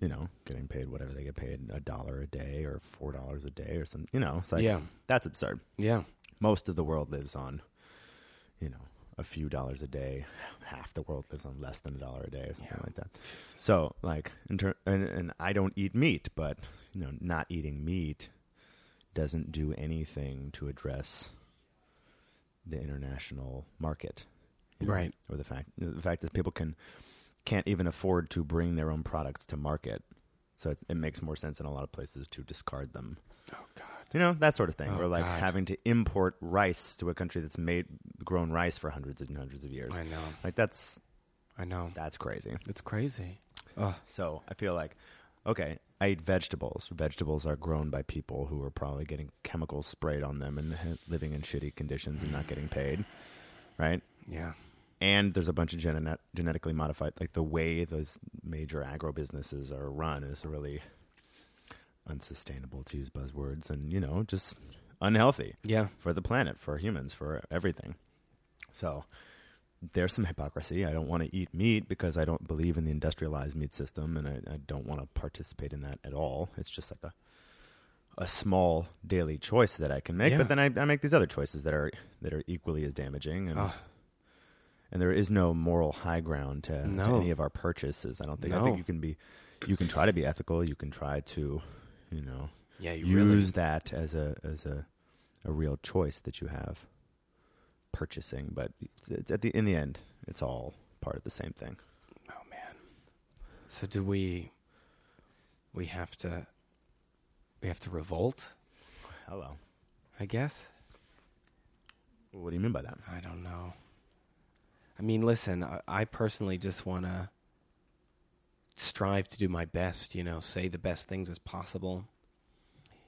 D: You know, getting paid whatever they get paid a dollar a day or four dollars a day or something. You know, it's like
H: Yeah.
D: that's absurd.
H: Yeah.
D: Most of the world lives on, you know, a few dollars a day. Half the world lives on less than a dollar a day or something like that. So, like, in ter- and, and I don't eat meat, but you know, not eating meat doesn't do anything to address the international market, you know,
H: Right.
D: Or the fact the fact that people can can't even afford to bring their own products to market, so it, it makes more sense in a lot of places to discard them. Oh God! You know that sort of thing,
H: Oh,
D: or like
H: God.
D: having to import rice to a country that's made grown rice for hundreds and hundreds of years.
H: I know.
D: Like that's
H: I know.
D: that's crazy.
E: It's crazy.
D: So I feel like, okay, I eat vegetables. Vegetables are grown by people who are probably getting chemicals sprayed on them and ha- living in shitty conditions and not getting paid, right?
H: Yeah.
D: And there's a bunch of genet- genetically modified, like the way those major agro businesses are run is really unsustainable to use buzzwords and, you know, just unhealthy
E: Yeah.
D: for the planet, for humans, for everything. So there's some hypocrisy. I don't want to eat meat because I don't believe in the industrialized meat system and I, I don't want to participate in that at all. It's just like a a small daily choice that I can make.
H: Yeah.
D: But then I, I make these other choices that are that are equally as damaging
E: Ah.
D: and and there is no moral high ground to, to
E: No.
D: any of our purchases. I don't think I
E: No.
D: think you can be you can try to be ethical, you can try to, you know,
E: Yeah. You
D: use that as a as a a real choice that you have purchasing but it's- it's at the in the end it's all part of the same thing
E: Oh man. So do we? We have to. We have to revolt.
D: hello
E: I guess.
D: what do you mean by that
E: I don't know. I mean, listen, I, I personally just want to strive to do my best, you know, say the best things as possible.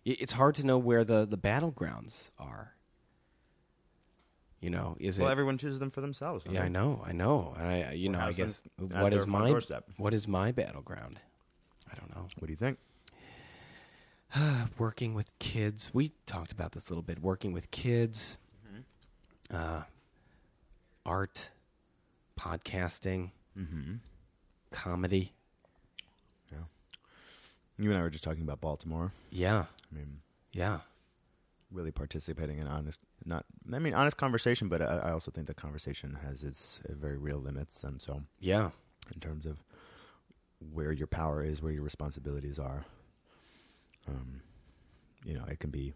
E: I- It's hard to know where the, the battlegrounds are. You know, is
D: well
E: it?
D: everyone chooses them for themselves
E: yeah, I know, I know, and I, I- you know, I
D: how's
E: guess
D: it at
E: what
D: their
E: is
D: front
E: my
D: doorstep?
E: what is my battleground? I don't know.
D: what do you think
E: working with kids. We talked about this a little bit. Working with kids, Mm-hmm. uh, art, podcasting, Mm-hmm. comedy.
D: you and i were just talking about baltimore
E: Yeah,
D: i mean
E: yeah,
D: really participating in honest not i mean honest conversation but i, I also think the conversation has its uh, very real limits and so
E: yeah,
D: in terms of where your power is, where your responsibilities are. Um, you know, it can be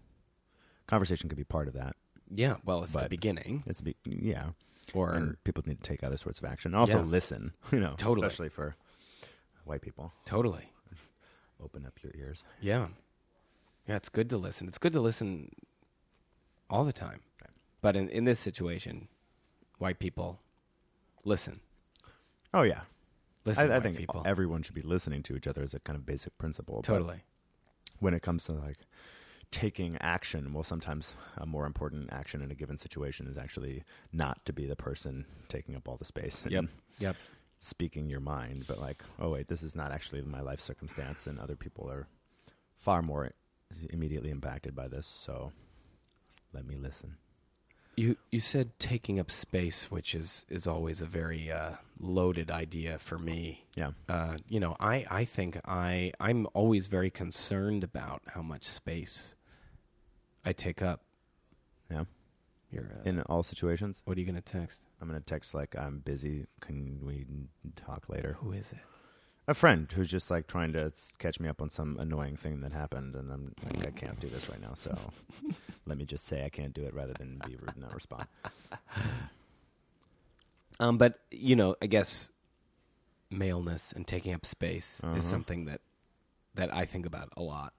D: conversation can be part of that.
E: yeah. Well, it's the
D: But-
E: beginning,
D: It's be, yeah,
E: or
D: and people need to take other sorts of action. Also,
E: Yeah.
D: listen. You know,
E: Totally.
D: especially for white people,
E: totally.
D: open up your ears.
E: Yeah, yeah. It's good to listen. It's good to listen all the time. But in in this situation, white people listen.
D: Oh yeah,
E: Listen,
D: I, I
E: white
D: think
E: people.
D: everyone should be listening to each other as a kind of basic principle. but
E: totally.
D: when it comes to like taking action well sometimes a more important action in a given situation is actually not to be the person taking up all the space and
E: Yep. Yep.
D: speaking your mind, but like, oh wait, this is not actually my life circumstance, and other people are far more immediately impacted by this. So let me listen.
E: You you said taking up space, which is is always a very uh, loaded idea for me.
D: Yeah,
E: Uh, you know, I I think I I'm always very concerned about how much space I take up.
D: yeah.
E: Your uh,
D: In all situations,
E: what are you gonna text?
D: I'm gonna text like I'm busy. Can we talk later?
E: Who is it?
D: A friend who's just like trying to s- catch me up on some annoying thing that happened, and I'm like, I can't do this right now. So let me just say I can't do it, rather than be rude and not respond.
E: Um, but you know, I guess maleness and taking up space is something that that I think about a lot,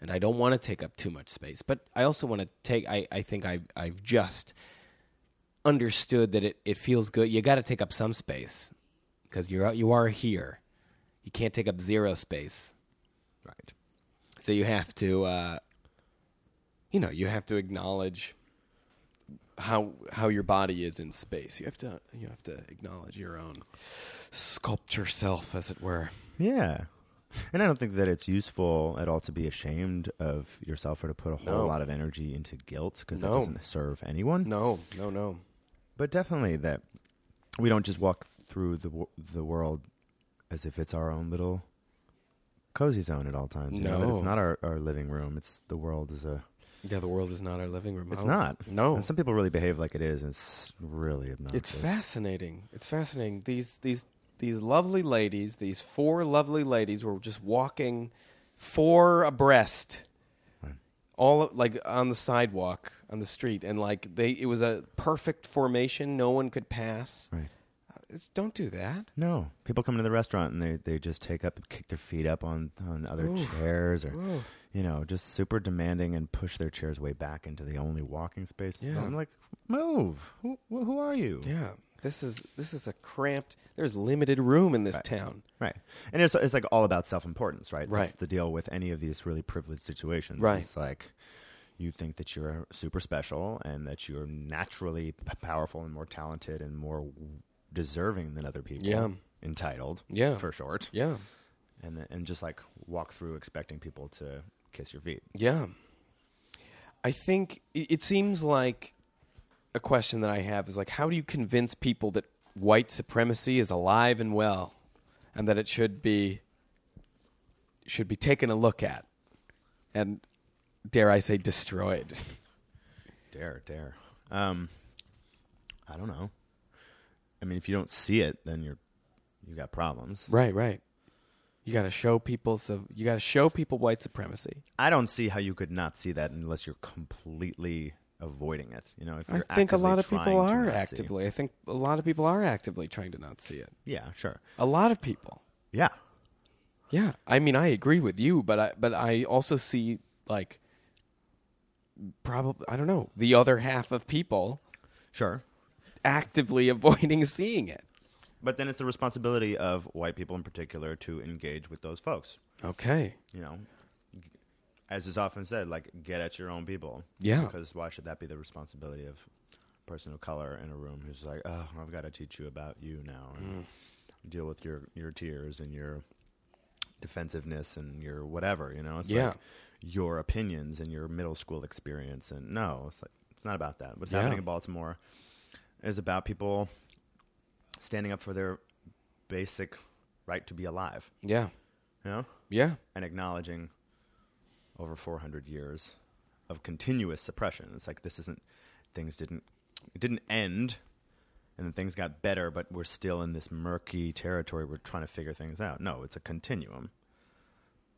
E: and I don't want to take up too much space. But I also want to take. I I think I've I've just understood that it it feels good. You got to take up some space because you're out- you are here. You can't take up zero space,
D: Right.
E: so you have to. Uh, you know, you have to acknowledge how how your body is in space. You have to you have to acknowledge your own sculpture self, as it were.
D: Yeah. And I don't think that it's useful at all to be ashamed of yourself or to put a whole
E: No.
D: lot of energy into guilt because that
E: No.
D: doesn't serve anyone.
E: No, no, no.
D: But definitely that we don't just walk through the wo- the world as if it's our own little cozy zone at all times. You know, that it's
E: No.
D: not our, our living room. It's the world is a.
E: Yeah, the world is not our living room.
D: It's
E: Oh,
D: not.
E: No.
D: And some people really behave like it is, and it's really obnoxious.
E: It's fascinating. It's fascinating. These these these lovely ladies, these four lovely ladies, were just walking four abreast, all like on the sidewalk on the street, and like they, it was a perfect formation. No one could pass. Uh,
D: Right.
E: It's- Don't do that.
D: No, people come into the restaurant and they, they just take up, kick their feet up on on other chairs, or you know, just super demanding and push their chairs way back into the only walking space.
E: Yeah.
D: I'm like, move. Who wh- who are you?
E: Yeah. This is this is a cramped. There's limited room in this town.
D: Right. And it's it's like all about self importance, right? That's
E: Right.
D: the deal with any of these really privileged situations.
E: Right.
D: It's like you think that you're super special and that you're naturally p- powerful and more talented and more w- deserving than other people.
E: Yeah.
D: Entitled.
E: Yeah.
D: For short.
E: Yeah.
D: And th- and just like walk through expecting people to kiss your feet.
E: Yeah. I think i- it seems like a question that I have is like, how do you convince people that white supremacy is alive and well, and that it should be should be taken a look at, and dare I say destroyed?
D: Dare, dare. Um I don't know. I mean if you don't see it then you're you got problems.
E: right, right. You got to show people so you got to show people white supremacy.
D: I don't see how you could not see that unless you're completely avoiding it. You know, if
E: I
D: you're
E: think a
D: actively
E: lot of people
D: trying to
E: are
D: not see.
E: actively. I think a lot of people are actively trying to not see it.
D: Yeah, sure.
E: A lot of people.
D: Yeah,
E: Yeah, I mean, I agree with you, but I but I also see like probably I don't know the other half of people
D: sure.
E: actively avoiding seeing it.
D: But then it's the responsibility of white people in particular to engage with those folks.
E: Okay,
D: You know, as is often said, like get at your own people.
E: Yeah.
D: Because why should that be the responsibility of a person of color in a room who's like, oh, I've got to teach you about you now and
E: Mm.
D: deal with your your tears and your defensiveness and your whatever. You know, it's
E: Yeah.
D: like your opinions and your middle school experience. And no, it's like it's not about that. What's
E: Yeah.
D: happening in Baltimore is about people standing up for their basic right to be alive.
E: yeah,
D: You know
E: yeah,
D: and acknowledging over 400 years of continuous suppression. It's like this isn't things didn't it didn't end and then things got better, but we're still in this murky territory. We're trying to figure things out. No, it's a continuum.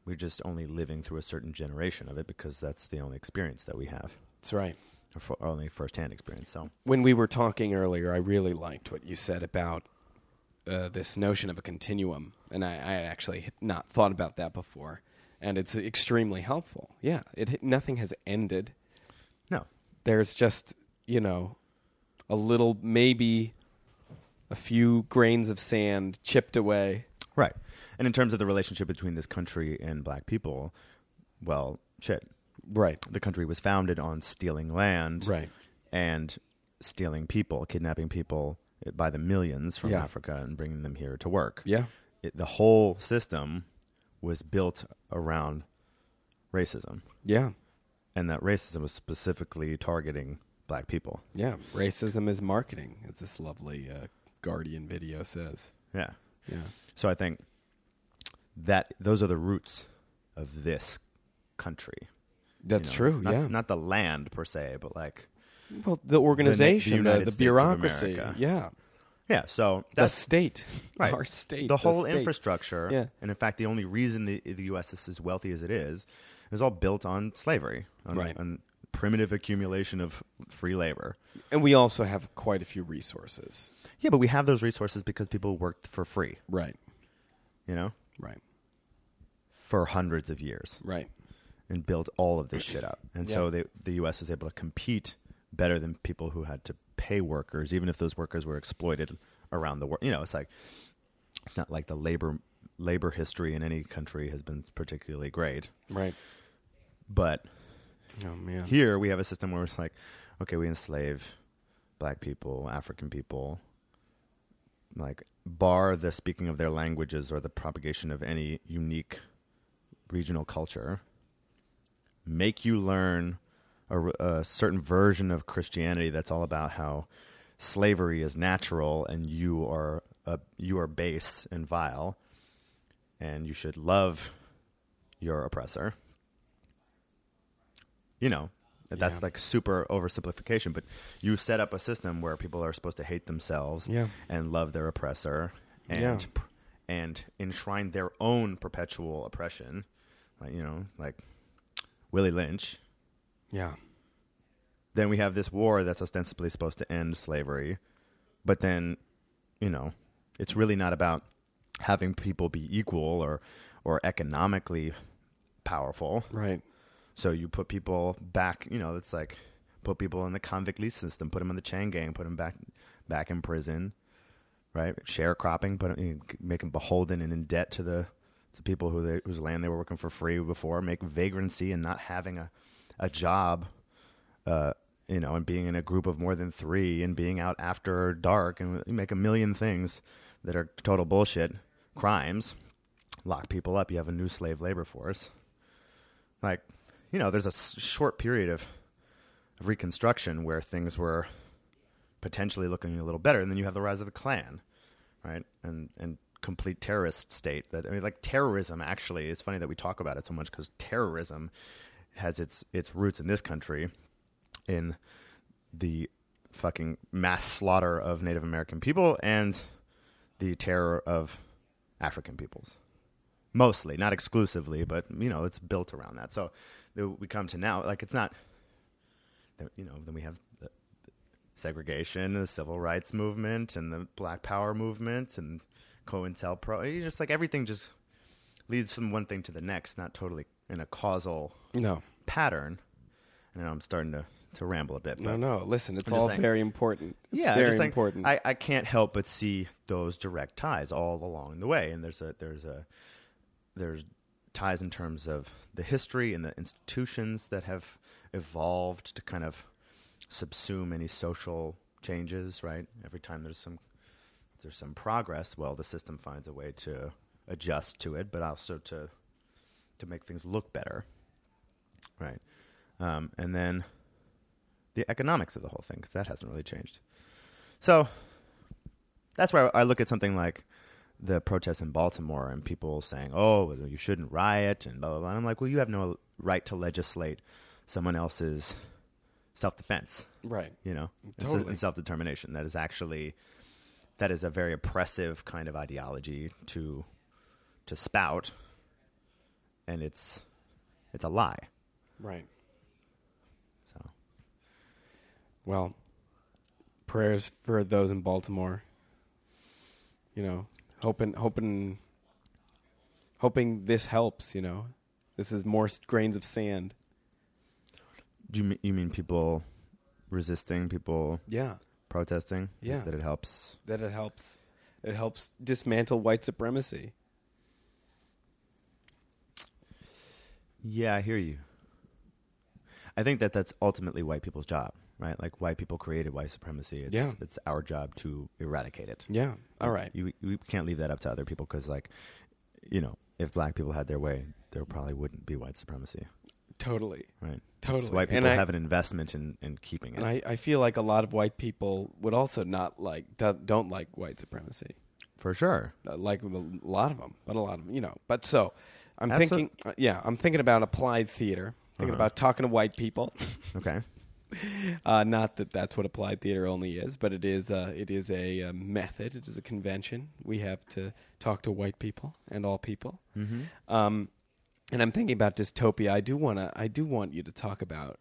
D: We're just only living through a certain generation of it because that's the only experience that we have,
E: that's right.
D: or for, our only firsthand experience. So,
E: When we were talking earlier, I really liked what you said about uh, this notion of a continuum, and I, I had actually had not thought about that before, and it's extremely helpful. Yeah, it nothing has ended.
D: no,
E: there's just you know a little maybe a few grains of sand chipped away
D: Right. And in terms of the relationship between this country and black people, well, shit.
E: Right.
D: The country was founded on stealing land.
E: Right.
D: And stealing people, kidnapping people by the millions from
E: Yeah.
D: Africa and bringing them here to work.
E: Yeah.
D: It, the whole system was built around racism.
E: yeah
D: And that racism was specifically targeting black people.
E: yeah racism is marketing as this lovely uh, guardian video says
D: Yeah.
E: yeah
D: So I think that those are the roots of this country. you
E: that's
D: know?
E: true
D: Not-
E: yeah
D: Not the land per se, but like
E: well the organization the,
D: United
E: the
D: States of
E: bureaucracy
D: America.
E: yeah
D: yeah. So
E: the
D: that's
E: state
D: right.
E: our state
D: The whole
E: state.
D: infrastructure,
E: Yeah.
D: and in fact, the only reason the, the U.S. is as wealthy as it is is all built on slavery, on,
E: Right.
D: on primitive accumulation of free labor.
E: and we also have quite a few resources
D: Yeah, but we have those resources because people worked for free,
E: right
D: you know,
E: right
D: for hundreds of years
E: right
D: and built all of this shit up, and so
E: Yeah.
D: the the U.S. was able to compete better than people who had to pay workers, even if those workers were exploited around the world. You know, it's like it's not like the labor labor history in any country has been particularly great.
E: right
D: But
E: oh man
D: here we have a system where it's like, okay, we enslave black people, African people, like bar the speaking of their languages or the propagation of any unique regional culture, make you learn a, r- a certain version of Christianity that's all about how slavery is natural and you are a, you are base and vile, and you should love your oppressor. You know, that's like super oversimplification, but you set up a system where people are supposed to hate themselves
E: Yeah.
D: and love their oppressor and
E: Yeah.
D: pr- and enshrine their own perpetual oppression. Like, you know, like Willie Lynch.
E: Yeah.
D: Then we have this war that's ostensibly supposed to end slavery, but then, you know, it's really not about having people be equal or or economically powerful.
E: Right.
D: So you put people back, you know, it's like put people in the convict lease system, put them in the chain gang, put them back back in prison, right? Sharecropping, put 'em- you know, make them beholden and in debt to the to people who they, whose land they were working for free before, make vagrancy and not having a a job, uh, you know, and being in a group of more than three and being out after dark and you make a million things that are total bullshit crimes. Lock people up. You have a new slave labor force like you know there's a s- short period of of reconstruction where things were potentially looking a little better and then you have the rise of the klan right and and complete terrorist state that i mean like terrorism actually it's funny that we talk about it so much because terrorism has its its roots in this country in the fucking mass slaughter of native american people and the terror of african peoples mostly not exclusively but you know it's built around that so the, we come to now like it's not the- you know then we have the segregation the civil rights movement and the black power movement and cointelpro you just like everything just leads from one thing to the next not totally in a causal
E: No.
D: pattern and i'm starting to to ramble a bit
E: No,
D: but
E: no. Listen, it's
D: I'm just
E: all
D: saying-
E: very important. It's
D: yeah,
E: very
D: just like,
E: important.
D: I, I can't help but see those direct ties all along the way, and there's a there's a there's ties in terms of the history and the institutions that have evolved to kind of subsume any social changes. Right, every time there's some there's some progress, well, the system finds a way to adjust to it, but also to to make things look better. Right, um, and then the economics of the whole thing because that hasn't really changed. So that's where I look at something like the protests in Baltimore and people saying, "Oh, well, you shouldn't riot," and blah blah blah. And I'm like, "Well, you have no right to legislate someone else's self-defense,
E: right.
D: you know, and se-
E: Totally.
D: and self-determination. That is actually that is a very oppressive kind of ideology to to spout, and it's it's a lie."
E: Right.
D: So
E: Well, prayers for those in Baltimore. You know, hoping, hoping, hoping this helps. You know, this is more s- grains of sand.
D: do you mean, you mean people resisting, people
E: Yeah,
D: protesting?
E: Yeah.
D: that it helps.
E: that it helps. It helps dismantle white supremacy.
D: Yeah, I hear you. I think that that's ultimately white people's job, right? Like white people created white supremacy. It's,
E: Yeah.
D: it's our job to eradicate it.
E: Yeah. All right.
D: You we can't leave that up to other people because, like, you know, if black people had their way, there probably wouldn't be white supremacy,
E: Totally.
D: right?
E: Totally.
D: It's white
E: And
D: people
E: I-
D: have an investment in, in keeping it.
E: And I, I feel like a lot of white people would also not like do- don't like white supremacy.
D: For sure.
E: Uh, like a lot of them, but a lot of them, you know. But so, I'm
D: Absol- Uh-huh.
E: thinking, uh, yeah, I'm thinking about applied theater. Thinking about talking to white people.
D: Okay.
E: Uh, not that that's what applied theater only is, but it is uh, it is a, uh method. It is a convention. We have to talk to white people and all people. Um, and I'm thinking about dystopia. I do wanna I do want you to talk about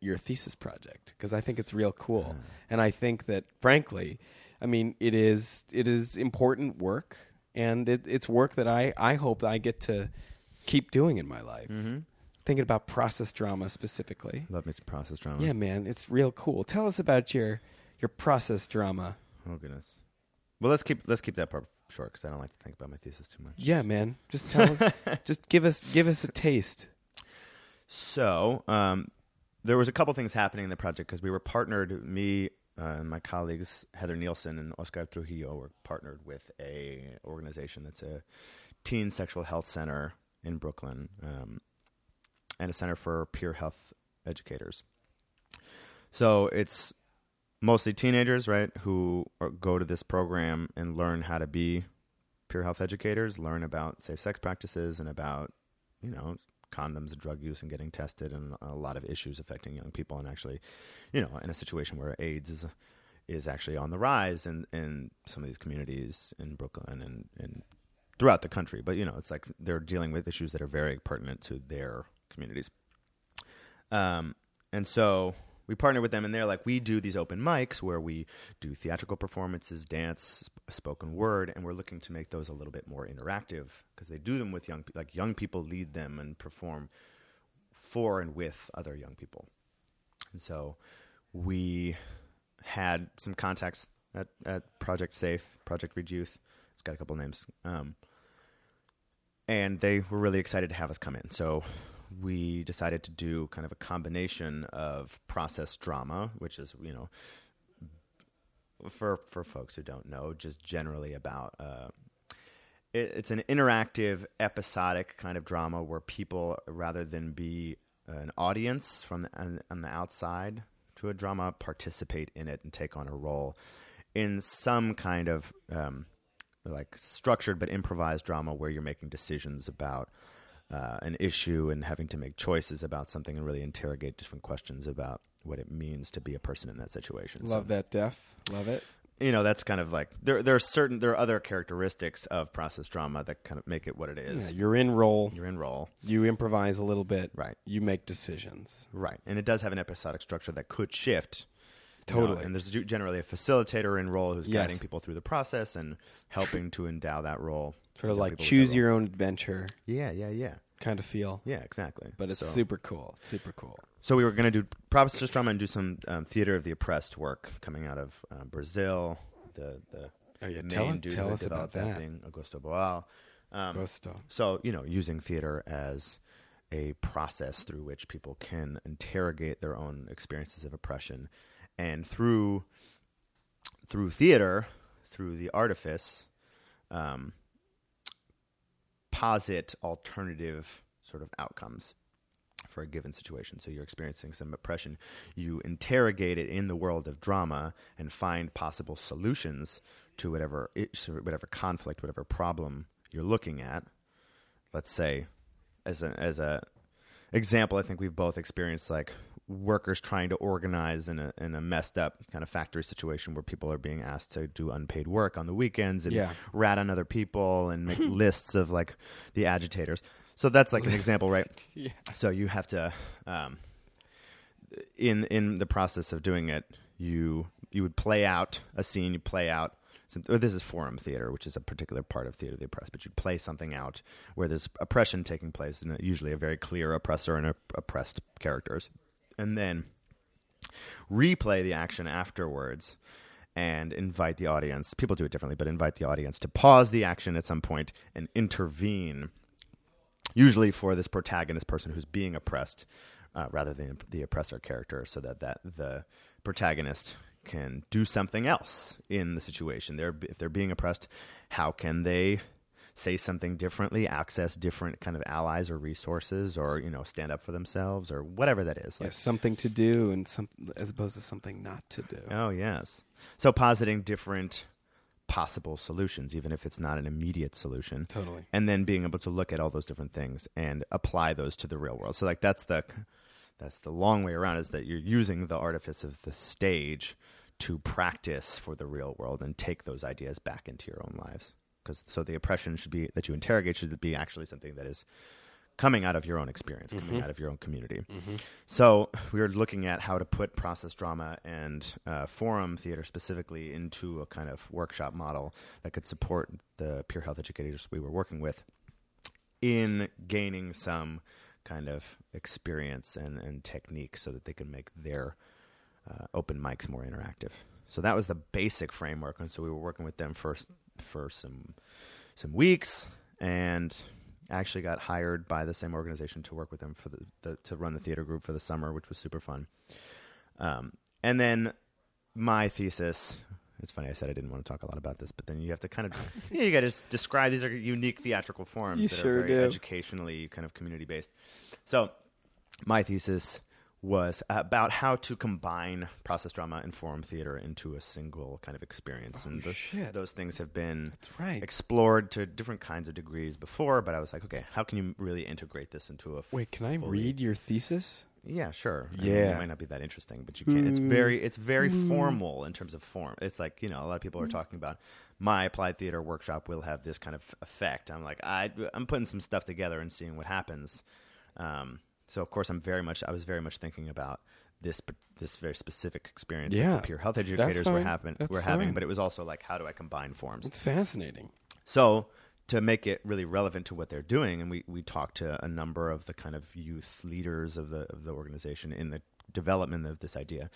E: your thesis project because I think it's real cool, and I think that frankly, I mean it is it is important work, and it, it's work that I I hope I get to keep doing in my life. Thinking about process drama specifically.
D: Love me some process drama.
E: Yeah, man, it's real cool. Tell us about your your process drama.
D: Oh goodness. Well, let's keep let's keep that part short because I don't like to think about my thesis too much.
E: Yeah, man. Just tell us just give us give us a taste.
D: So um, there was a couple things happening in the project because we were partnered. Me, uh, and my colleagues Heather Nielsen and Oscar Trujillo were partnered with a organization that's a teen sexual health center in Brooklyn um, and a center for peer health educators. So it's mostly teenagers, right, who are, go to this program and learn how to be peer health educators, learn about safe sex practices and about, you know, condoms and drug use and getting tested and a lot of issues affecting young people and actually, you know, in a situation where AIDS is is actually on the rise in, in some of these communities in Brooklyn and, and throughout the country. But, you know, it's like they're dealing with issues that are very pertinent to their communities. Um, and so we partner with them, and they're like, we do these open mics where we do theatrical performances, dance, sp- spoken word, and we're looking to make those a little bit more interactive because they do them with young, pe- like young people lead them and perform for and with other young people. And so we had some contacts at, at Project Safe, Project Read Youth. It's got a couple names. Um, and they were really excited to have us come in. So we decided to do kind of a combination of process drama, which is you know, for for folks who don't know, just generally about. Uh, it, it's an interactive, episodic kind of drama where people, rather than be an audience from the, on, on the outside to a drama, participate in it and take on a role in some kind of um, like structured but improvised drama where you're making decisions about uh, an issue and having to make choices about something and really interrogate different questions about what it means to be a person in that situation. So,
E: Love that Def. Love it.
D: you know, that's kind of like there. There are certain there are other characteristics of process drama that kind of make it what it
E: Yeah,
D: is.
E: you're in role.
D: you're in role,
E: You improvise a little bit.
D: Right.
E: You make decisions.
D: right? And it does have an episodic structure that could shift. you know,
E: Totally.
D: and there's ge- generally a facilitator in role who's
E: Yes.
D: guiding people through the process and helping to endow that role.
E: sort of
D: endow
E: like
D: people with
E: choose
D: that role.
E: your own adventure
D: Yeah, yeah, yeah,
E: kind of feel.
D: yeah. Exactly.
E: But it's
D: So-
E: super cool. It's super cool.
D: So we were going to do props to trauma and do some um, theater of the oppressed work coming out of um, Brazil. The the
E: Oh, yeah.
D: the
E: Tell
D: main
E: us-
D: dude
E: tell
D: who
E: us
D: developed
E: about that.
D: thing, Augusto Boal. Um,
E: Gusto.
D: so you know, using theater as a process through which people can interrogate their own experiences of oppression, and through through theater, through the artifice, um, posit alternative sort of outcomes for a given situation. So you're experiencing some oppression. You interrogate it in the world of drama and find possible solutions to whatever it, whatever conflict, whatever problem you're looking at. Let's say, as a, as a example, I think we've both experienced like workers trying to organize in a in a messed up kind of factory situation where people are being asked to do unpaid work on the weekends and
E: Yeah.
D: rat on other people and make lists of like the agitators. So that's like an example, right?
E: Yeah.
D: So you have to, um, in in the process of doing it, you you would play out a scene. You play out. Some, or this is forum theater, which is a particular part of theater of the oppressed. But you play something out where there's oppression taking place, and usually a very clear oppressor and op- oppressed characters, and then replay the action afterwards and invite the audience people do it differently but invite the audience to pause the action at some point and intervene usually for this protagonist person who's being oppressed uh, rather than the oppressor character so that, that the protagonist can do something else in the situation they're, if they're being oppressed how can they say something differently access different kind of allies or resources or you know stand up for themselves or whatever that is
E: Yeah, something to do and some as opposed to something not to do.
D: Oh, yes. So positing different possible solutions, even if it's not an immediate solution.
E: Totally.
D: And then being able to look at all those different things and apply those to the real world. So like that's the that's the long way around is that you're using the artifice of the stage to practice for the real world and take those ideas back into your own lives. Because so the oppression should be that you interrogate should be actually something that is coming out of your own experience, coming out of your own community. So we were looking at how to put process drama and uh, forum theater specifically into a kind of workshop model that could support the peer health educators we were working with in gaining some kind of experience and, and technique so that they can make their uh, open mics more interactive. So that was the basic framework, and so we were working with them first for some some weeks, and actually got hired by the same organization to work with them for the, the to run the theater group for the summer, which was super fun. Um, and then my thesis. It's funny I said I didn't want to talk a lot about this, but then you have to kind of you, know, you got to describe these are unique theatrical forms
E: You
D: that
E: sure
D: are very
E: do.
D: educationally kind of community based. So my thesis was about how to combine process drama and forum theater into a single kind of experience, and the- those things have been
E: right.
D: explored to different kinds of degrees before. But I was like, okay, how can you really integrate this into a
E: Wait, can I
D: fully-
E: read your thesis?
D: yeah, sure. I mean,
E: Yeah. Hmm.
D: it might not be that interesting, but you can. It's very, it's very formal in terms of form. It's like you know, a lot of people are talking about my applied theater workshop will have this kind of effect. I'm like, I, I'm putting some stuff together and seeing what happens. Um, so of course, I'm very much, I was very much thinking about this, p- this very specific experience
E: Yeah.
D: that the peer health
E: That's
D: educators were
E: fine.
D: happen,
E: That's
D: were having.
E: fine.
D: But it was also like, how do I combine forms?
E: It's fascinating.
D: So to make it really relevant to what they're doing, and we, we talked to a number of the kind of youth leaders of the of the organization in the development of this idea.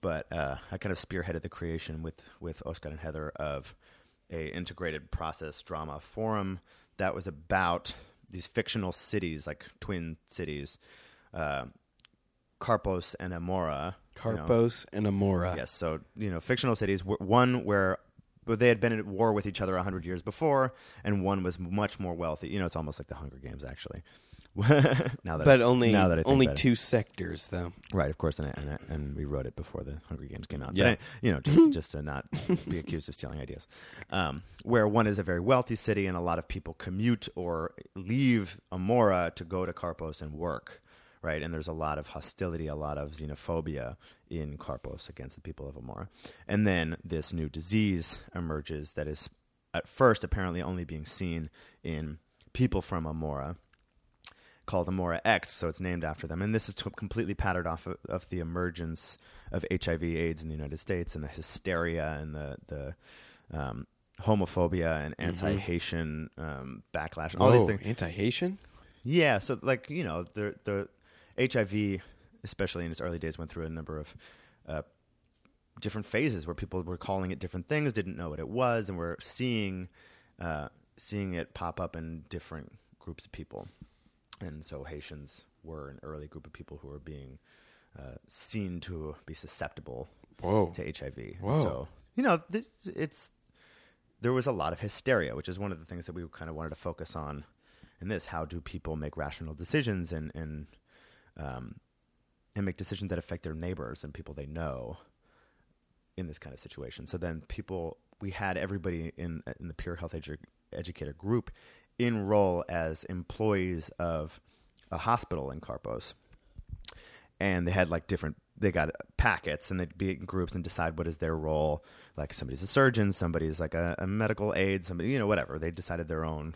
D: But uh, I kind of spearheaded the creation with with Oscar and Heather of a integrated process drama forum that was about these fictional cities, like twin cities, uh, Carpos and Amora. you know.
E: Carpos and Amora.
D: Yes, so you know, fictional cities. w- One where but they had been at war with each other a hundred years before, and one was much more wealthy. You know, it's almost like the Hunger Games, actually. now that
E: But
D: I-
E: only
D: now that I think
E: only
D: about it.
E: two sectors though.
D: right? Of course, and I, and, I, and we wrote it before the Hunger Games came out.
E: Yeah.
D: Yeah, but I- you know, just just to not be accused of stealing ideas. Um, where one is a very wealthy city, and a lot of people commute or leave Amora to go to Carpos and work. Right, and there's a lot of hostility, a lot of xenophobia in Carpos against the people of Amora, and then this new disease emerges that is, at first, apparently only being seen in people from Amora, called Amora X, so it's named after them. And this is t- completely patterned off of, of the emergence of HIV/AIDS in the United States and the hysteria and the the um, homophobia and anti-Haitian um, backlash. and All these things.
E: anti Haitian?
D: Yeah, so like you know the the HIV, especially in its early days, went through a number of uh, different phases where people were calling it different things, didn't know what it was, and were seeing uh, seeing it pop up in different groups of people. And so Haitians were an early group of people who were being uh, seen to be susceptible
E: Whoa.
D: to HIV.
E: Whoa.
D: So you know, th- it's there was a lot of hysteria, which is one of the things that we kind of wanted to focus on in this. How do people make rational decisions and and um, and make decisions that affect their neighbors and people they know in this kind of situation? So then people we had everybody in in the peer health edu- educator group enroll as employees of a hospital in Carpos and they had like different they got packets and they'd be in groups and decide what is their role like somebody's a surgeon somebody's like a, a medical aide somebody you know whatever they decided their own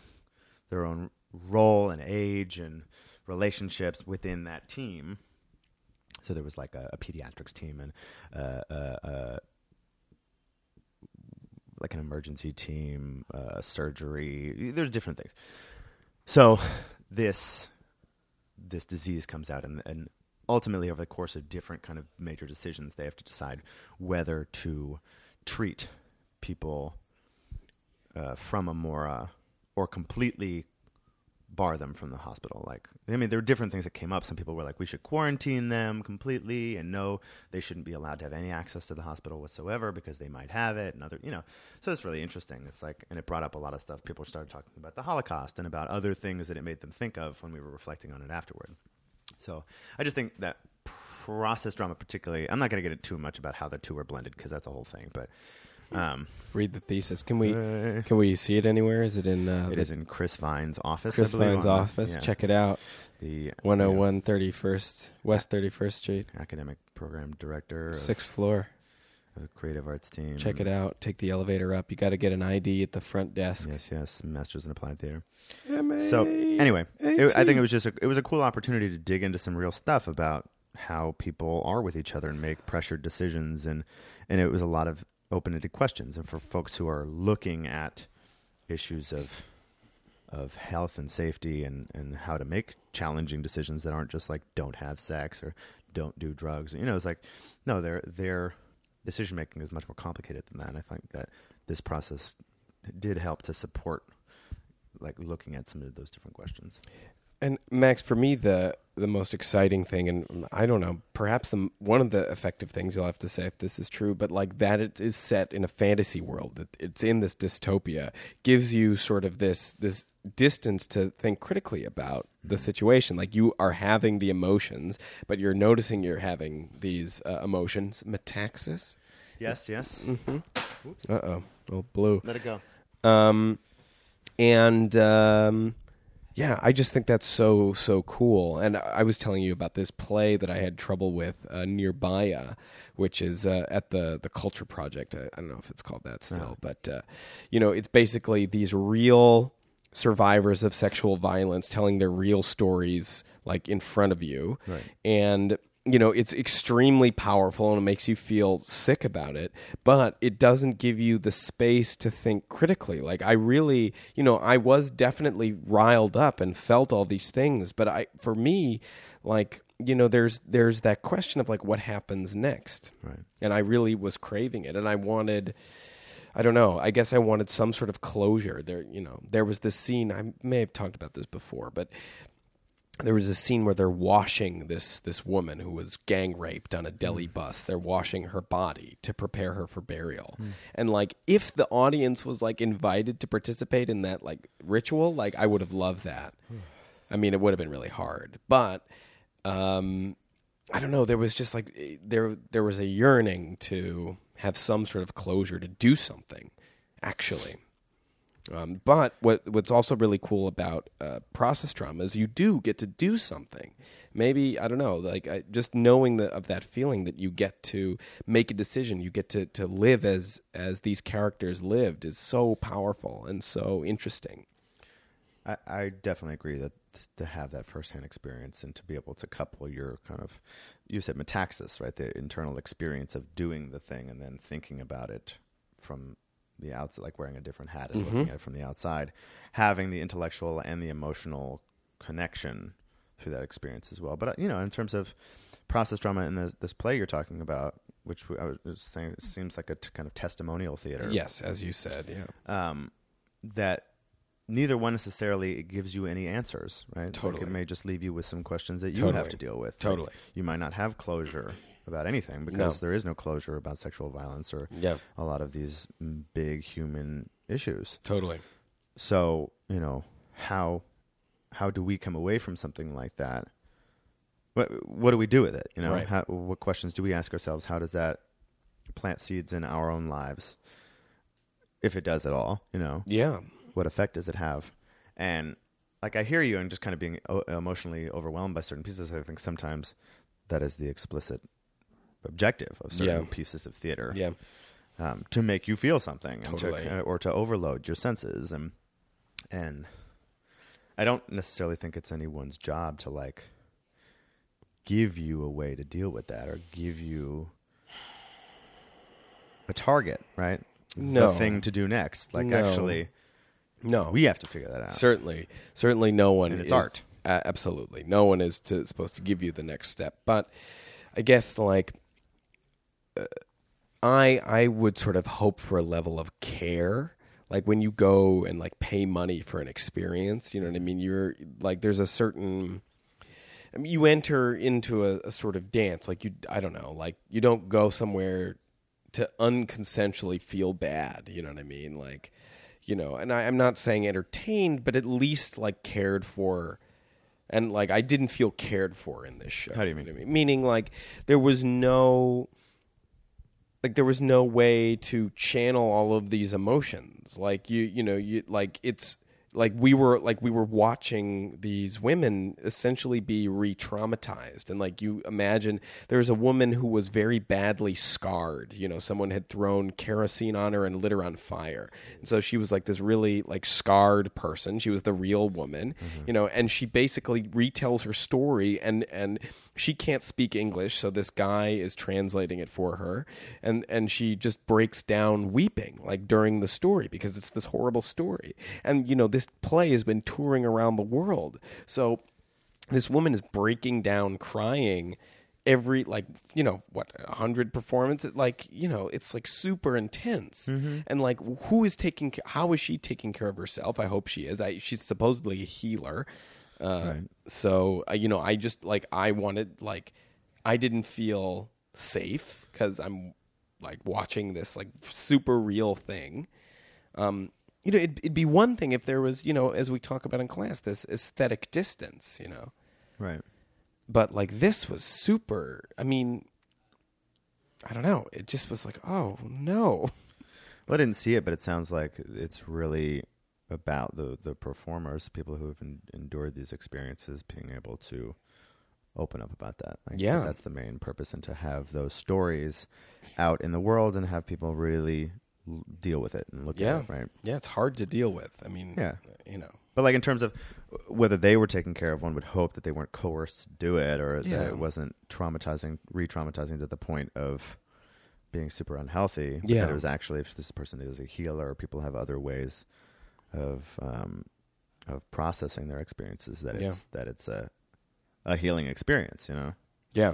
D: their own role and age and relationships within that team so there was like a, a pediatrics team and uh, uh, uh, like an emergency team uh, surgery there's different things so this this disease comes out and, and ultimately over the course of different kind of major decisions they have to decide whether to treat people uh, from amora or completely bar them from the hospital like i mean there were different things that came up some people were like we should quarantine them completely and no they shouldn't be allowed to have any access to the hospital whatsoever because they might have it and other you know so it's really interesting it's like and it brought up a lot of stuff people started talking about the holocaust and about other things that it made them think of when we were reflecting on it afterward so I just think that process drama, particularly, I'm not going to get into too much about how the two are blended because that's a whole thing. But um,
E: Read the thesis. Can we can we see it anywhere? Is it in uh,
D: Uh, it
E: the-
D: is in Chris Vine's office.
E: Chris
D: I believe,
E: Vine's
D: on the-
E: office?
D: yeah,
E: Check oh it out.
D: The
E: 101 31st West 31st Street,
D: yeah, academic program director, of,
E: sixth floor.
D: of the creative arts team.
E: Check it out. Take the elevator up. You got to get an ID at the front desk.
D: Yes, yes, masters in applied theater. So anyway,
E: AT.
D: it, I think it was just a, it was a cool opportunity to dig into some real stuff about how people are with each other and make pressured decisions, and and it was a lot of open-ended questions, and for folks who are looking at issues of of health and safety and and how to make challenging decisions that aren't just like don't have sex or don't do drugs. You know, it's like no, their their decision making is much more complicated than that. And I think that this process did help to support like looking at some of those different questions.
E: And Max, for me, the the most exciting thing, and I don't know, perhaps the one of the effective things you'll have to say if this is true, but like that it is set in a fantasy world, that it's in this dystopia, gives you sort of this this distance to think critically about the situation. Like you are having the emotions, but you're noticing you're having these uh, emotions. Metaxas.
D: Yes, yes.
E: Uh oh, oh blue.
D: Let it go.
E: Um, and um, yeah, I just think that's so so cool. And I I was telling you about this play that I had trouble with uh, nearby, uh, which is uh, at the the Culture Project. I, I don't know if it's called that still, but uh, you know, it's basically these real survivors of sexual violence telling their real stories like in front of you and you know it's extremely powerful and it makes you feel sick about it but it doesn't give you the space to think critically like i really you know i was definitely riled up and felt all these things but i for me like you know there's there's that question of like what happens next right and i really was craving it and i wanted I don't know. I guess I wanted some sort of closure. There, you know, there was this scene. I may have talked about this before, but there was a scene where they're washing this this woman who was gang raped on a deli bus. They're washing her body to prepare her for burial. And like, if the audience was like invited to participate in that like ritual, like I would have loved that. I mean, it would have been really hard, but um, I don't know. There was just like eh, there there was a yearning to have some sort of closure to do something, actually. Um, but what what's also really cool about uh, process trauma is you do get to do something. Maybe I don't know, like I, just knowing the, of that feeling that you get to make a decision, you get to to live as as these characters lived is so powerful and so interesting.
D: I, I definitely agree that th- to have that firsthand experience and to be able to couple your kind of, you said metaxas, right? The internal experience of doing the thing and then thinking about it from the outside, like wearing a different hat and looking at it from the outside, having the intellectual and the emotional connection through that experience as well. But, uh, you know, in terms of process drama and the, this play you're talking about, which we- I was saying, it seems like a t- kind of testimonial theater.
E: Yes, as you said, yeah,
D: um, that neither one necessarily gives you any answers, right? Like,
E: Totally.
D: it may just leave you with some questions that you
E: Totally.
D: have to deal with. Like,
E: Totally.
D: you might not have closure about anything because there is no closure about sexual violence or
E: Yeah.
D: a lot of these mm, big human issues.
E: totally.
D: So, you know, how how do we come away from something like that? What what do we do with it? You know,
E: Right.
D: how, what questions do we ask ourselves? How does that plant seeds in our own lives? If it does at all, you know
E: Yeah,
D: what effect does it have? And like I hear you and just kind of being o- emotionally overwhelmed by certain pieces. I think sometimes that is the explicit objective of certain
E: Yeah.
D: pieces of theater
E: yeah,
D: um, to make you feel something and to-
E: Totally.
D: uh, or to overload your senses and and I don't necessarily think it's anyone's job to like give you a way to deal with that or give you a target, right?
E: No.
D: The thing to do next. Like
E: No.
D: actually
E: no,
D: we have to figure that out.
E: certainly certainly no one
D: And it's
E: is-
D: art.
E: a- absolutely no one is to, supposed to give you the next step but i guess like uh, i i would sort of hope for a level of care like when you go and like pay money for an experience you know what i
D: Mm-hmm.
E: mean you're like there's a certain I mean, you enter into a, a sort of dance. Like you, I don't know. Like you don't go somewhere to unconsensually feel bad. You know what I mean? Like, you know. And I, I'm not saying entertained, but at least like cared for. And like I didn't feel cared for in this show.
D: How do you mean?
E: know what I Meaning like there was no like there was no way to channel all of these emotions like you you know you like it's like we were like we were watching these women essentially be re-traumatized and like you imagine there's a woman who was very badly scarred you know someone had thrown kerosene on her and lit her on fire and so she was like this really like scarred person she was the real woman you know and she basically retells her story and and she can't speak english so this guy is translating it for her and and she just breaks down weeping like during the story because it's this horrible story and you know this play has been touring around the world so this woman is breaking down crying every like you know what a 100 performances like you know it's like super intense and like who is taking ca- how is she taking care of herself i hope she is I, she's supposedly a healer Uh,
D: Right.
E: So uh, you know, I just like I wanted like I didn't feel safe because I'm like watching this like super real thing. Um, you know, it'd, it'd be one thing if there was you know, as we talk about in class, this aesthetic distance. You know,
D: Right.
E: but like this was super. I mean, I don't know. It just was like, oh no.
D: Well, I didn't see it, but it sounds like it's really about the the performers, people who have en- endured these experiences, being able to open up about that. Like,
E: Yeah.
D: that's the main purpose, and to have those stories out in the world and have people really l- deal with it and look
E: Yeah.
D: at it, right?
E: Yeah, it's hard to deal with. I mean,
D: Yeah.
E: you know.
D: But like in terms of whether they were taken care of, one would hope that they weren't coerced to do it, or
E: Yeah.
D: that it wasn't traumatizing, re-traumatizing to the point of being super unhealthy. But
E: Yeah.
D: that it was actually if this person is a healer, people have other ways of um, of processing their experiences. That
E: Yeah.
D: it's that it's a a healing experience, you know.
E: Yeah.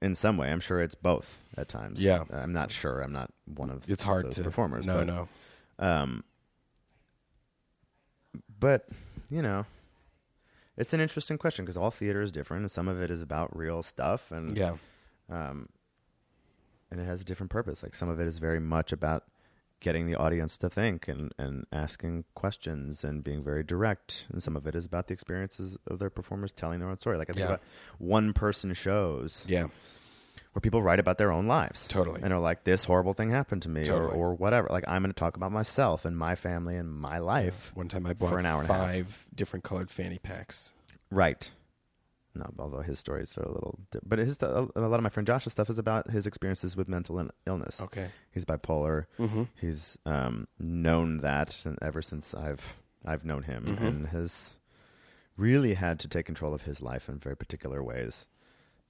D: In some way, I'm sure it's both at times.
E: Yeah.
D: I'm not sure. I'm not one of
E: It's hard
D: those
E: to
D: performers.
E: No,
D: but,
E: no.
D: um, but you know, it's an interesting question because all theater is different, and some of it is about real stuff, and
E: Yeah.
D: um, and it has a different purpose. Like some of it is very much about getting the audience to think and and asking questions and being very direct, and some of it is about the experiences of their performers telling their own story. Like I think
E: Yeah.
D: about one person shows
E: Yeah.
D: where people write about their own lives.
E: Totally.
D: And are like, this horrible thing happened to me
E: Totally.
D: or, or whatever. Like, I'm going to talk about myself and my family and my life.
E: One time I
D: For
E: bought
D: an hour and a half.
E: five different colored fanny packs.
D: Right. No, although his stories are a little, di- but his a lot of my friend Josh's stuff is about his experiences with mental in- illness.
E: Okay.
D: He's bipolar.
E: Mhm.
D: He's um, known that and ever since I've I've known him,
E: Mhm.
D: and has really had to take control of his life in very particular ways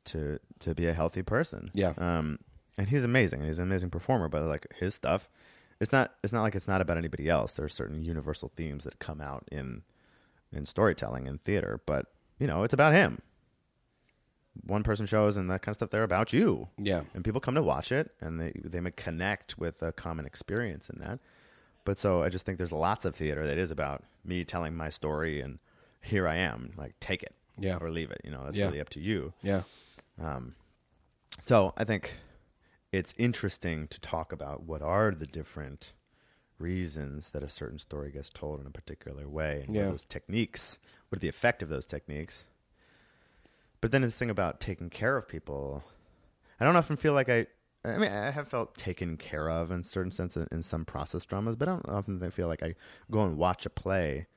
D: to to be a healthy person.
E: Yeah.
D: Um, and he's amazing. and He's an amazing performer, but like his stuff, it's not it's not like it's not about anybody else. There are certain universal themes that come out in in storytelling and theater, but you know, it's about him. One person shows and that kind of stuff. They're about you
E: Yeah.
D: and people come to watch it and they they may connect with a common experience in that but so i just think there's lots of theater that is about me telling my story and here i am like take it
E: Yeah.
D: or leave it you know that's
E: Yeah.
D: really up to you
E: Yeah.
D: so i think it's interesting to talk about what are the different reasons that a certain story gets told in a particular way and what
E: Yeah.
D: are those techniques what are the effect of those techniques but then this thing about taking care of people i don't often feel like i i mean i have felt taken care of in certain sense in, in some process dramas but i don't often feel like i go and watch a play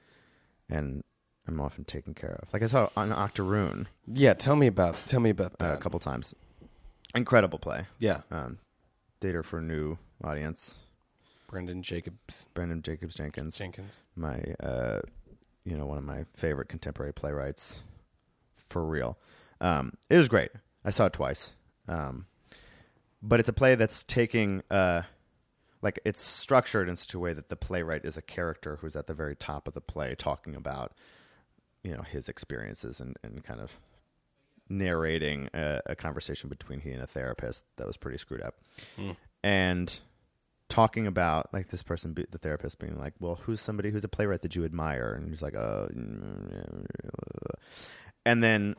D: and i'm often taken care of like i saw on octoroon
E: Yeah. Tell me about. Tell me about
D: uh,
E: that.
D: a couple times incredible play
E: Yeah.
D: um, theater for new audience.
E: Brendan Jacobs
D: Brandon Jacobs Jenkins,
E: Jenkins.
D: my uh, you know one of my favorite contemporary playwrights, for real. Um, it was great. I saw it twice, um, but it's a play that's taking uh, like it's structured in such a way that the playwright is a character who's at the very top of the play talking about you know his experiences and, and kind of narrating a, a conversation between he and a therapist that was pretty screwed up and talking about like this person be, the therapist being like well who's somebody who's a playwright that you admire and he's like uh, and then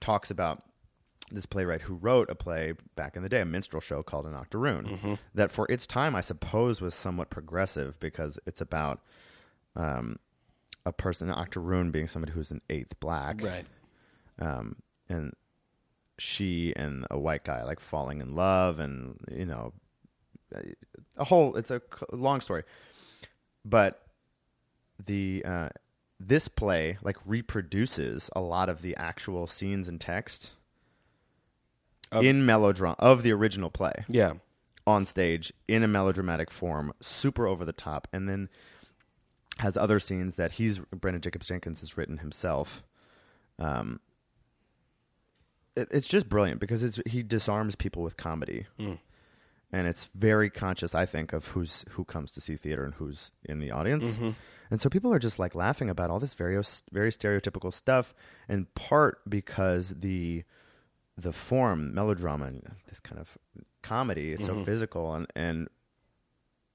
D: talks about this playwright who wrote a play back in the day, a minstrel show called An Octoroon, that for its time, I suppose, was somewhat progressive because it's about um, a person, an octoroon being somebody who's an eighth black.
E: Right.
D: Um, and she and a white guy like falling in love and, you know, a whole, it's a c- long story. But the uh, this play like reproduces a lot of the actual scenes and text
E: Of-
D: in melodrama of the original play
E: Yeah.
D: on stage in a melodramatic form, super over the top, and then has other scenes that he's Brandon Jacobs Jenkins has written himself. Um, it, it's just brilliant because it's he disarms people with comedy, and it's very conscious, I think, of who's who comes to see theater and who's in the audience, and so people are just like laughing about all this very very stereotypical stuff, in part because the the form melodrama and this kind of comedy is so physical and and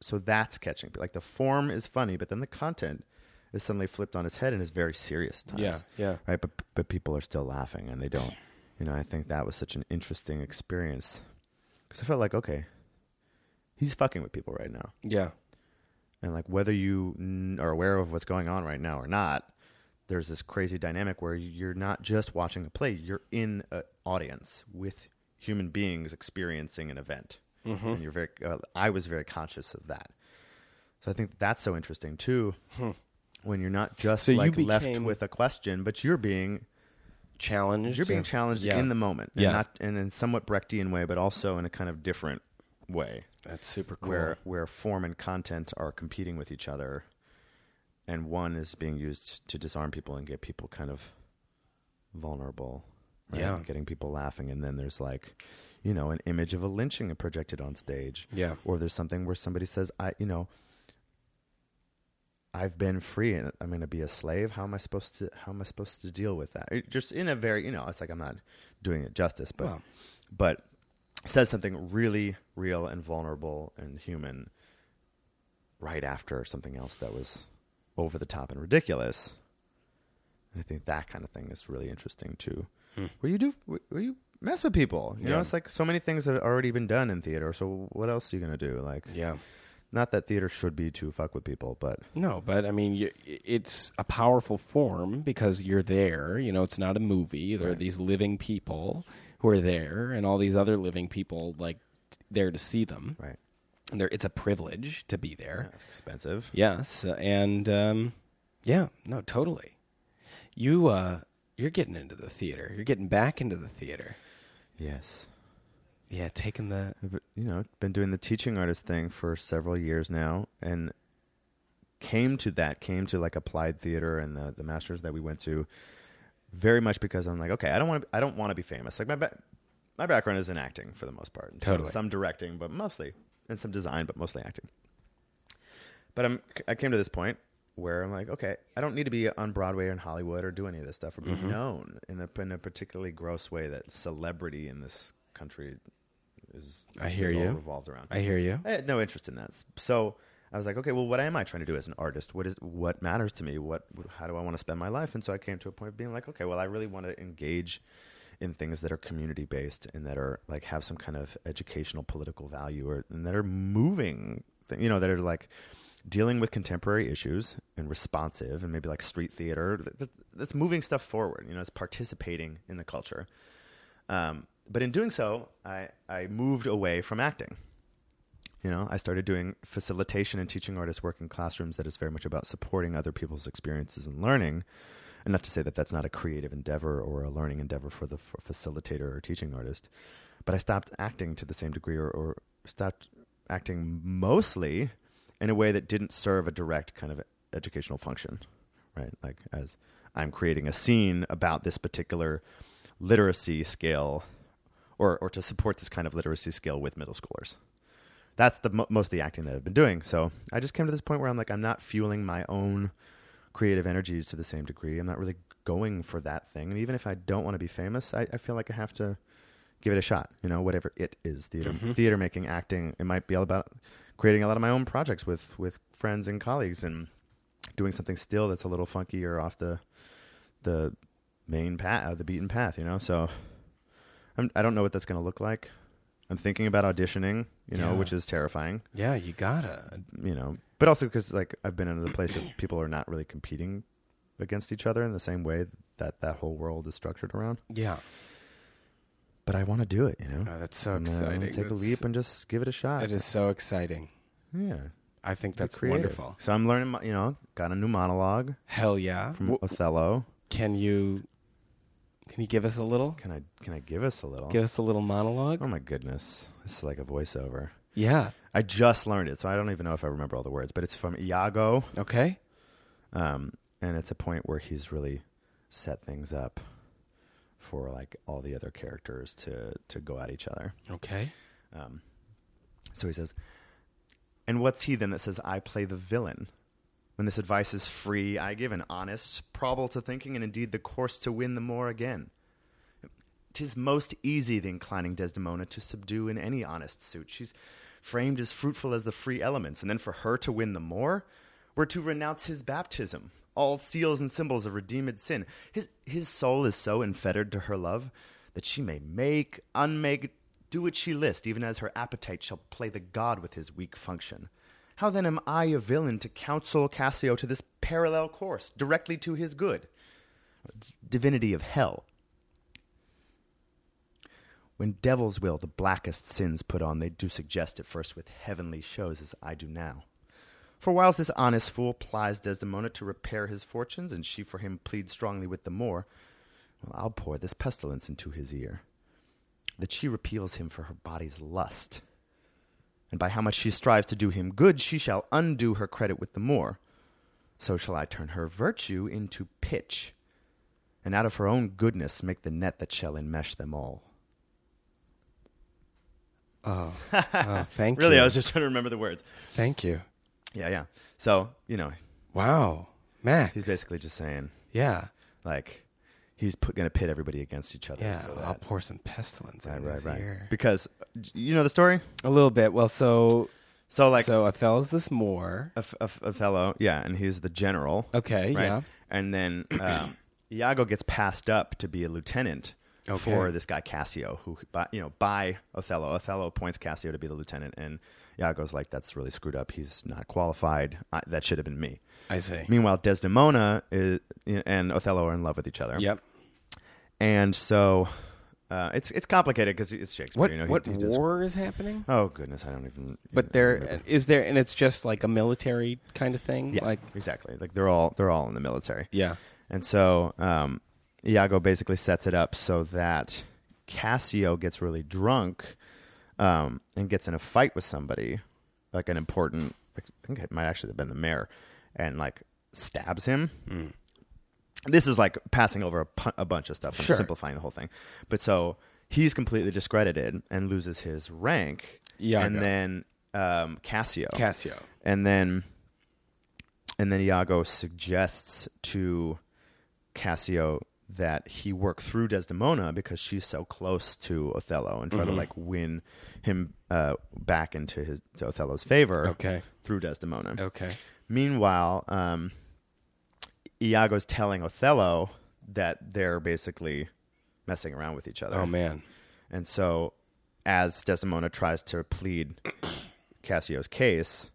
D: so that's catching like the form is funny but then the content is suddenly flipped on its head and is very serious times.
E: Yeah, yeah.
D: Right, but but people are still laughing and they don't. You know, I think that was such an interesting experience because I felt like okay, he's fucking with people right now,
E: Yeah.
D: and like whether you n- are aware of what's going on right now or not, there's this crazy dynamic where you're not just watching a play; you're in an audience with human beings experiencing an event,
E: Mm-hmm.
D: and you're very. Uh, I was very conscious of that, so I think that's so interesting too. When you're not just
E: Hmm. So you
D: like left
E: became-
D: with a question, but you're being
E: Challenged.
D: you're being challenged
E: Yeah.
D: in the moment, and
E: Yeah.
D: not in a somewhat Brechtian way, but also in a kind of different way,
E: That's super cool.
D: where where form and content are competing with each other, and one is being used to disarm people and get people kind of vulnerable, right?
E: Yeah.
D: getting people laughing, and then there's like, you know, an image of a lynching projected on stage,
E: Yeah.
D: or there's something where somebody says, I, you know. I've been free and I'm going to be a slave. How am I supposed to how am I supposed to deal with that? It- just in a very, you know, it's like I'm not doing it justice, but
E: Well.
D: but says something really real and vulnerable and human right after something else that was over the top and ridiculous. And I think that kind of thing is really interesting too. Where you do where you mess with people. You know,
E: Yeah.
D: it's like so many things have already been done in theater, so what else are you going to do? Like
E: Yeah.
D: not that theater should be to fuck with people, but
E: No, but I mean, you, it's a powerful form because you're there. You know, it's not a movie. There are these living people who are there, and all these other living people like there to see them.
D: right.
E: And there, it's a privilege to be there.
D: That's expensive.
E: Yes, and um, yeah, no, totally. You uh, you're getting into the theater. You're getting back into the theater.
D: Yes.
E: Yeah, taking the
D: I've, you know, been doing the teaching artist thing for several years now and came to that, came to like applied theater and the, the masters that we went to very much because I'm like, okay, I don't want to, I don't want to be famous. Like my, ba- my background is in acting for the most part. And so-
E: Totally.
D: Some directing, but mostly, and some design, but mostly acting. But I'm, I came to this point where I'm like, okay, I don't need to be on Broadway or in Hollywood or do any of this stuff or be
E: Mm-hmm.
D: known in a, in a particularly gross way that celebrity in this country is
E: I hear
D: is all
E: you.
D: revolved around.
E: I hear you.
D: I had no interest in that. So I was like, okay, well, what am I trying to do as an artist? What is what matters to me? What how do I want to spend my life? And so I came to a point of being like, okay, well, I really want to engage in things that are community based and that are like have some kind of educational political value or and that are moving, thing, you know, that are like dealing with contemporary issues and responsive and maybe like street theater that- that, that's moving stuff forward. You know, it's participating in the culture. Um, but in doing so, I, I moved away from acting. You know, I started doing facilitation and teaching artist work in classrooms that is very much about supporting other people's experiences and learning. And not to say that that's not a creative endeavor or a learning endeavor for the f facilitator or teaching artist, but I stopped acting to the same degree or, or stopped acting mostly in a way that didn't serve a direct kind of educational function, right? Like, as I'm creating a scene about this particular literacy scale or, or to support this kind of literacy scale with middle schoolers that's the mo- most of the acting that I've been doing. So I just came to this point where I'm like, I'm not fueling my own creative energies to the same degree. I'm not really going for that thing. And even if I don't want to be famous, I, I feel like I have to give it a shot. You know, whatever it is, theater, theater making, acting. It might be all about creating a lot of my own projects with with friends and colleagues and doing something still that's a little funky or off the the main path, the beaten path. You know, so I'm, I don't know what that's going to look like. I'm thinking about auditioning, you know,
E: Yeah.
D: which is terrifying
E: Yeah, you gotta.
D: you know, but also because like I've been in a place of people are not really competing against each other in the same way that that whole world is structured around.
E: Yeah,
D: But I want to do it, you know.
E: oh, that's so
D: And, uh, I wanna
E: exciting.
D: take a
E: That's-
D: leap and just give it a shot.
E: It is so exciting.
D: yeah, be
E: I think that's
D: creative.
E: wonderful.
D: So I'm learning, mo- you know, got a new monologue
E: Hell yeah!
D: from
E: W-
D: Othello.
E: can you can you give us a little?
D: Can I can I give us a little?
G: Give us a little monologue.
D: oh my goodness, this is like a voiceover.
E: Yeah.
D: I just learned it, so I don't even know if I remember all the words. But it's from Iago.
E: Okay.
D: um, and it's a point where he's really set things up for like all the other characters to to go at each other.
E: Okay.
D: Um, so he says, "And what's he then that says I play the villain?" When this advice is free, I give an honest, probable to thinking, and indeed the course to win the more again. 'Tis most easy the inclining Desdemona to subdue in any honest suit. She's framed as fruitful as the free elements, and then for her to win the more, were to renounce his baptism, all seals and symbols of redeemed sin. His, his soul is so unfettered to her love that she may make, unmake, do what she list, even as her appetite shall play the god with his weak function. How then am I a villain to counsel Cassio to this parallel course, directly to his good? Divinity of hell. When devils will the blackest sins put on, they do suggest at first with heavenly shows, as I do now. For whilst this honest fool plies Desdemona to repair his fortunes, and she for him pleads strongly with the Moor, well, I'll pour this pestilence into his ear, that she repeals him for her body's lust. And by how much she strives to do him good, she shall undo her credit with the Moor. So shall I turn her virtue into pitch, and out of her own goodness make the net that shall enmesh them all.
E: Oh, thank
D: Really,
E: you.
D: I was just trying to remember the words.
E: Thank you.
D: Yeah, yeah. So, you know,
E: Wow, Mac.
D: he's basically just saying,
E: Yeah,
D: like, he's put, gonna pit everybody against each other.
E: yeah.
D: so
E: I'll
D: that-
E: pour some pestilence in
D: right,
E: his
D: right, right.
E: ear.
D: Because j- you know the story.
E: A little bit. Well, so
D: So like
E: so Othello's this Moor.
D: Oth- Oth- Othello, yeah, and he's the general.
E: Okay,
D: right?
E: yeah.
D: And then um, Iago gets passed up to be a lieutenant for
E: Okay.
D: this guy Cassio, who by, you know by Othello. Othello appoints Cassio to be the lieutenant, and Iago's like, "That's really screwed up. He's not qualified. I, that should have been me."
E: I see.
D: Meanwhile, Desdemona is, and Othello are in love with each other.
E: Yep.
D: And so uh, it's it's complicated because it's Shakespeare.
E: What
D: you know, he-
E: what
D: he does-
E: war is happening?
D: Oh goodness, I don't even.
G: But there is there, and it's just like a military kind of thing.
D: yeah,
G: Like,
D: exactly. Like they're all they're all in the military.
G: yeah,
D: And so um, Iago basically sets it up so that Cassio gets really drunk um, and gets in a fight with somebody, like an important, I think it might actually have been the mayor, and like stabs him.
E: Mm.
D: This is like passing over a, pu- a bunch of stuff and
E: Sure.
D: simplifying the whole thing. But so he's completely discredited and loses his rank.
E: Iago.
D: And then um, Cassio
E: Cassio.
D: and then and then Iago suggests to Cassio that he work through Desdemona because she's so close to Othello and try
E: Mm-hmm.
D: to like win him uh, back into his to Othello's favor
E: Okay.
D: through Desdemona.
E: Okay.
D: Meanwhile, um, Iago's telling Othello that they're basically messing around with each other.
E: Oh man.
D: And so, as Desdemona tries to plead Cassio's case,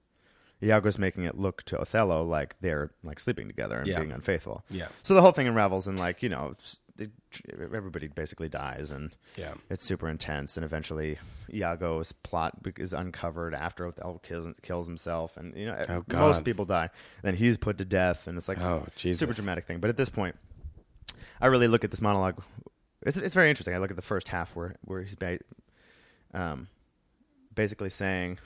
D: Iago's making it look to Othello like they're like sleeping together and
E: Yeah.
D: being unfaithful.
E: Yeah.
D: So the whole thing unravels and like you know, it's- it, everybody basically dies and
E: Yeah.
D: it's super intense. And eventually, Iago's plot be- is uncovered after Othello kills, kills himself, and you know,
E: Oh, God.
D: most people die. Then he's put to death, and it's like
E: Oh, Jesus.
D: super dramatic thing. But at this point, I really look at this monologue. It's it's very interesting. I look at the first half where where he's ba- um, basically saying,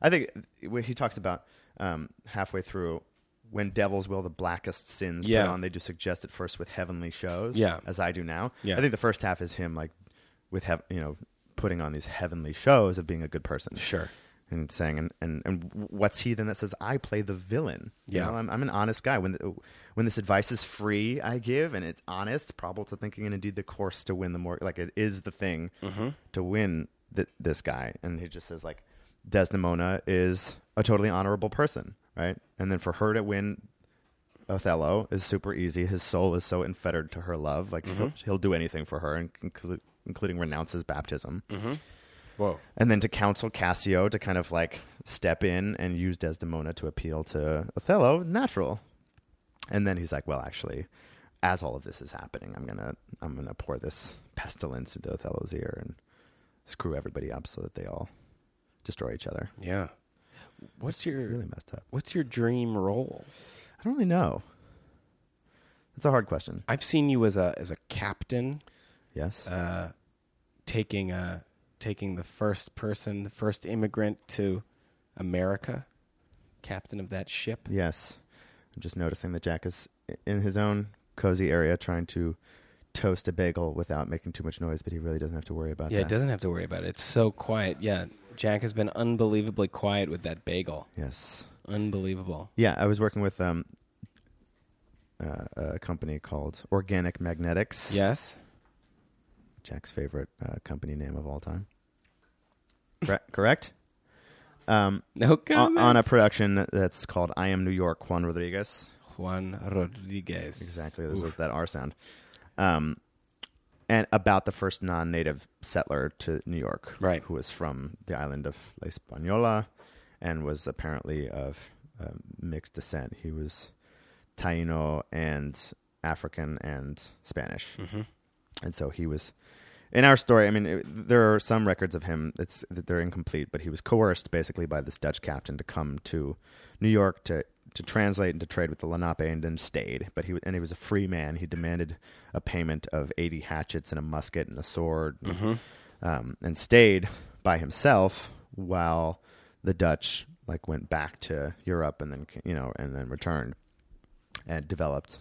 D: I think where he talks about um, halfway through when devils will the blackest sins
E: Yeah.
D: put on. They do suggest it first with heavenly shows,
E: Yeah.
D: as I do now.
E: Yeah.
D: I think the first half is him like with heav- you know putting on these heavenly shows of being a good person
E: Sure.
D: and saying and, and and what's he then that says i play the villain You
E: Yeah.
D: know, I'm, I'm an honest guy when the, when this advice is free i give and it's honest probable to thinking and indeed the course to win the more like it is the thing to win th- this guy and he just says like desdemona is a totally honorable person right and then for her to win othello is super easy his soul is so unfettered to her love like he'll, he'll do anything for her and inclu- including renounce his baptism
E: Whoa.
D: and then to counsel Cassio to kind of like step in and use Desdemona to appeal to Othello, natural. And then he's like, "Well, actually, as all of this is happening, I'm gonna I'm gonna pour this pestilence into Othello's ear and screw everybody up so that they all destroy each other."
E: Yeah.
G: what's
D: It's
G: your
D: really messed up.
G: what's your dream role?
D: I don't really know. That's a hard question.
E: I've seen you as a as a captain
D: Yes.
G: Uh, taking a taking the first person, the first immigrant to America, captain of that ship.
D: Yes. I'm just noticing that Jack is i- in his own cozy area trying to toast a bagel without making too much noise, but he really doesn't have to worry about
G: Yeah,
D: that.
G: it doesn't have to worry about it. It's so quiet. Yeah, Jack has been unbelievably quiet with that bagel.
D: Yes.
G: Unbelievable.
D: Yeah, I was working with um, uh, a company called Organic Magnetics.
G: Yes.
D: Jack's favorite uh, company name of all time. Correct? Correct? um,
E: No
D: on,
E: comment.
D: on a production that's called I Am New York, Juan Rodriguez.
E: Juan Rodriguez.
D: Exactly. This was that R sound. Um, and about the first non native settler to New York,
E: Right.
D: who was from the island of La Española and was apparently of uh, mixed descent. He was Taino and African and Spanish. And so he was. In our story, I mean, it, there are some records of him. It's they're incomplete, but he was coerced basically by this Dutch captain to come to New York to to translate and to trade with the Lenape, and then stayed. But he wa- and he was a free man. He demanded a payment of eighty hatchets and a musket and a sword, and, um, and stayed by himself while the Dutch like went back to Europe and then ca- you know and then returned and developed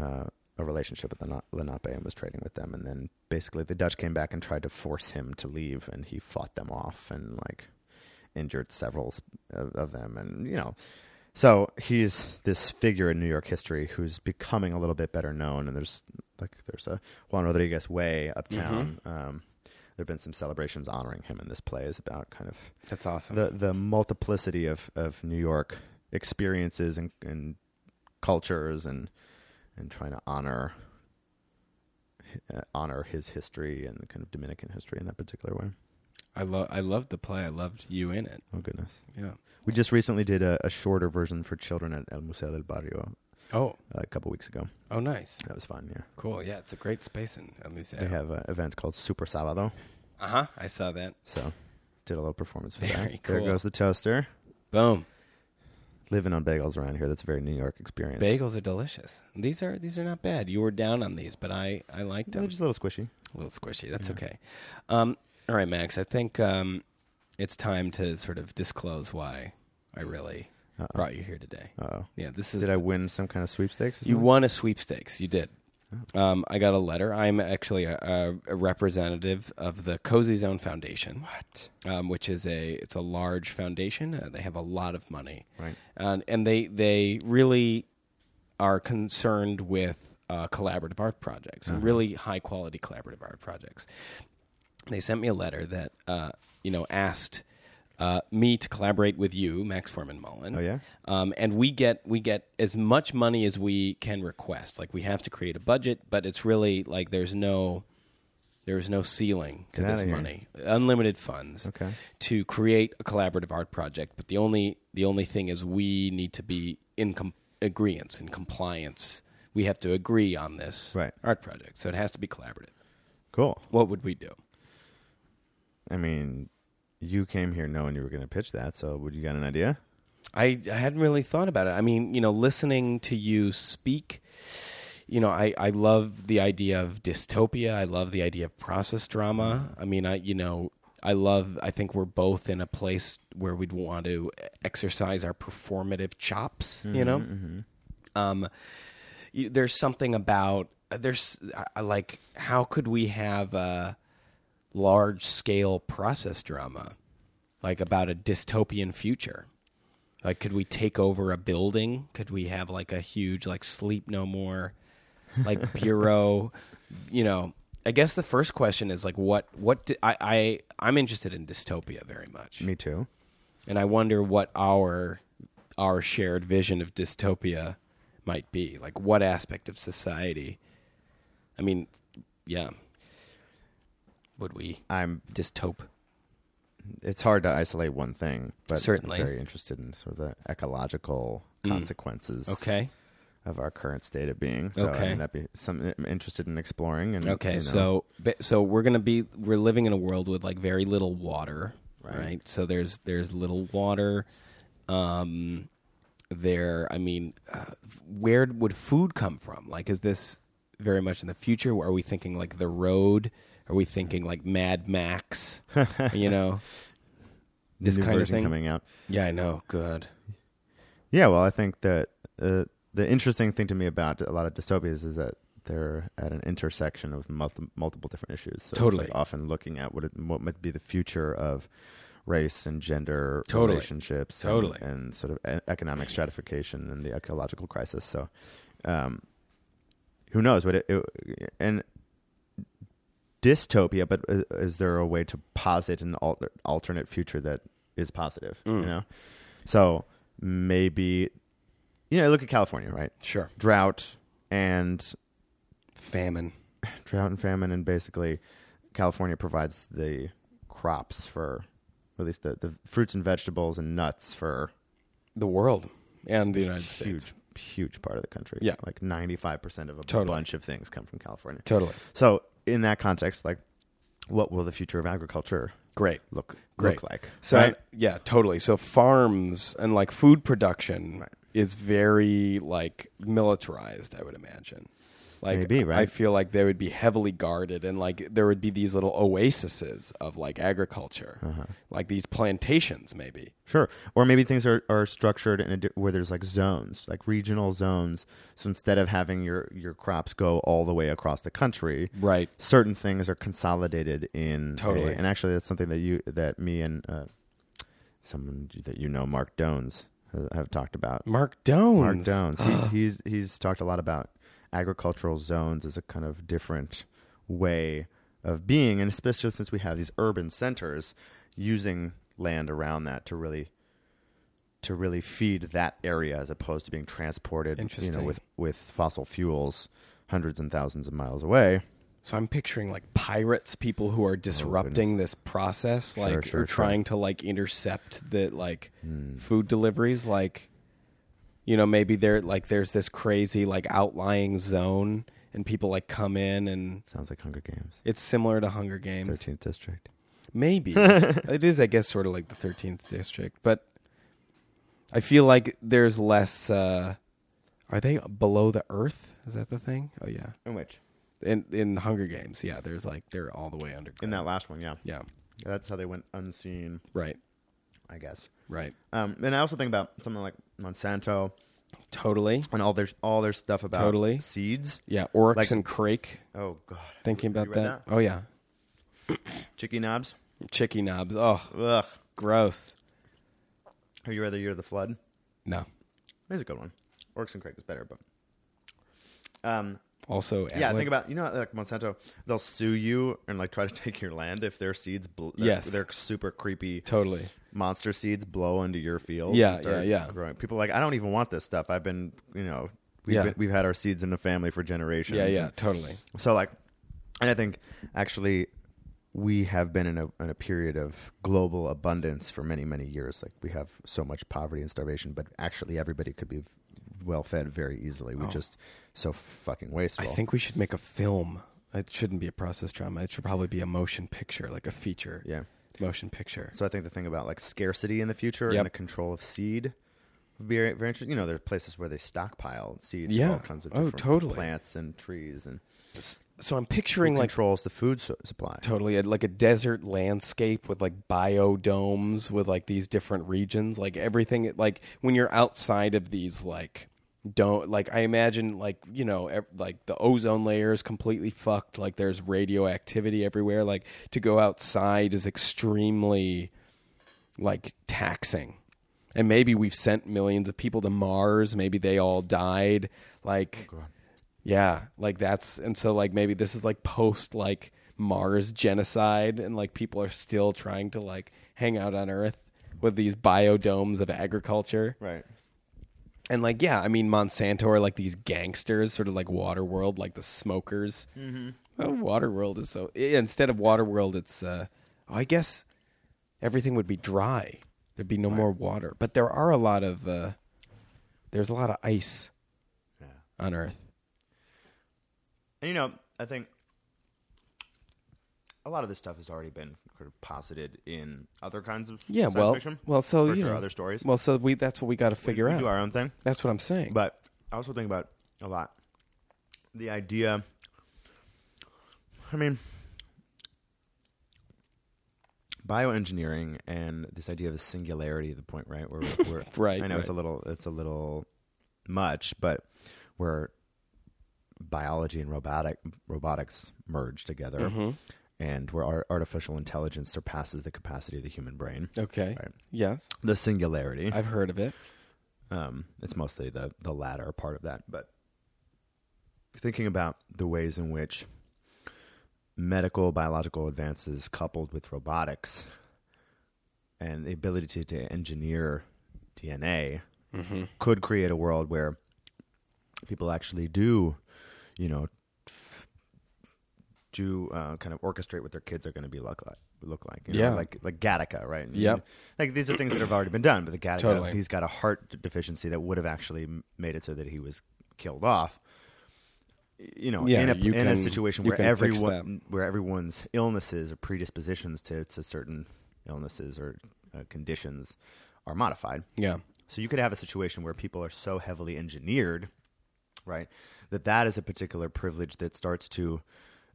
D: uh, a relationship with the Na- Lenape and was trading with them. And then basically the Dutch came back and tried to force him to leave, and he fought them off and like injured several s- of, of them. And you know, so he's this figure in New York history who's becoming a little bit better known. And there's like there's a Juan Rodriguez Way uptown. Um, there have been some celebrations honoring him, and this play is about kind of
I: That's awesome.
D: the the multiplicity of, of New York experiences and, and cultures and and trying to honor uh, honor his history and the kind of Dominican history in that particular way.
E: I love. I loved the play. I loved you in it.
D: Oh goodness,
E: Yeah.
D: we just recently did a, a shorter version for children at El Museo del Barrio uh,
E: Oh.
D: a couple weeks ago.
E: Oh, nice.
D: That was fun. Yeah,
E: Cool. Yeah, it's a great space in El Museo.
D: they have uh, events called Super Sábado,
E: Uh huh. I saw that.
D: so did a little performance for
E: Very
D: that. There
E: cool.
D: goes the toaster.
E: Boom.
D: Living on bagels around here. That's a very New York experience.
E: Bagels are delicious. These are these are not bad. You were down on these, but I I liked
D: They're
E: them.
D: just a little squishy.
E: a little squishy. That's okay. Um, all right, Max. I think um, it's time to sort of disclose why I really brought you here today.
D: Uh-oh.
E: Yeah, this is
D: Did I win some kind of sweepstakes? Oh. or
E: You
D: something?
E: won a sweepstakes. You did. Um, I got a letter. I'm actually a, a, a representative of the Cozy Zone Foundation. What? Um, which is a it's a large foundation. Uh, they have a lot of money.
D: Right.
E: And and they they really are concerned with uh, collaborative art projects
D: Uh-huh.
E: and really high quality collaborative art projects they sent me a letter that uh, you know asked uh, me to collaborate with you, Max Foreman Mullen.
D: Oh, yeah?
E: um, and we get we get as much money as we can request. Like we have to create a budget, but it's really like there's no there is no ceiling to
D: Get
E: this
D: outta here.
E: money. Unlimited funds
D: Okay.
E: to create a collaborative art project, but the only the only thing is we need to be in com- agreement in compliance. We have to agree on this
D: Right.
E: art project, so it has to be collaborative.
D: Cool.
E: What would we do?
D: I mean, you came here knowing you were going to pitch that, so would you got an idea?
E: I, I hadn't really thought about it. I mean, you know, listening to you speak, you know, I, I love the idea of dystopia. I love the idea of process drama. I mean, I, you know, I love, I think we're both in a place where we'd want to exercise our performative chops, you know? Um, you, there's something about, there's I, I like, how could we have a large scale process drama? Like about a dystopian future. Like, could we take over a building? Could we have like a huge like sleep no more, like bureau? you know, I guess the first question is like, what what do, I I I'm interested in dystopia very much,
D: Me too.
E: and I wonder what our our shared vision of dystopia might be. Like, what aspect of society? I mean, yeah, would we
D: I'm.
E: dystope?
D: It's hard to isolate one thing, but
E: Certainly. Mm.
D: I'm very interested in sort of the ecological consequences
E: Okay,
D: of our current state of being. So
E: Okay.
D: I mean, that'd be something I'm interested in exploring. And
E: Okay,
D: you know,
E: so ba- so we're gonna be we're living in a world with like very little water, right?
D: Right.
E: So there's there's little water. Um, there, I mean, uh, where would food come from? Like, is this very much in the future? Are we thinking like the road? Are we thinking like Mad Max? you know, this
D: new
E: kind of
D: version
E: thing.
D: coming out.
E: Yeah, I know. Good.
D: Yeah, well, I think that uh, the interesting thing to me about a lot of dystopias is that they're at an intersection of multi- multiple different issues. So it's,
E: Totally.
D: like, often looking at what it, what might be the future of race and gender
E: Totally.
D: relationships, and-
E: Totally.
D: and, sort of e- economic stratification and the ecological crisis. So, um, who knows what it, it and dystopia? But is, is there a way to posit an alter, alternate future that is positive. You know, so maybe you know, look at California, right?
E: Sure.
D: Drought and
E: Famine.
D: drought and famine, and basically California provides the crops for, or at least the, the fruits and vegetables and nuts for
E: The world and the United
D: huge,
E: States.
D: huge part of the country.
E: Yeah.
D: like ninety five percent of a
E: Totally.
D: bunch of things come from California.
E: Totally.
D: So in that context, like, what will the future of agriculture
E: Great.
D: look
E: Great.
D: look like?
E: So
D: right?
E: yeah, totally. So farms and like food production
D: Right.
E: is very like militarized, I would imagine. Like
D: Maybe,
E: I
D: right?
E: feel like they would be heavily guarded and like there would be these little oases of like agriculture.
D: Uh-huh.
E: Like these plantations maybe.
D: Sure. Or maybe things are, are structured in a di- where there's like zones, like regional zones. So instead of having your, your crops go all the way across the country,
E: Right.
D: certain things are consolidated in. a-
E: Totally.
D: and actually, that's something that you that me and uh, someone that you know, Mark Dones, ha- have talked about.
E: Mark Dones.
D: Mark Dones. He, he's he's talked a lot about agricultural zones as a kind of different way of being, and especially since we have these urban centers, using land around that to really to really feed that area as opposed to being transported, you know,
E: Interesting.
D: with with fossil fuels hundreds and thousands of miles away.
E: So I'm picturing like pirates, people who are disrupting this process, like
D: Oh, sure, sure. Hmm.
E: or trying to like intercept the like food deliveries. Like, you know, maybe there like there's this crazy like outlying zone, and people like come in, and
D: Sounds like Hunger Games,
E: it's similar to Hunger Games.
D: Thirteenth District.
E: Maybe it is, I guess, sort of like the Thirteenth District, but I feel like there's less. uh Are they below the Earth? Is that the thing? Oh yeah.
D: In which?
E: In in Hunger Games, yeah, there's like they're all the way underground.
D: In that last one, yeah.
E: Yeah.
D: That's how they went unseen,
E: Right.
D: I guess.
E: Right.
D: Um, and I also think about something like Monsanto.
E: Totally.
D: and all their all their stuff about
E: Totally.
D: seeds.
E: Yeah. Oryx
D: Like-
E: and Crake.
D: Oh god,
E: Thinking
D: Have
E: about
D: you read
E: that. Oh yeah.
D: Chicky knobs.
E: Chicky knobs. Oh,
D: Ugh.
E: gross.
D: Have you read the Year of the Flood?
E: No.
D: There's a good one. Orcs and Craig is better, but um,
E: Also.
D: yeah.
E: Adelaide-
D: Think about you know like Monsanto, they'll sue you and like try to take your land if their seeds. Bl- their,
E: Yes.
D: their super creepy
E: Totally.
D: monster seeds blow into your fields.
E: Yeah,
D: and start
E: yeah, yeah.
D: Growing. People are like I don't even want this stuff. I've been you know we've
E: Yeah.
D: been, we've had our seeds in the family for generations.
E: Yeah. Yeah.
D: and-
E: Totally.
D: So like, and I think actually we have been in a in a period of global abundance for many many years. Like we have so much poverty and starvation, but actually everybody could be well fed very easily. We're just so fucking
E: Oh. I
D: wasteful.
E: think we should make a film. It shouldn't be a process trauma. It should probably be a motion picture, like a feature.
D: yeah.
E: Motion picture.
D: So I think the thing about like scarcity in the future
E: Yep.
D: and the control of seed would be very, very interesting. You know, there are places where they stockpile seeds of
E: Yeah.
D: all kinds of
E: Oh,
D: different
E: totally.
D: plants and trees and
E: So I'm picturing like
D: controls the food su- supply.
E: totally a, like a desert landscape with like biodomes with like these different regions like everything like when you're outside of these like don't like i imagine like you know ev- like the ozone layer is completely fucked like there's radioactivity everywhere like to go outside is extremely like taxing and maybe we've sent millions of people to mars maybe they all died like yeah, like that's and so like maybe this is like post like Mars genocide and like people are still trying to like hang out on Earth with these biodomes of agriculture.
D: Right.
E: And like yeah, I mean Monsanto are like these gangsters, sort of like Waterworld, like the smokers. Mm-hmm. Oh, Waterworld is so yeah, instead of Waterworld, it's uh, I guess everything would be dry. There'd be no more water, but there are a lot of uh, there's a lot of ice on Earth.
D: And you know, I think a lot of this stuff has already been sort of posited in other kinds of
E: Yeah,
D: science
E: well,
D: fiction.
E: well, so
D: for
E: you
D: sure
E: know,
D: other stories.
E: Well, so we that's what we got to figure
D: we
E: out.
D: do our own thing.
E: that's what I'm saying.
D: But I also think about a lot the idea. I mean, bioengineering and this idea of a singularity. The point, right? Where we're, we're
E: Right,
D: I know it's a
E: right.
D: little, it's a little much, but where biology and robotic robotics merge together, and where our artificial intelligence surpasses the capacity of the human brain.
E: okay,
D: Right.
E: yes,
D: The singularity.
E: I've heard of it.
D: Um, it's mostly the the latter part of that, but thinking about the ways in which medical biological advances coupled with robotics and the ability to, to engineer DNA
E: Mm-hmm.
D: could create a world where people actually do, you know, f- do uh, kind of orchestrate what their kids are going to be look like. Look like you know,
E: Yeah.
D: like like Gattaca, right? And
E: Yep.
D: like these are things that have already been done. But the Gattaca,
E: Totally.
D: he's got a heart deficiency that would have actually m- made it so that he was killed off. You know,
E: Yeah,
D: in a
E: you
D: in a
E: can-
D: situation
E: you
D: where
E: can fix that.
D: everyone where everyone's illnesses or predispositions to, to certain illnesses or uh, conditions are modified.
E: Yeah.
D: So you could have a situation where people are so heavily engineered, right, that that is a particular privilege that starts to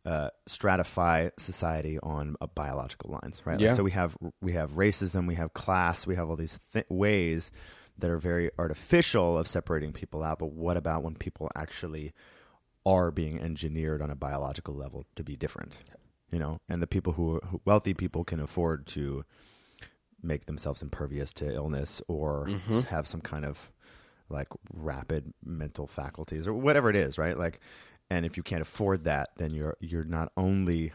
D: uh, stratify society on uh, biological lines, right? Like,
E: Yeah.
D: so we have we have racism, we have class, we have all these th- ways that are very artificial of separating people out. But what about when people actually are being engineered on a biological level to be different? You know, and the people who, who wealthy people can afford to make themselves impervious to illness or
E: Mm-hmm.
D: s- have some kind of like rapid mental faculties or whatever it is, right? Like and if you can't afford that, then you're you're not only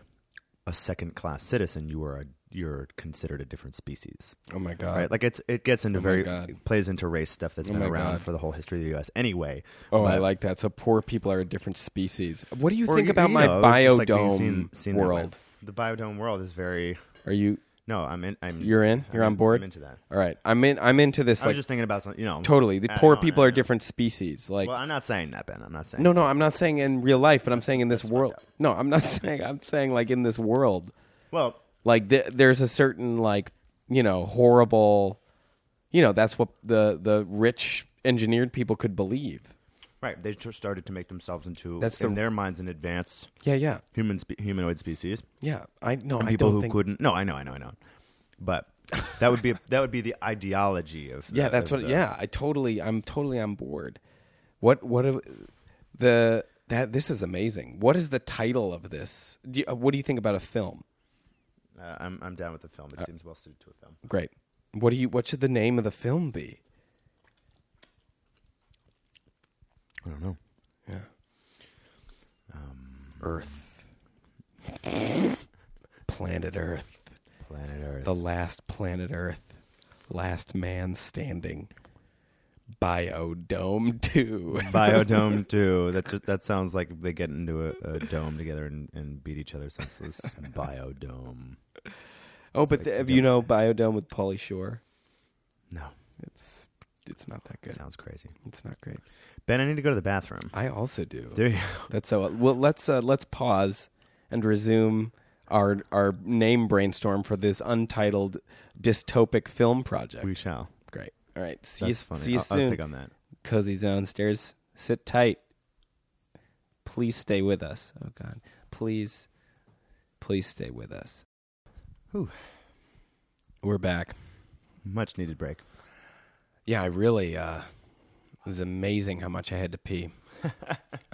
D: a second class citizen, you are a, you're considered a different species.
E: Oh my god.
D: Right? Like it's it gets into very
E: God.
D: it plays into race stuff that's
E: Oh
D: been
E: my
D: around
E: God.
D: for the whole history of the US anyway.
E: Oh, I
D: But-
E: like that. So poor people are a different species. What do you
D: or
E: think
D: you-
E: about
D: you
E: my
D: know, it's just like being
E: biodome
D: seen- seen that way.
E: world?
D: The biodome world is very
E: Are you?
D: no, I'm in I'm
E: You're in?
D: I'm
E: You're on board?
D: I'm into that.
E: All right. I'm in. I'm into this.
D: I was
E: Like
D: just thinking about something, you know.
E: totally. The
D: adding
E: poor
D: on,
E: people
D: I
E: are
D: know.
E: different species. Like
D: Well, I'm not saying that, Ben. I'm not saying
E: no, no. I'm not saying in real life, but I'm saying in this world. No, I'm not saying. I'm saying like in this world.
D: Well,
E: like th- there's a certain like you know horrible you know that's what the the rich engineered people could believe
D: right. They just started to make themselves into
E: That's
D: in
E: the-
D: their minds an advanced
E: yeah yeah
D: human spe- humanoid species.
E: yeah i know i
D: people
E: don't
D: who
E: think
D: couldn't. No, I know, I know, I know. But that would be that would be the ideology of.
E: yeah
D: the-
E: that's
D: of
E: what
D: the-
E: yeah i totally i'm totally on board what what a- the that this is amazing what is the title of this do you, uh, what do you think about a film
D: Uh, I'm I'm down with the
E: Uh,
D: film. It seems well suited to a film.
E: great what do you what should the name of the film be
D: I don't know.
E: yeah earth planet earth
D: Planet Earth.
E: The last planet Earth. Last man standing. Biodome 2.
D: Biodome too. That ju- that sounds like they get into a, a dome together and, and beat each other senseless. Biodome.
E: oh, but the, you know Biodome with Polly Shore?
D: No,
E: It's it's not that
D: it
E: good. Uh,
D: sounds crazy.
E: It's not great.
D: Ben, I need to go to the bathroom.
E: I also do.
D: Do you?
E: That's so well let's uh, let's pause and resume our our name brainstorm for this untitled dystopic film project.
D: We shall.
E: Great. All right. See
D: That's
E: you
D: funny.
E: see you
D: I'll,
E: soon.
D: I'll think on that.
G: Cozy downstairs. Sit tight. Please stay with us. Oh God. Please, please stay with us.
D: Whew.
G: We're back.
D: Much needed break.
G: Yeah, I really. Uh, it was amazing how much I had to pee.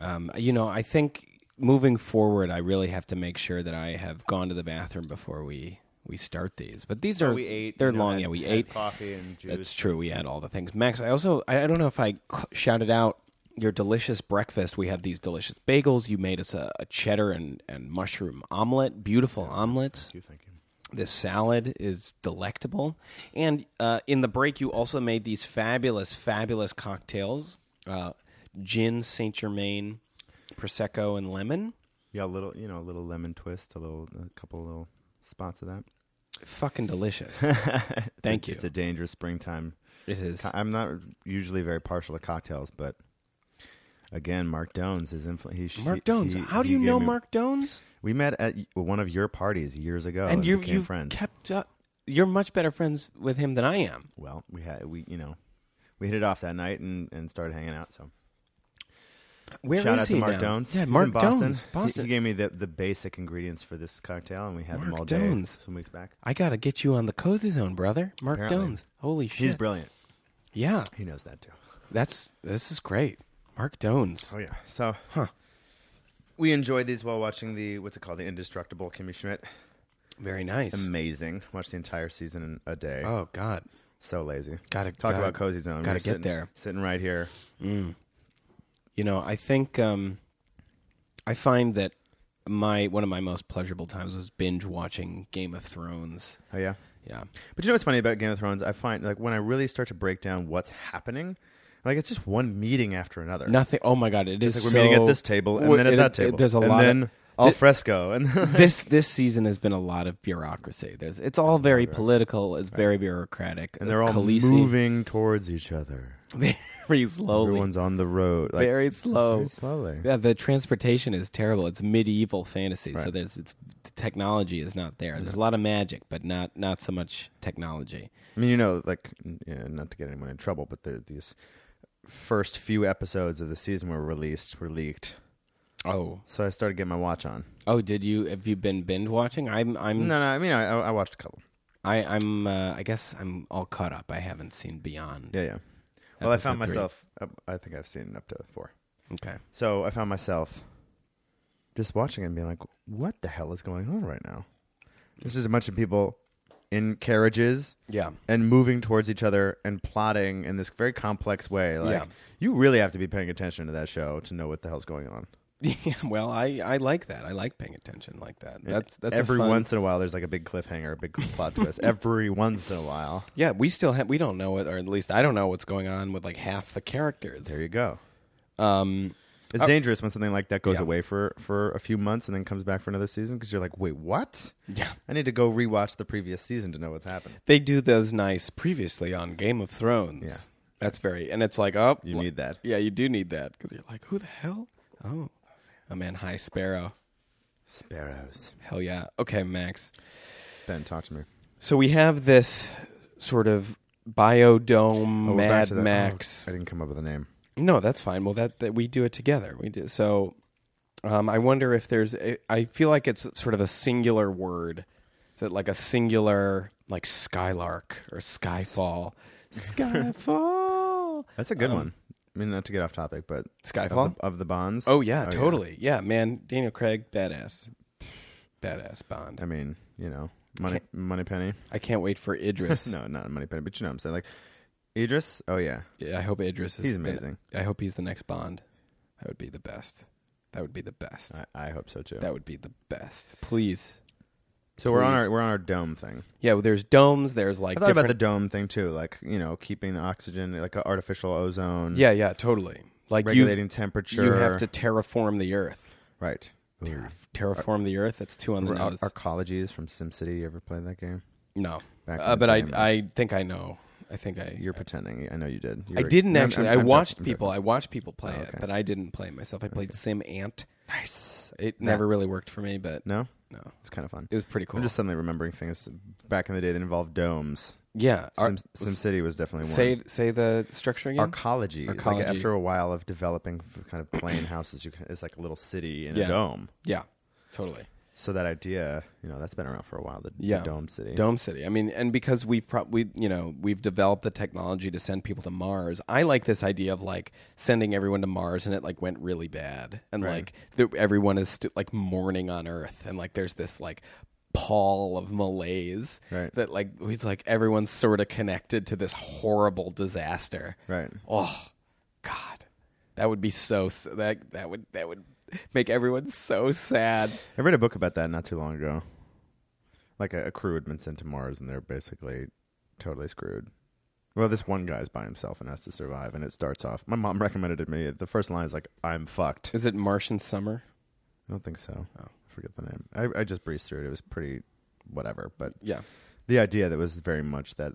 G: um, you know, I think moving forward, I really have to make sure that I have gone to the bathroom before we we start these. But these are
D: Oh, we ate.
G: They're
D: you know,
G: long.
D: had-
G: yeah, we
D: had
G: ate.
D: coffee and juice.
G: That's true. We had all the things. Max, I also I, I don't know if I c- shouted out your delicious breakfast. We had these delicious bagels. You made us a, a cheddar and and mushroom omelet. Beautiful omelets.
D: Thank you, thank you.
G: This salad is delectable. And uh, in the break, you also made these fabulous, fabulous cocktails: uh, gin, Saint Germain, prosecco, and lemon.
D: Yeah, a little, you know, a little lemon twist, a little, a couple little spots of that.
G: Fucking delicious.
D: It's
G: Thank
D: a-
G: you.
D: It's a dangerous springtime.
G: it is.
D: Co- I'm not usually very partial to cocktails, but again, Mark Dones is influ- he,
G: Mark
D: he-
G: Dones.
D: he-
G: How do
D: he
G: you
D: gave
G: know
D: me-
G: Mark Dones?
D: We met at y- one of your parties years ago, and,
G: and you
D: became
G: you
D: friends.
G: kept up. You're much better friends with him than I am.
D: well, we had we you know we hit it off that night and and started hanging out. So
G: Where is
D: shout out
G: he
D: to Mark
G: now?
D: Dones.
G: Yeah,
D: He's
G: Mark
D: in Boston.
G: Dones.
D: He-
G: Boston.
D: He, gave me the the basic ingredients for this cocktail, and we had them
G: Mark
D: all day
G: Dones.
D: some weeks back.
G: I gotta get you on the cozy zone, brother. Mark
D: Apparently.
G: Dones. Holy shit.
D: He's brilliant.
G: yeah,
D: He knows that too.
G: that's this is great. Mark Dones.
D: Oh yeah. So We enjoyed these while watching the what's it called? The Indestructible Kimmy Schmidt.
G: Very nice.
D: Amazing. Watched the entire season in a day.
G: Oh God.
D: So lazy.
G: Gotta-
D: talk
G: gotta-
D: about cozy zone.
G: gotta
D: We're
G: get
D: sitting-
G: there.
D: Sitting right here.
G: You know, I think um, I find that my one of my most pleasurable times was binge watching Game of Thrones.
D: Oh yeah.
G: Yeah.
D: But you know what's funny about Game of Thrones? I find like when I really start to break down what's happening, like it's just one meeting after another.
G: Nothing. Oh my god! It is.
D: It's like we're meeting at
G: so-
D: this table and
G: Well,
D: then at
G: it-
D: that
G: it-
D: table.
G: there's a
D: and
G: lot.
D: Then
G: of,
D: al
G: thi-
D: fresco and
G: this this season has been a lot of bureaucracy. There's. It's all very political. It's very bureaucratic.
D: and they're all
G: Khaleesi,
D: moving towards each other.
G: very slowly.
D: Everyone's on the road, like
G: very slow.
D: very slowly.
G: Yeah, the transportation is terrible. It's medieval fantasy, so
D: Right.
G: there's it's the technology is not there. There's a lot of magic, but not not so much technology.
D: I mean, you know, like n- yeah, not to get anyone in trouble, but there, these first few episodes of the season were released, were leaked.
G: Oh,
D: So I started getting my watch on.
G: oh, did you have you been binge watching? I'm I'm
D: No, no, I mean, I, I watched a couple.
G: I, I'm uh, I guess I'm all caught up. I haven't seen Beyond.
D: Yeah, yeah. Well, I found
G: Episode three.
D: myself. uh, I I think I've seen up to four.
G: Okay.
D: So I found myself just watching it and being like, what the hell is going on right now? This is a bunch of people in carriages
E: Yeah.
D: and moving towards each other and plotting in this very complex way. Like,
E: Yeah.
D: you really have to be paying attention to that show to know what the hell's going on.
G: Yeah, well, I, I like that. I like paying attention like that. That's that's a
D: every
G: fun-
D: once in a while, there's like a big cliffhanger, a big plot twist. Every once in a while.
G: Yeah, we still have we don't know what, or at least I don't know what's going on with like half the characters.
D: There you go.
G: um,
D: It's dangerous when something like that goes
G: Yeah.
D: away for, for a few months and then comes back for another season because you're like, wait, what?
G: yeah,
D: I need to go rewatch the previous season to know what's happened.
G: they do those nice previously on Game of Thrones.
D: Yeah.
G: that's very, and it's like oh,
D: You
G: li-
D: need that.
G: Yeah, you do need that because you're like, who the hell? Oh, a man, high sparrow.
D: Sparrows.
G: Hell yeah. Okay, Max.
D: Ben, talk to me.
E: So we have this sort of biodome
D: Oh, we're back
E: Mad
D: to the- oh,
E: Max.
D: I didn't come up with a name.
E: No, that's fine. Well, that, that we do it together. We do. So um, I wonder if there's. a- I feel like it's sort of a singular word, that like a singular like skylark or skyfall, skyfall,
D: That's a good one. I mean, not to get off topic, but
E: skyfall.
D: of the, of the bonds.
E: oh yeah, totally. Yeah. man. Daniel Craig, badass, badass Bond.
D: I mean, you know, money, money penny.
E: I can't wait for Idris.
D: No, not money penny, but you know what I'm saying. Like Idris. Oh yeah,
E: Yeah, I hope Idris is.
D: He's amazing.
E: I hope he's the next Bond. That would be the best. That would be the best.
D: I, I hope so too.
E: That would be the best. Please.
D: so we're on
E: please.
D: our we're on our dome thing.
E: Yeah, well, there's domes. There's like
D: I thought about
E: different.
D: the dome thing too, like you know, keeping the oxygen, like a artificial ozone.
E: yeah, yeah, totally. Like you,
D: regulating temperature.
E: you have to terraform the Earth.
D: right. Ooh.
E: Terraform the Earth. That's two on the
D: Remember Ar-
E: nose.
D: Arcologies from SimCity. You ever played that game?
E: no,
D: Back in
E: uh,
D: the
E: but I,
D: day, man.
E: I think I know. I think I.
D: You're pretending. I know you did. You
E: I
D: were-
E: didn't
D: I'm-
E: actually.
D: I'm-
E: i
D: I'm joking.
E: watched
D: I'm
E: people.
D: joking.
E: I watched people play
D: Oh,
E: it,
D: okay.
E: but I didn't play it myself. I played Sim Ant.
D: Nice.
E: It never really worked for me, but
D: No,
E: no,
D: it's kind of fun.
E: it was pretty cool.
D: I'm just suddenly remembering things back in the day that involved domes.
E: yeah. Ar-
D: Sim, SimCity was definitely one.
E: say say the structure again.
D: Arcology.
E: Arcology.
D: Like after a while of developing f- kind of plain houses, you can, it's like a little city in
E: Yeah.
D: a dome.
E: yeah, totally.
D: So that idea, you know, that's been around for a while. The, the
E: Yeah.
D: dome city.
E: Dome City. I mean, and because we've pro- we you know we've developed the technology to send people to Mars. I like this idea of like sending everyone to Mars, and it like went really bad, and like th- everyone is st- like mourning on Earth, and like there's this like pall of malaise
D: Right.
E: that like it's like everyone's sort of connected to this horrible disaster.
D: Right.
E: Oh God, that would be so s- that that would that would make everyone so sad.
D: I read a book about that not too long ago. Like a, a crew had been sent to Mars and they're basically totally screwed. Well, this one guy's by himself and has to survive, and it starts off. My mom recommended it to me. The first line is like, "I'm fucked."
E: Is it Martian summer?
D: I don't think so.
E: Oh.
D: I forget the name. I, I just breezed through it. It was pretty whatever. But
E: Yeah.
D: the idea that was very much that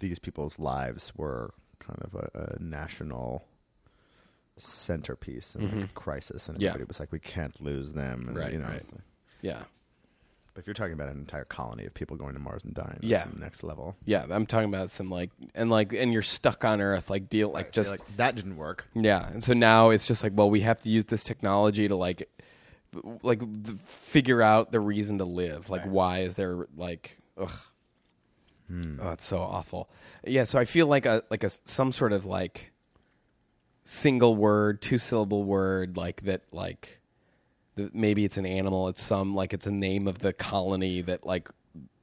D: these people's lives were kind of a, a national centerpiece and like a crisis. And
E: Mm-hmm. Yeah.
D: everybody was like, we can't lose them. And,
E: Right,
D: You know,
E: right.
D: it's like-
E: Yeah.
D: But if you're talking about an entire colony of people going to Mars and dying, that's
E: Yeah.
D: the next level.
E: Yeah, I'm talking about some like and like and you're stuck on Earth, like deal like
D: So
E: just
D: you're like, that didn't work.
E: yeah. And so now it's just like, well, we have to use this technology to like w- like th- figure out the reason to live. Like, why is there like ugh.
D: Hmm.
E: Oh, that's so awful. Yeah, so I feel like a like a s- some sort of like single word, two syllable word, like that, like that maybe it's an animal. It's some like it's a name of the colony that like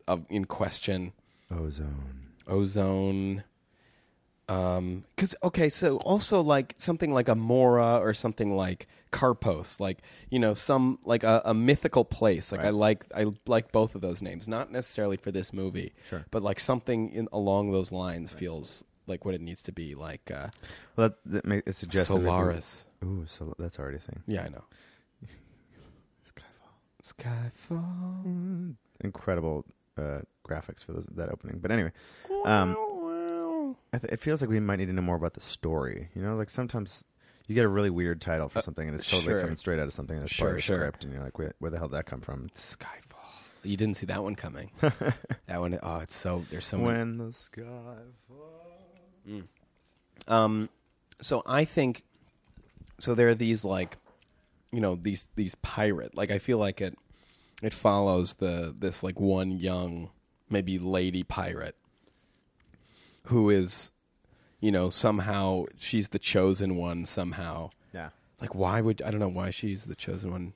E: of in question.
D: Ozone.
E: ozone um cuz okay so also like something like a mora or something like car posts, like you know, some like a, a mythical place. Like I like I like both of those names, not necessarily for this movie, sure, but like something in, along those lines feels like what it needs to be, like uh,
D: Well, that, that may, it suggests that it-
E: Solaris.
D: Ooh, so that's already a thing.
E: Yeah, I know.
D: Skyfall.
E: Skyfall.
D: Incredible uh, graphics for those, that opening. But anyway, um, I th- it feels like we might need to know more about the story. You know, like sometimes you get a really weird title for something, and it's totally
E: Uh, sure.
D: coming straight out of something that's
E: Sure,
D: part of the
E: sure.
D: script, and you're like, where, where the hell did that come from?
E: Skyfall. You didn't see that one coming. that one, oh, it's so there's so many.
D: When the sky falls.
E: Um, so I think so. There are these like, you know, these these pirate. Like I feel like it it follows the this like one young maybe lady pirate who is, you know, somehow she's the chosen one somehow.
D: Yeah.
E: Like why would I don't know why she's the chosen one.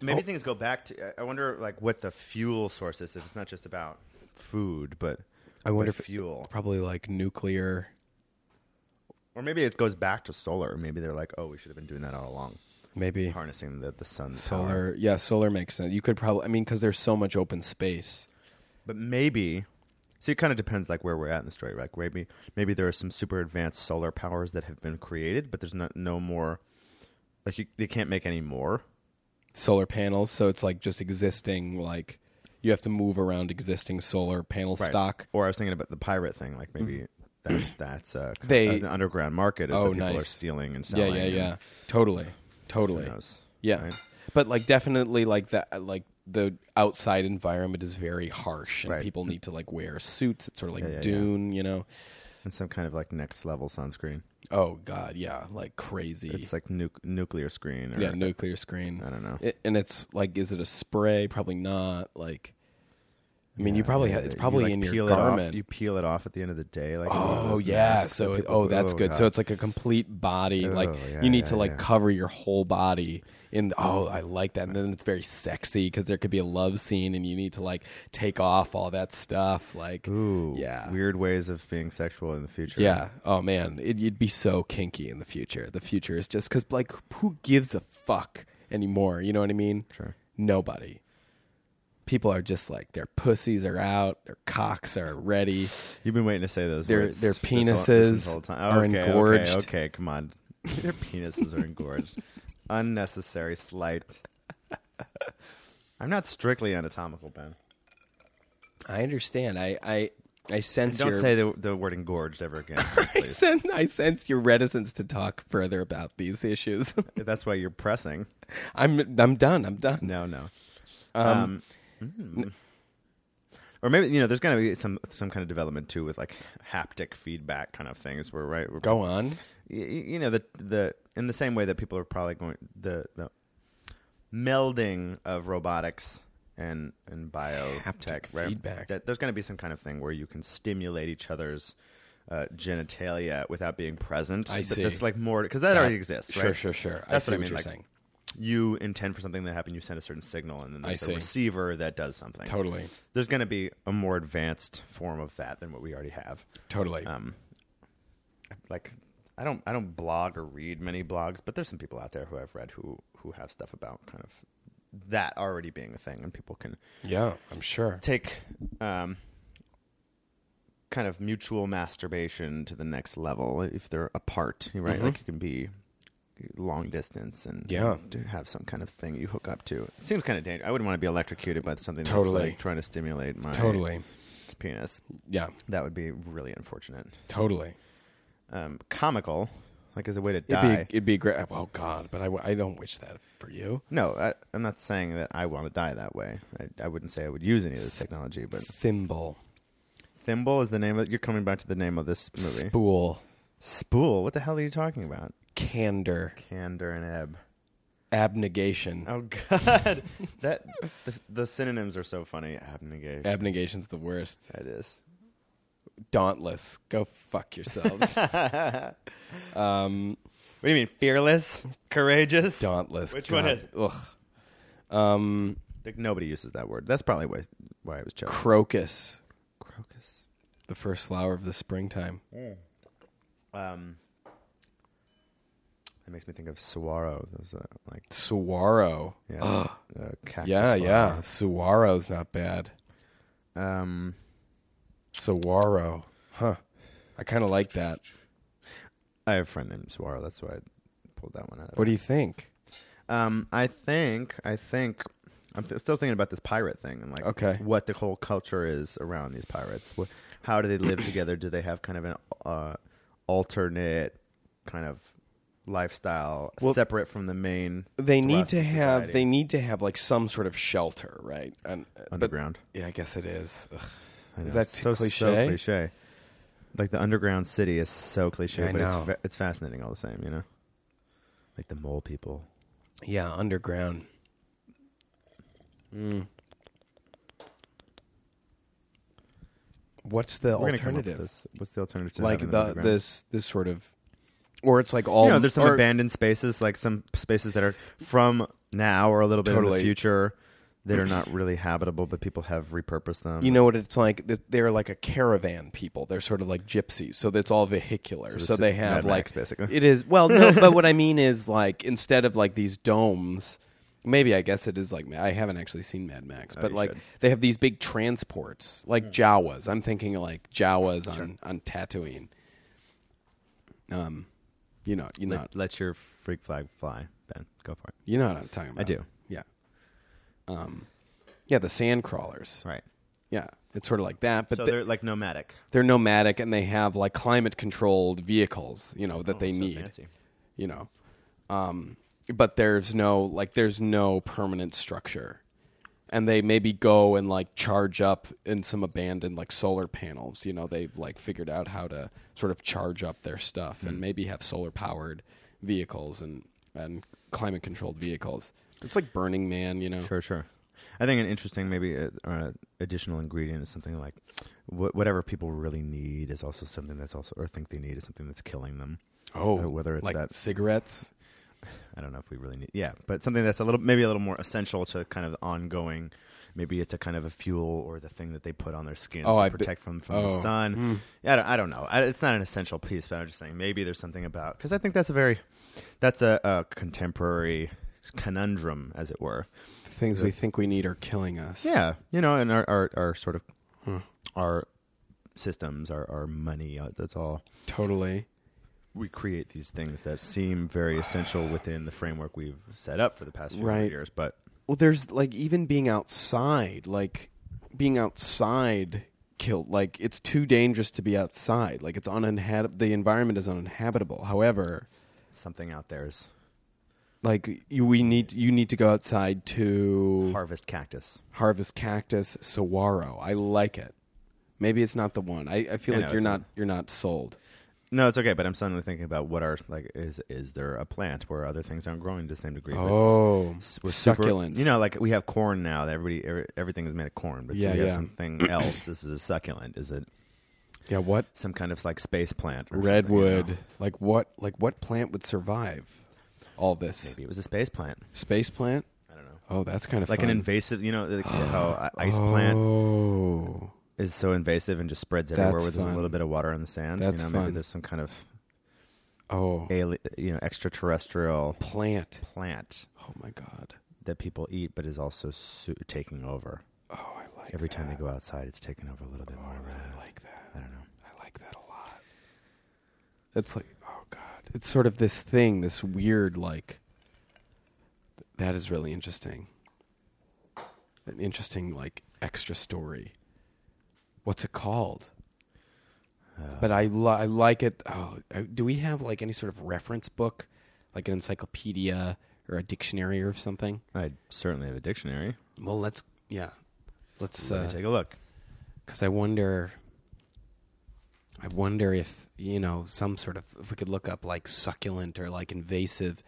E: Oh.
D: Maybe things go back to. I I wonder, like, what the fuel source is. If it's not just about food, but
E: I wonder
D: but
E: if-
D: fuel,
E: Probably like nuclear.
D: or maybe it goes back to solar. Maybe they're like, oh, we should have been doing that all along,
E: Maybe
D: harnessing the the sun's power.
E: solar. Yeah, solar makes sense. You could probably. I mean, because there's so much open space.
D: But maybe. So it kind of depends, like where we're at in the story. Like maybe maybe there are some super advanced solar powers that have been created, but there's not no more. Like you, they can't make any more.
E: solar panels, so it's like just existing like you have to move around existing solar panel stock.
D: Or I was thinking about the pirate thing. Like maybe that's that's uh,
E: Mm-hmm. They-
D: an underground market. Is
E: Oh,
D: that people are
E: nice.
D: stealing and
E: Yeah,
D: selling.
E: yeah,
D: and
E: yeah. Totally.
D: who
E: Totally.
D: knows,
E: Yeah.
D: right?
E: But like definitely like that like the outside environment is very harsh and
D: Right.
E: people need to like wear suits. It's sort of like
D: yeah, yeah.
E: dune, you know.
D: and some kind of like next level sunscreen.
E: Oh god, yeah, like crazy.
D: It's like nu- nuclear screen. Or,
E: yeah, nuclear screen.
D: I don't know.
E: It- and it's like is it a spray? Probably not. Like I mean, you
D: Yeah,
E: probably
D: yeah,
E: ha- it's
D: you,
E: probably
D: like,
E: in your
D: peel it off-
E: garment.
D: you peel it off at the end of the day. Like one of
E: Oh
D: those
E: yeah,
D: masks
E: so
D: that
E: it,
D: people-
E: oh that's good.
D: God.
E: So it's like a complete body. like
D: Oh, yeah,
E: you need
D: yeah,
E: to like
D: yeah.
E: cover your whole body in. Oh, I like that. And then it's very sexy because there could be a love scene, and you need to like take off all that stuff. Like
D: Ooh,
E: yeah,
D: weird ways of being sexual in the future.
E: yeah. Oh man, it, you'd be so kinky in the future. The future is just because like who gives a fuck anymore? You know what I mean?
D: Sure.
E: Nobody. People are just like their pussies are out, their cocks are ready.
D: you've been waiting to say those.
E: Their-
D: words
E: their
D: this whole- this
E: penises
D: whole time.
E: are
D: Okay, okay,
E: engorged.
D: Okay, come on, their penises are engorged. Unnecessary slight. I'm not strictly anatomical, Ben.
E: I understand. I I I
D: And
E: sense
D: don't
E: your
D: say the, the word engorged ever again,
E: I
D: please.
E: sense, I sense your reticence to talk further about these issues.
D: That's why you're pressing.
E: I'm I'm done. I'm done.
D: No, no. Um, mm. Or maybe you know, there's gonna be some some kind of development too with like haptic feedback kind of things. Where right, we're,
E: Go on.
D: y- y- you know the the in the same way that people are probably going the the melding of robotics and and biotech
E: Haptic
D: right
E: feedback.
D: that there's going to be some kind of thing where you can stimulate each other's uh, genitalia without being present
E: I
D: But
E: see.
D: that's like more because that already exists right
E: Sure, sure, sure.
D: that's
E: I see
D: what, I mean
E: you're
D: like,
E: saying.
D: you intend for something to happen you send a certain signal and then
E: I
D: there's
E: see.
D: a receiver that does something
E: Totally,
D: there's going to be a more advanced form of that than what we already have
E: totally.
D: um, like I don't I don't blog or read many blogs, but there's some people out there who I've read who who have stuff about kind of that already being a thing, and people can
E: yeah, I'm sure.
D: take um, kind of mutual masturbation to the next level if they're apart, right? Like you can be long distance and
E: Mm-hmm. Yeah.
D: to have some kind of thing you hook up to. It seems kind of dangerous. I wouldn't want to be electrocuted by something that's
E: Totally.
D: like trying to stimulate my
E: Totally.
D: penis.
E: Yeah,
D: That would be really unfortunate
E: totally.
D: um, comical, like as a way to
E: It'd
D: die.
E: be it'd be great. Oh God, but I, w- I don't wish that for you.
D: no, I, I'm not saying that I want to die that way. I, I wouldn't say I would use any of this technology, but
E: Thimble,
D: thimble is the name of. You're coming back to the name of this movie.
E: spool,
D: Spool. What the hell are you talking about?
E: candor,
D: Candor and ebb.
E: abnegation.
D: Oh God, that the, the synonyms are so funny. Abnegation.
E: Abnegation's the worst.
D: that is.
E: Dauntless. Go fuck yourselves. um,
D: What do you mean? Fearless, courageous.
E: dauntless.
D: Which one
E: God.
D: is it?
E: Ugh. Um,
D: Like nobody uses that word. That's probably why why I was choking.
E: crocus.
D: Crocus.
E: the first flower of the springtime.
D: Um, It Um, makes me think of Saguaro. Those uh, like
E: Saguaro.
D: yeah, uh, cactus
E: Yeah, yeah.
D: flower.
E: Saguaro's not bad.
D: Um,
E: Saguaro. Huh. I kind of like that.
D: I have a friend named Saguaro. That's why I pulled that one out.
E: What do you think?
D: Um, I think I think I'm th- still thinking about this pirate thing and like
E: Okay.
D: what the whole culture is around these pirates. What, how do they live together? Do they have kind of an uh, alternate kind of lifestyle
E: Well,
D: separate from the main?
E: They need
D: thrust
E: to
D: of
E: have
D: society?
E: they need to have like some sort of shelter, right? And uh, but-
D: underground.
E: yeah, I guess it is. Ugh.
D: I
E: Is
D: know,
E: that
D: it's
E: too
D: so,
E: cliche?
D: So cliche. Like the underground city is so cliche,
E: I
D: but it's
E: know.
D: fa- it's fascinating all the same. You know, like the mole people.
E: Yeah, underground. Hmm. What's the
D: We're gonna come up with
E: alternative?
D: this. What's the alternative? To
E: Like
D: having an
E: the
D: underground?
E: this this sort of, or it's like all
D: you know, there's some
E: or-
D: abandoned spaces, like some spaces that are from now or a little bit in
E: Totally.
D: the future that are not really habitable, but people have repurposed them.
E: You know what it's like? Th- They're like a caravan people. They're sort of like gypsies, so that's all vehicular. So,
D: it's
E: they
D: Mad
E: have
D: Max,
E: like
D: basically.
E: it is well, no, but what I mean is like instead of like these domes, maybe I guess it is like I haven't actually seen Mad Max, but
D: Oh, you
E: like
D: should.
E: they have these big transports
D: Hmm.
E: like Jawas. I'm thinking like Jawas on on Tatooine. Um, you know, you are
D: let,
E: not
D: let your freak flag fly, Ben. Go for it.
E: you know what I'm talking about.
D: do.
E: Yeah. Um, yeah, the sand crawlers.
D: Right.
E: Yeah, it's sort of like that, but
D: so
E: the-
D: they're like nomadic.
E: they're nomadic and they have like climate controlled vehicles you know that they
D: Oh, so
E: need
D: fancy.
E: you know um, but there's no like there's no permanent structure and they maybe go and like charge up in some abandoned like solar panels you know they've like figured out how to sort of charge up their stuff
D: Hmm.
E: and maybe have solar powered vehicles and and climate controlled vehicles it's like burning man you know
D: Sure, sure. I think an interesting, maybe uh, uh, additional ingredient is something like wh- whatever people really need is also something that's also or think they need is something that's killing them.
E: oh
D: Uh, whether it's
E: like
D: that-
E: cigarettes
D: I don't know if we really need, yeah, but something that's a little, maybe a little more essential to kind of the ongoing. Maybe it's a kind of a fuel or the thing that they put on their skin
E: Oh,
D: to
E: I be-
D: protect from from
E: oh,
D: the sun. Yeah, I don't, I don't know. I, it's not an essential piece, but I'm just saying maybe there's something about because I think that's a very, that's a, a contemporary conundrum, as it were.
E: the things we think we need are killing us
D: Yeah, you know, and our our, our sort of
E: Hmm.
D: our systems, our our money, uh, that's all.
E: totally
D: We create these things that seem very essential within the framework we've set up for the past few hundred
E: Right.
D: years, but
E: well there's like even being outside like being outside killed like it's too dangerous to be outside like it's uninhab the environment is uninhabitable however
D: something out there is
E: like you, we need you need to go outside to
D: harvest cactus.
E: harvest cactus saguaro i like it maybe it's not the one i, I feel
D: I
E: like
D: know,
E: you're
D: it's
E: not
D: not.
E: you're not sold
D: No, it's okay, but I'm suddenly thinking about what are like is is there a plant where other things aren't growing to the same degree? but it's-
E: Oh,
D: s- we're super-
E: succulents.
D: you know, like we have corn now. That everybody every, everything is made of corn, but
E: Yeah,
D: do we
E: yeah.
D: have something else. This is a succulent. Is it
E: yeah what
D: some kind of like space plant? or something, you
E: redwood
D: know?
E: like what like what plant would survive all this
D: Maybe it was a space plant.
E: space plant
D: I don't know.
E: oh that's kind of
D: Like
E: fun.
D: an invasive, you know, like how a ice plant
E: Oh.
D: is so invasive and just spreads everywhere
E: That's
D: with just a little
E: fun.
D: bit of water in the sand.
E: That's
D: you know,
E: fun.
D: maybe there's some kind of
E: Oh.
D: ali- you know extraterrestrial
E: plant.
D: plant
E: Oh my god.
D: that people eat, but is also su- taking over.
E: Oh, I like
D: Every time they
E: that.
D: go outside, it's taking over a little bit more. than that.
E: I like that.
D: I don't know.
E: I like that a lot. It's like oh god. It's sort of this thing, this weird like that is really interesting. An interesting like extra story. What's it called? but I li- I like it. Oh, uh, do we have like any sort of reference book, like an encyclopedia or a dictionary or something?
D: I certainly have a dictionary.
E: Well, let's yeah, let's
D: Let me take a look.
E: because I wonder, I wonder if you know some sort of if we could look up like succulent or like invasive.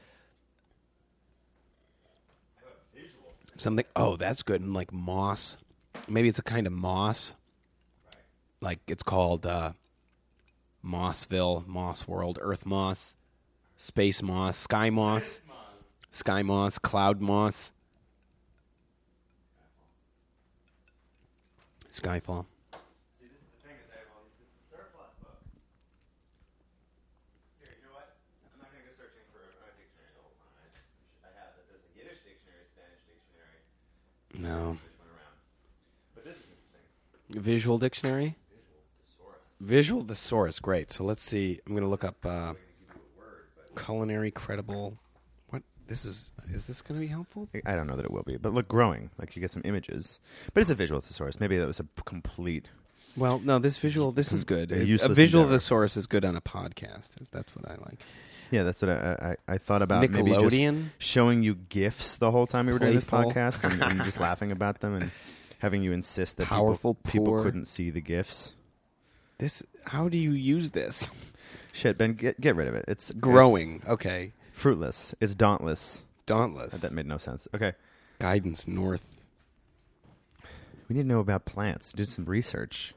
E: Something. Oh, that's good. And like moss, maybe it's a kind of moss. Like it's called uh, Mossville, Moss World, Earth Moss, Space Moss, Sky Moss, Sky Moss, Cloud Moss, Skyfall.
D: Here, you know what? I'm not going to go searching for
E: No. Visual dictionary? Visual thesaurus. Great. So let's see. I'm going to look up uh, culinary credible. What? This is. Is this going to be helpful?
D: I don't know that it will be, but look, growing. Like you get some images, but it's a visual thesaurus. Maybe that was a p- complete.
E: Well, no. This visual. This is good.
D: A
E: A,
D: useless
E: visual
D: endeavor.
E: thesaurus is good on a podcast. That's what I like.
D: Yeah, that's what I I, I thought about. Maybe just
E: Nickelodeon?
D: showing you gifs the whole time we were doing this
E: Playful.
D: podcast and, and just laughing about them and having you insist that
E: Powerful,
D: people, people
E: poor.
D: couldn't see the gifs.
E: This. How do you use this?
D: Shit, Ben, get get rid of it. It's
E: Growing. Okay.
D: it's fruitless. It's dauntless.
E: Dauntless.
D: That made no sense. Okay,
E: Guidance north.
D: we need to know about plants. Do some research.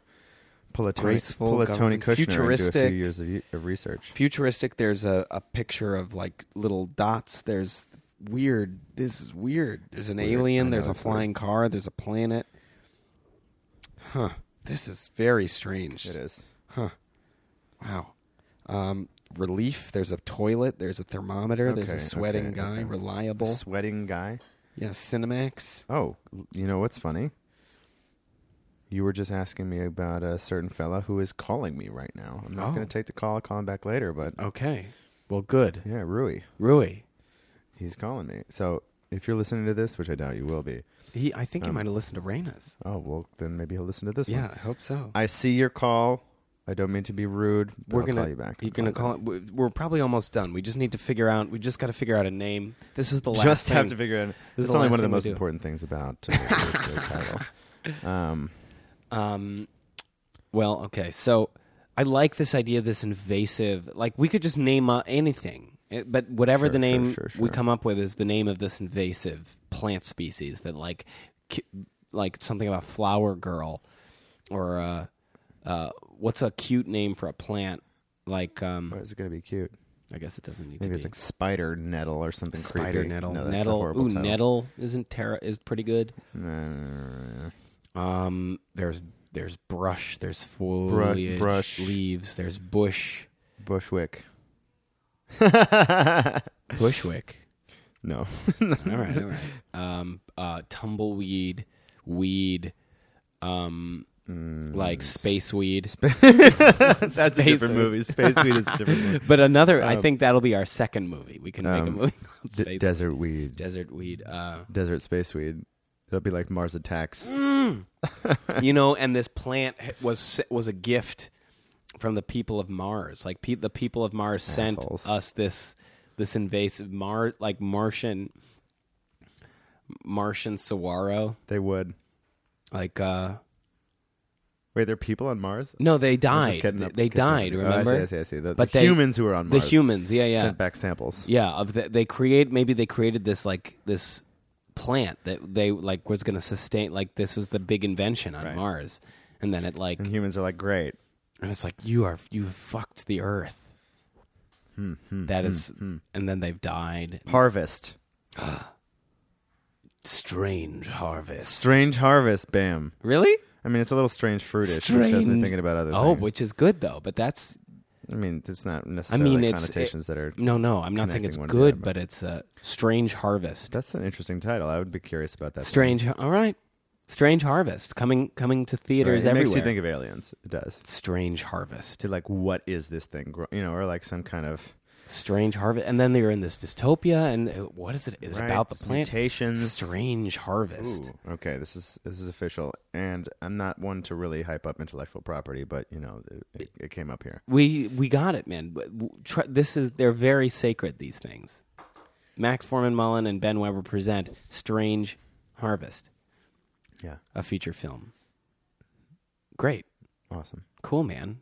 D: Pull a Tony,
E: Graceful,
D: pull a Tony
E: governing-
D: Kushner and do a
E: futuristic.
D: few years of, y- of research.
E: futuristic there's a, a picture of like little dots there's weird this is weird there's an
D: Weird. I
E: alien
D: know,
E: there's a
D: it's
E: flying car there's a planet huh this is very strange
D: It is.
E: wow um, relief there's a toilet there's a thermometer there's a
D: Okay,
E: sweating
D: okay,
E: guy
D: okay.
E: reliable
D: Sweating guy.
E: yeah cinemax
D: Oh, l- you know what's funny? You were just asking me about a certain fella who is calling me right now. I'm not
E: Oh.
D: going to take the call. I'll call him back later, but
E: okay well good
D: yeah, Rui,
E: rui
D: he's calling me. So if you're listening to this, which I doubt you will be,
E: he i think he
D: Um,
E: might have listened to reina's
D: oh well, then maybe he'll listen to this
E: yeah
D: one.
E: i hope so
D: I see your call. I don't mean to be rude. But
E: we're
D: I'll
E: gonna
D: call you back.
E: You're gonna call it. we- We're probably almost done. We just need to figure out. We just got to figure out a name. This is the last.
D: Just
E: thing.
D: have to figure it out.
E: This is
D: It's
E: the
D: only
E: last
D: one of the
E: thing we
D: most
E: do.
D: important things about uh, is the title. Um,
E: Um, well, okay. So I like this idea. of This invasive. Like we could just name uh, anything, It- but whatever
D: Sure,
E: the
D: sure,
E: name
D: sure, sure.
E: we come up with is the name of this invasive plant species that like, ki- like something about flower girl, or uh, uh, what's a cute name for a plant? Like, um,
D: why is it gonna be cute?
E: I guess it doesn't need
D: Maybe
E: to
D: it's
E: be.
D: like spider nettle or something creepy.
E: Spider nettle,
D: No, that's a
E: nettle.
D: horrible
E: Ooh,
D: title.
E: nettle isn't terra is pretty good.
D: Uh,
E: Um, there's there's brush, there's foliage,
D: brush.
E: leaves, there's bush,
D: Bushwick.
E: bushwick.
D: No.
E: all right, all right. Um, uh, tumbleweed, weed, um, like space weed.
D: Mm. That's a
E: Space
D: different
E: Weed.
D: movie. Space Weed is a different movie.
E: But another, I think that'll be our second movie. We can make a
D: um,
E: movie called
D: D-
E: space
D: desert weed.
E: desert weed. Uh,
D: desert space weed. It'll be like Mars Attacks.
E: you know, and this plant was was a gift from the people of Mars. Like pe- the people of Mars sent
D: Assholes.
E: us this this invasive Mar like Martian Martian saguaro.
D: They would.
E: Like uh
D: Wait, there are people on Mars?
E: no, they
D: I'm
E: died.
D: just kidding.
E: They,
D: I'm
E: they
D: kidding.
E: died. Remember?
D: Oh, I see, I see, I see. The, the
E: But they-
D: humans who were on
E: the
D: Mars
E: humans. Yeah, yeah.
D: sent back samples.
E: Yeah, of the, they create maybe they created this like this plant that they like was going to sustain like this was the big invention on Mars, and then it like
D: And humans are like, great.
E: and it's like you are you have fucked the earth.
D: Hmm,
E: That is, and then they've died.
D: Harvest.
E: Strange harvest.
D: Strange harvest. Bam.
E: Really?
D: I mean, it's a little strange fruitish, which has me
E: Strange.
D: thinking about other
E: Oh,
D: things.
E: which is good though. But that's
D: I mean, it's not
E: I
D: necessarily
E: mean, it's
D: connotations
E: it-
D: that are.
E: no, no. I'm not saying
D: connecting
E: it's
D: one to the
E: good,
D: other.
E: but it's a strange harvest.
D: That's an interesting title. I would be curious about that.
E: Strange. All right. Strange harvest coming coming to theaters
D: Right. It
E: everywhere.
D: makes you think of aliens. It does.
E: strange harvest.
D: To like, what is this thing? gro- You know, or like some kind of
E: strange harvest and then they're in this dystopia and uh, what is it is
D: Right,
E: it about the
D: it's
E: plant
D: mutations.
E: strange harvest
D: Ooh, okay, this is this is official, and I'm not one to really hype up intellectual property, but you know, it, it, it came up here.
E: we we got it man W- w- tr- this is they're very sacred these things max forman mullen and ben weber present strange harvest
D: Yeah,
E: a feature film great
D: awesome.
E: cool man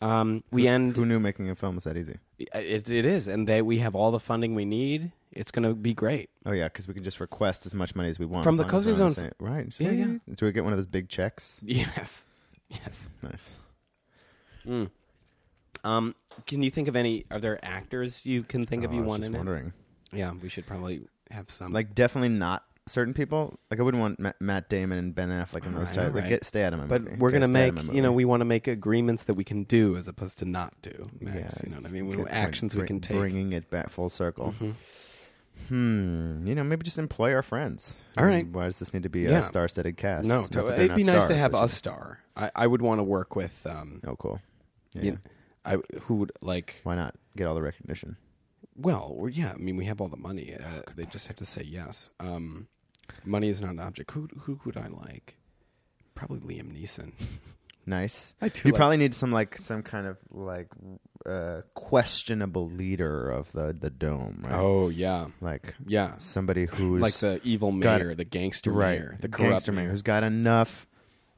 E: um we
D: Who-
E: end uh,
D: Who knew making a film was that easy?
E: it, it is and they we have all the funding we need it's gonna be great
D: Oh yeah, because we can just request as much money as we want
E: From
D: as
E: the
D: long as we're
E: Cozy
D: on the
E: Zone
D: same- right?
E: Yeah, yeah.
D: sweet. Do we get one of those big checks?
E: yes yes
D: Nice. Hmm.
E: Um, can you think of any? Are there actors you can think
D: Oh,
E: of? You
D: I was
E: want
D: just
E: in it?
D: wondering.
E: Yeah, we should probably have some.
D: Like, definitely not certain people. Like, I wouldn't want Matt, Matt Damon and Ben Affleck in those
E: Alright,
D: titles. Like,
E: alright.
D: get stay out of my
E: but
D: movie.
E: we're
D: Okay,
E: gonna
D: stay out
E: make
D: of my
E: you know
D: movie.
E: we want to make agreements that we can do as opposed to not do. Max,
D: Yeah,
E: you know what I mean? We Mm-hmm.
D: Good
E: want
D: point.
E: actions we
D: Bring-
E: can take.
D: Bringing it back full circle. hmm, you know, maybe just employ our friends. I
E: All
D: mean,
E: right.
D: Why does this need to be
E: Yeah.
D: a star-studded cast?
E: No,
D: Not
E: no,
D: that they're
E: it'd
D: not
E: be nice to
D: stars,
E: have
D: but
E: a
D: just-
E: star. I, I would want to work with um,
D: Oh, cool. Yeah.
E: you- I who would like
D: Why not get all the recognition?
E: well or yeah. I mean, we have all the money. Uh, they just have to say yes. Um, money is not an object. Who who would I like? Probably Liam Neeson.
D: Nice.
E: I do
D: You
E: like-
D: probably need some like some kind of like uh, questionable leader of the the dome, right?
E: Oh yeah,
D: like
E: yeah.
D: somebody who's
E: Like the evil
D: got it.
E: mayor, the gangster
D: right,
E: mayor, the corrupt
D: gangster man who's got enough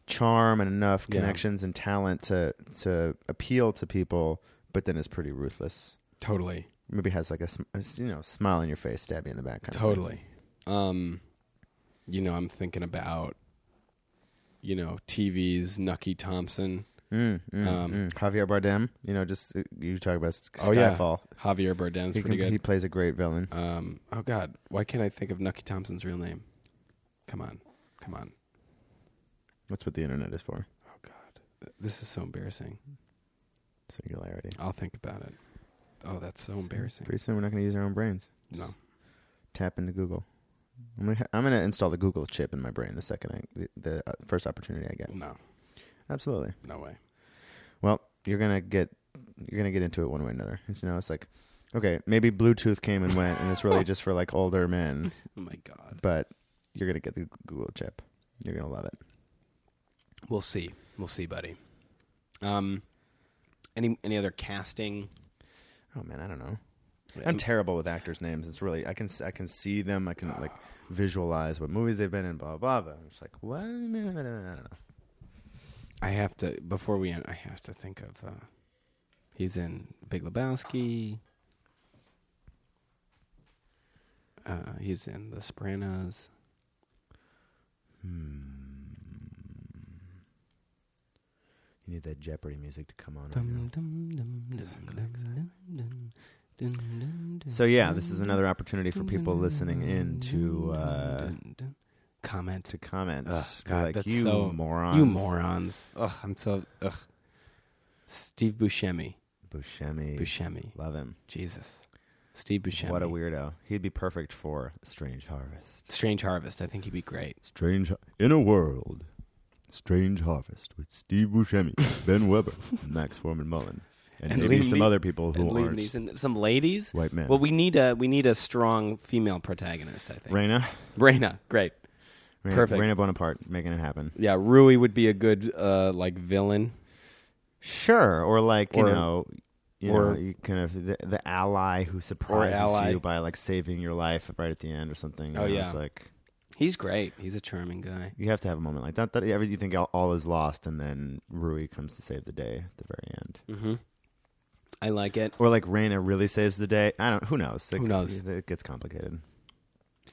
D: charm and enough
E: Yeah.
D: connections and talent to to appeal to people, but then is pretty ruthless.
E: Totally,
D: Maybe has like a, sm- a s- you know smile on your face, stab you in the back. Kind Of
E: totally. Um, you know, I'm thinking about you know TV's Nucky Thompson.
D: thing. mm, mm,
E: Um,
D: mm. Javier Bardem, you know, just uh, you talk about S-
E: Oh, yeah.
D: Skyfall.
E: Javier Bardem's
D: he,
E: pretty
D: can-
E: good.
D: he plays a great villain.
E: Um, oh God, why can't I think of Nucky Thompson's real name? Come on, come on.
D: That's what the internet is for.
E: Oh God, this is so embarrassing.
D: Singularity.
E: I'll think about it. Oh, that's so embarrassing.
D: Pretty soon, we're not going to use our own brains.
E: No,
D: Tap into Google. I'm gonna, I'm gonna install the Google chip in my brain the second I the- the uh, first opportunity I get.
E: no,
D: Absolutely.
E: no way.
D: Well, you're gonna get you're gonna get into it one way or another. It's, you know, it's like okay, maybe Bluetooth came and went, and it's really just for like older men.
E: Oh my God.
D: But you're gonna get the Google chip. You're gonna love it.
E: We'll see. We'll see, buddy. Um, any any other casting?
D: Oh man, I don't know. I'm terrible with actors' names. It's really I can s- I can see them. I can like visualize what movies they've been in. Blah blah blah. It's like what? I don't know.
E: I have to before we end. I have to think of. Uh, he's in Big Lebowski. Uh, he's in The Sopranos.
D: Hmm. You need that Jeopardy music to come on.
G: Dum, dum, dum, dum, dum, dum, dum, dum, dum, dum,
D: So yeah, this
G: dum,
D: is another opportunity for
G: dum,
D: people
G: dum,
D: listening in to
G: dum, dum,
D: uh,
G: dum, dum. comment.
D: to comment.
G: Ugh,
D: Be
G: God,
D: like
G: that's
D: you
G: so-
D: morons,
G: You morons. Ugh, I'm so ugh. Steve Buscemi.
D: Buscemi,
G: Buscemi.
D: love him.
G: Jesus. Steve Buscemi.
D: What a weirdo. He'd be perfect for Strange Harvest.
G: Strange Harvest. I think he'd be great.
D: Strange in a world. Strange Harvest with Steve Buscemi, Ben Weber, Max Foreman Mullen, and,
G: And
D: maybe
G: Liam
D: some
G: Nee-
D: other people who
G: and Liam
D: aren't
G: Neeson. Some ladies.
D: white men.
G: Well, we need a we need a strong female protagonist. I think.
D: Raina,
G: Raina. Great.
D: Raina,
E: Perfect.
D: Raina Bonaparte making it happen.
E: Yeah, Rui would be a good uh, like villain.
D: Sure, or like you
E: Or-
D: know, you
E: or-
D: know, you kind of the, the ally who surprises
E: ally.
D: you by like saving your life right at the end or something. you
E: Oh,
D: know,
E: yeah.
D: it's like
G: He's great. He's a charming guy.
D: you have to have a moment like that. That every- you think all, all is lost, and then Rui comes to save the day at the very end,
G: Mm-hmm. I like it.
D: or like Raina really saves the day. I don't. Who knows? It,
E: Who knows?
D: It gets complicated.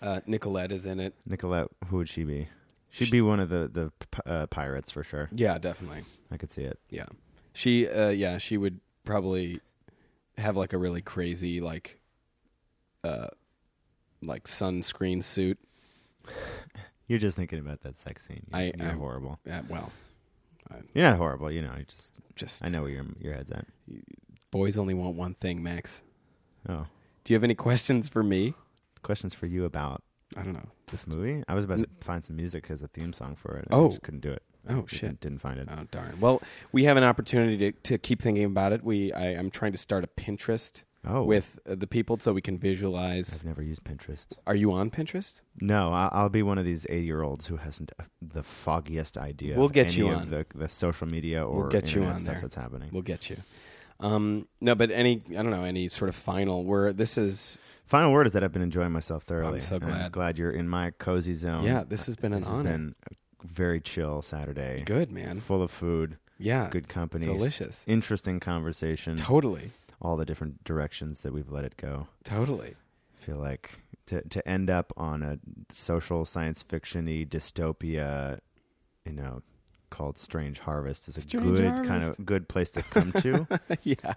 E: Uh, Nicolette is in it.
D: Nicolette, who would she be? She'd be one of the the p- uh, pirates for sure.
E: Yeah, definitely.
D: I could see it.
E: Yeah, she. Uh, yeah, she would probably have like a really crazy like, uh, like sunscreen suit.
D: You're just thinking about that sex scene. You're,
E: I-
D: you're
E: I'm-
D: horrible.
E: Uh, well,
D: You're not horrible. You know. You just.
E: just
D: I know where your your head's at.
E: boys only want one thing, Max.
D: Oh.
E: Do you have any questions for me?
D: questions for you about
E: I don't know.
D: this movie. I was about to find some music as a theme song for it. I
E: Oh.
D: just couldn't do it.
E: Oh,
D: I
E: shit.
D: Didn't find it.
E: Oh darn. Well, we have an opportunity to, to keep thinking about it. We I, I'm trying to start a Pinterest
D: Oh,
E: with uh, the people so we can visualize.
D: I've never used Pinterest.
E: Are you on Pinterest?
D: No, I- I'll be one of these eighty-year-olds who hasn't uh, the foggiest idea.
E: We'll
D: of
E: get you
D: any of
E: on.
D: the, the social media or
E: We'll get you on
D: internet stuff
E: there.
D: that's happening.
E: We'll get you. Um, no, but any I don't know any sort of final where this is.
D: Final word is that I've been enjoying myself thoroughly.
E: so
D: and
E: glad.
D: you're in my cozy zone.
E: yeah, this has been an
D: Oh, This has
E: honor.
D: been a very chill Saturday.
E: Good man.
D: Full of food,
E: Yeah,
D: good Mm. company,
E: delicious.
D: interesting conversation,
E: Totally,
D: all the different directions that we've let it go.
E: totally.
D: feel like to to end up on a social science fictiony dystopia, you know, called Strange Harvest is a
E: Strange
D: good kind of good place to come to,
E: yeah,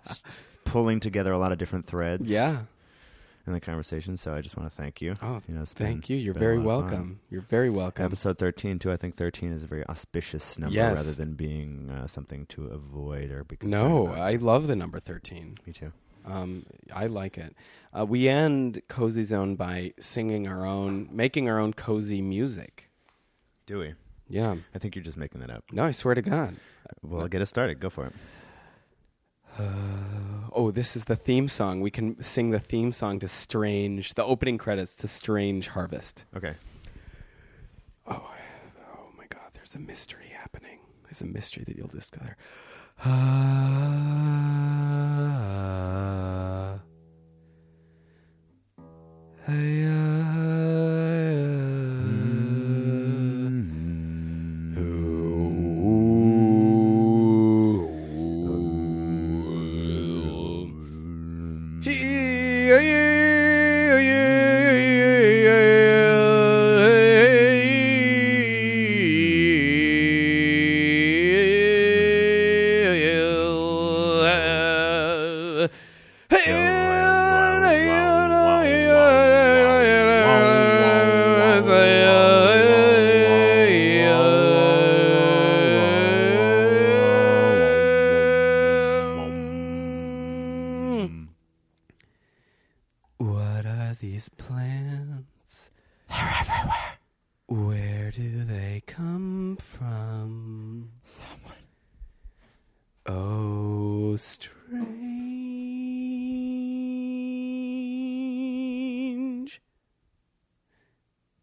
D: pulling together a lot of different threads
E: yeah.
D: in the conversation. So I just want to thank you.
E: Oh,
D: You know, it's
E: thank
D: been-
E: you. You're
D: been a
E: very
D: lot of fun.
E: welcome. You're very welcome.
D: Episode thirteen too. I think thirteen is a very auspicious number
E: Yes.
D: rather than being uh, something to avoid or be concerned
E: no,
D: about.
E: I love the number thirteen.
D: me too.
E: Um, I like it. Uh, we end Cozy Zone by singing our own, making our own cozy music.
D: Do we?
E: Yeah.
D: I think you're just making that up.
E: No, I swear to God. Uh,
D: Well, get us started. Go for it.
E: Oh, this is the theme song. We can sing the theme song to Strange, the opening credits to Strange Harvest.
D: Okay.
E: Oh my God, there's a mystery happening. There's a mystery that you'll discover. Ah. Hey, ah, ah. What are these plants? They're everywhere. Where do they come from? Someone. Oh, strange.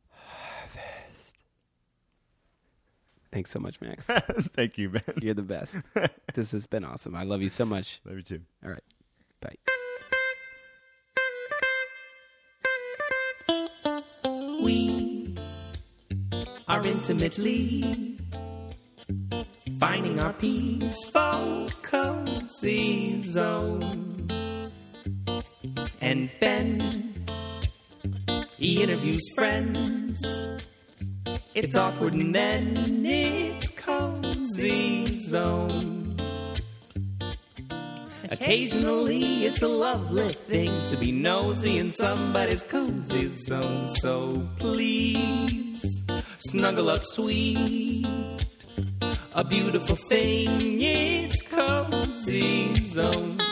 E: Harvest. Thanks so much, Max.
D: Thank you, man.
E: You're the best. This has been awesome. I love you so much.
D: Love you too.
E: All right. Bye.
J: We are intimately finding our peaceful, cozy zone. And Ben, he interviews friends. It's awkward and then it's cozy zone. Occasionally, it's a lovely thing to be nosy in somebody's cozy zone. So please, snuggle up sweet. A beautiful thing, it's cozy zone.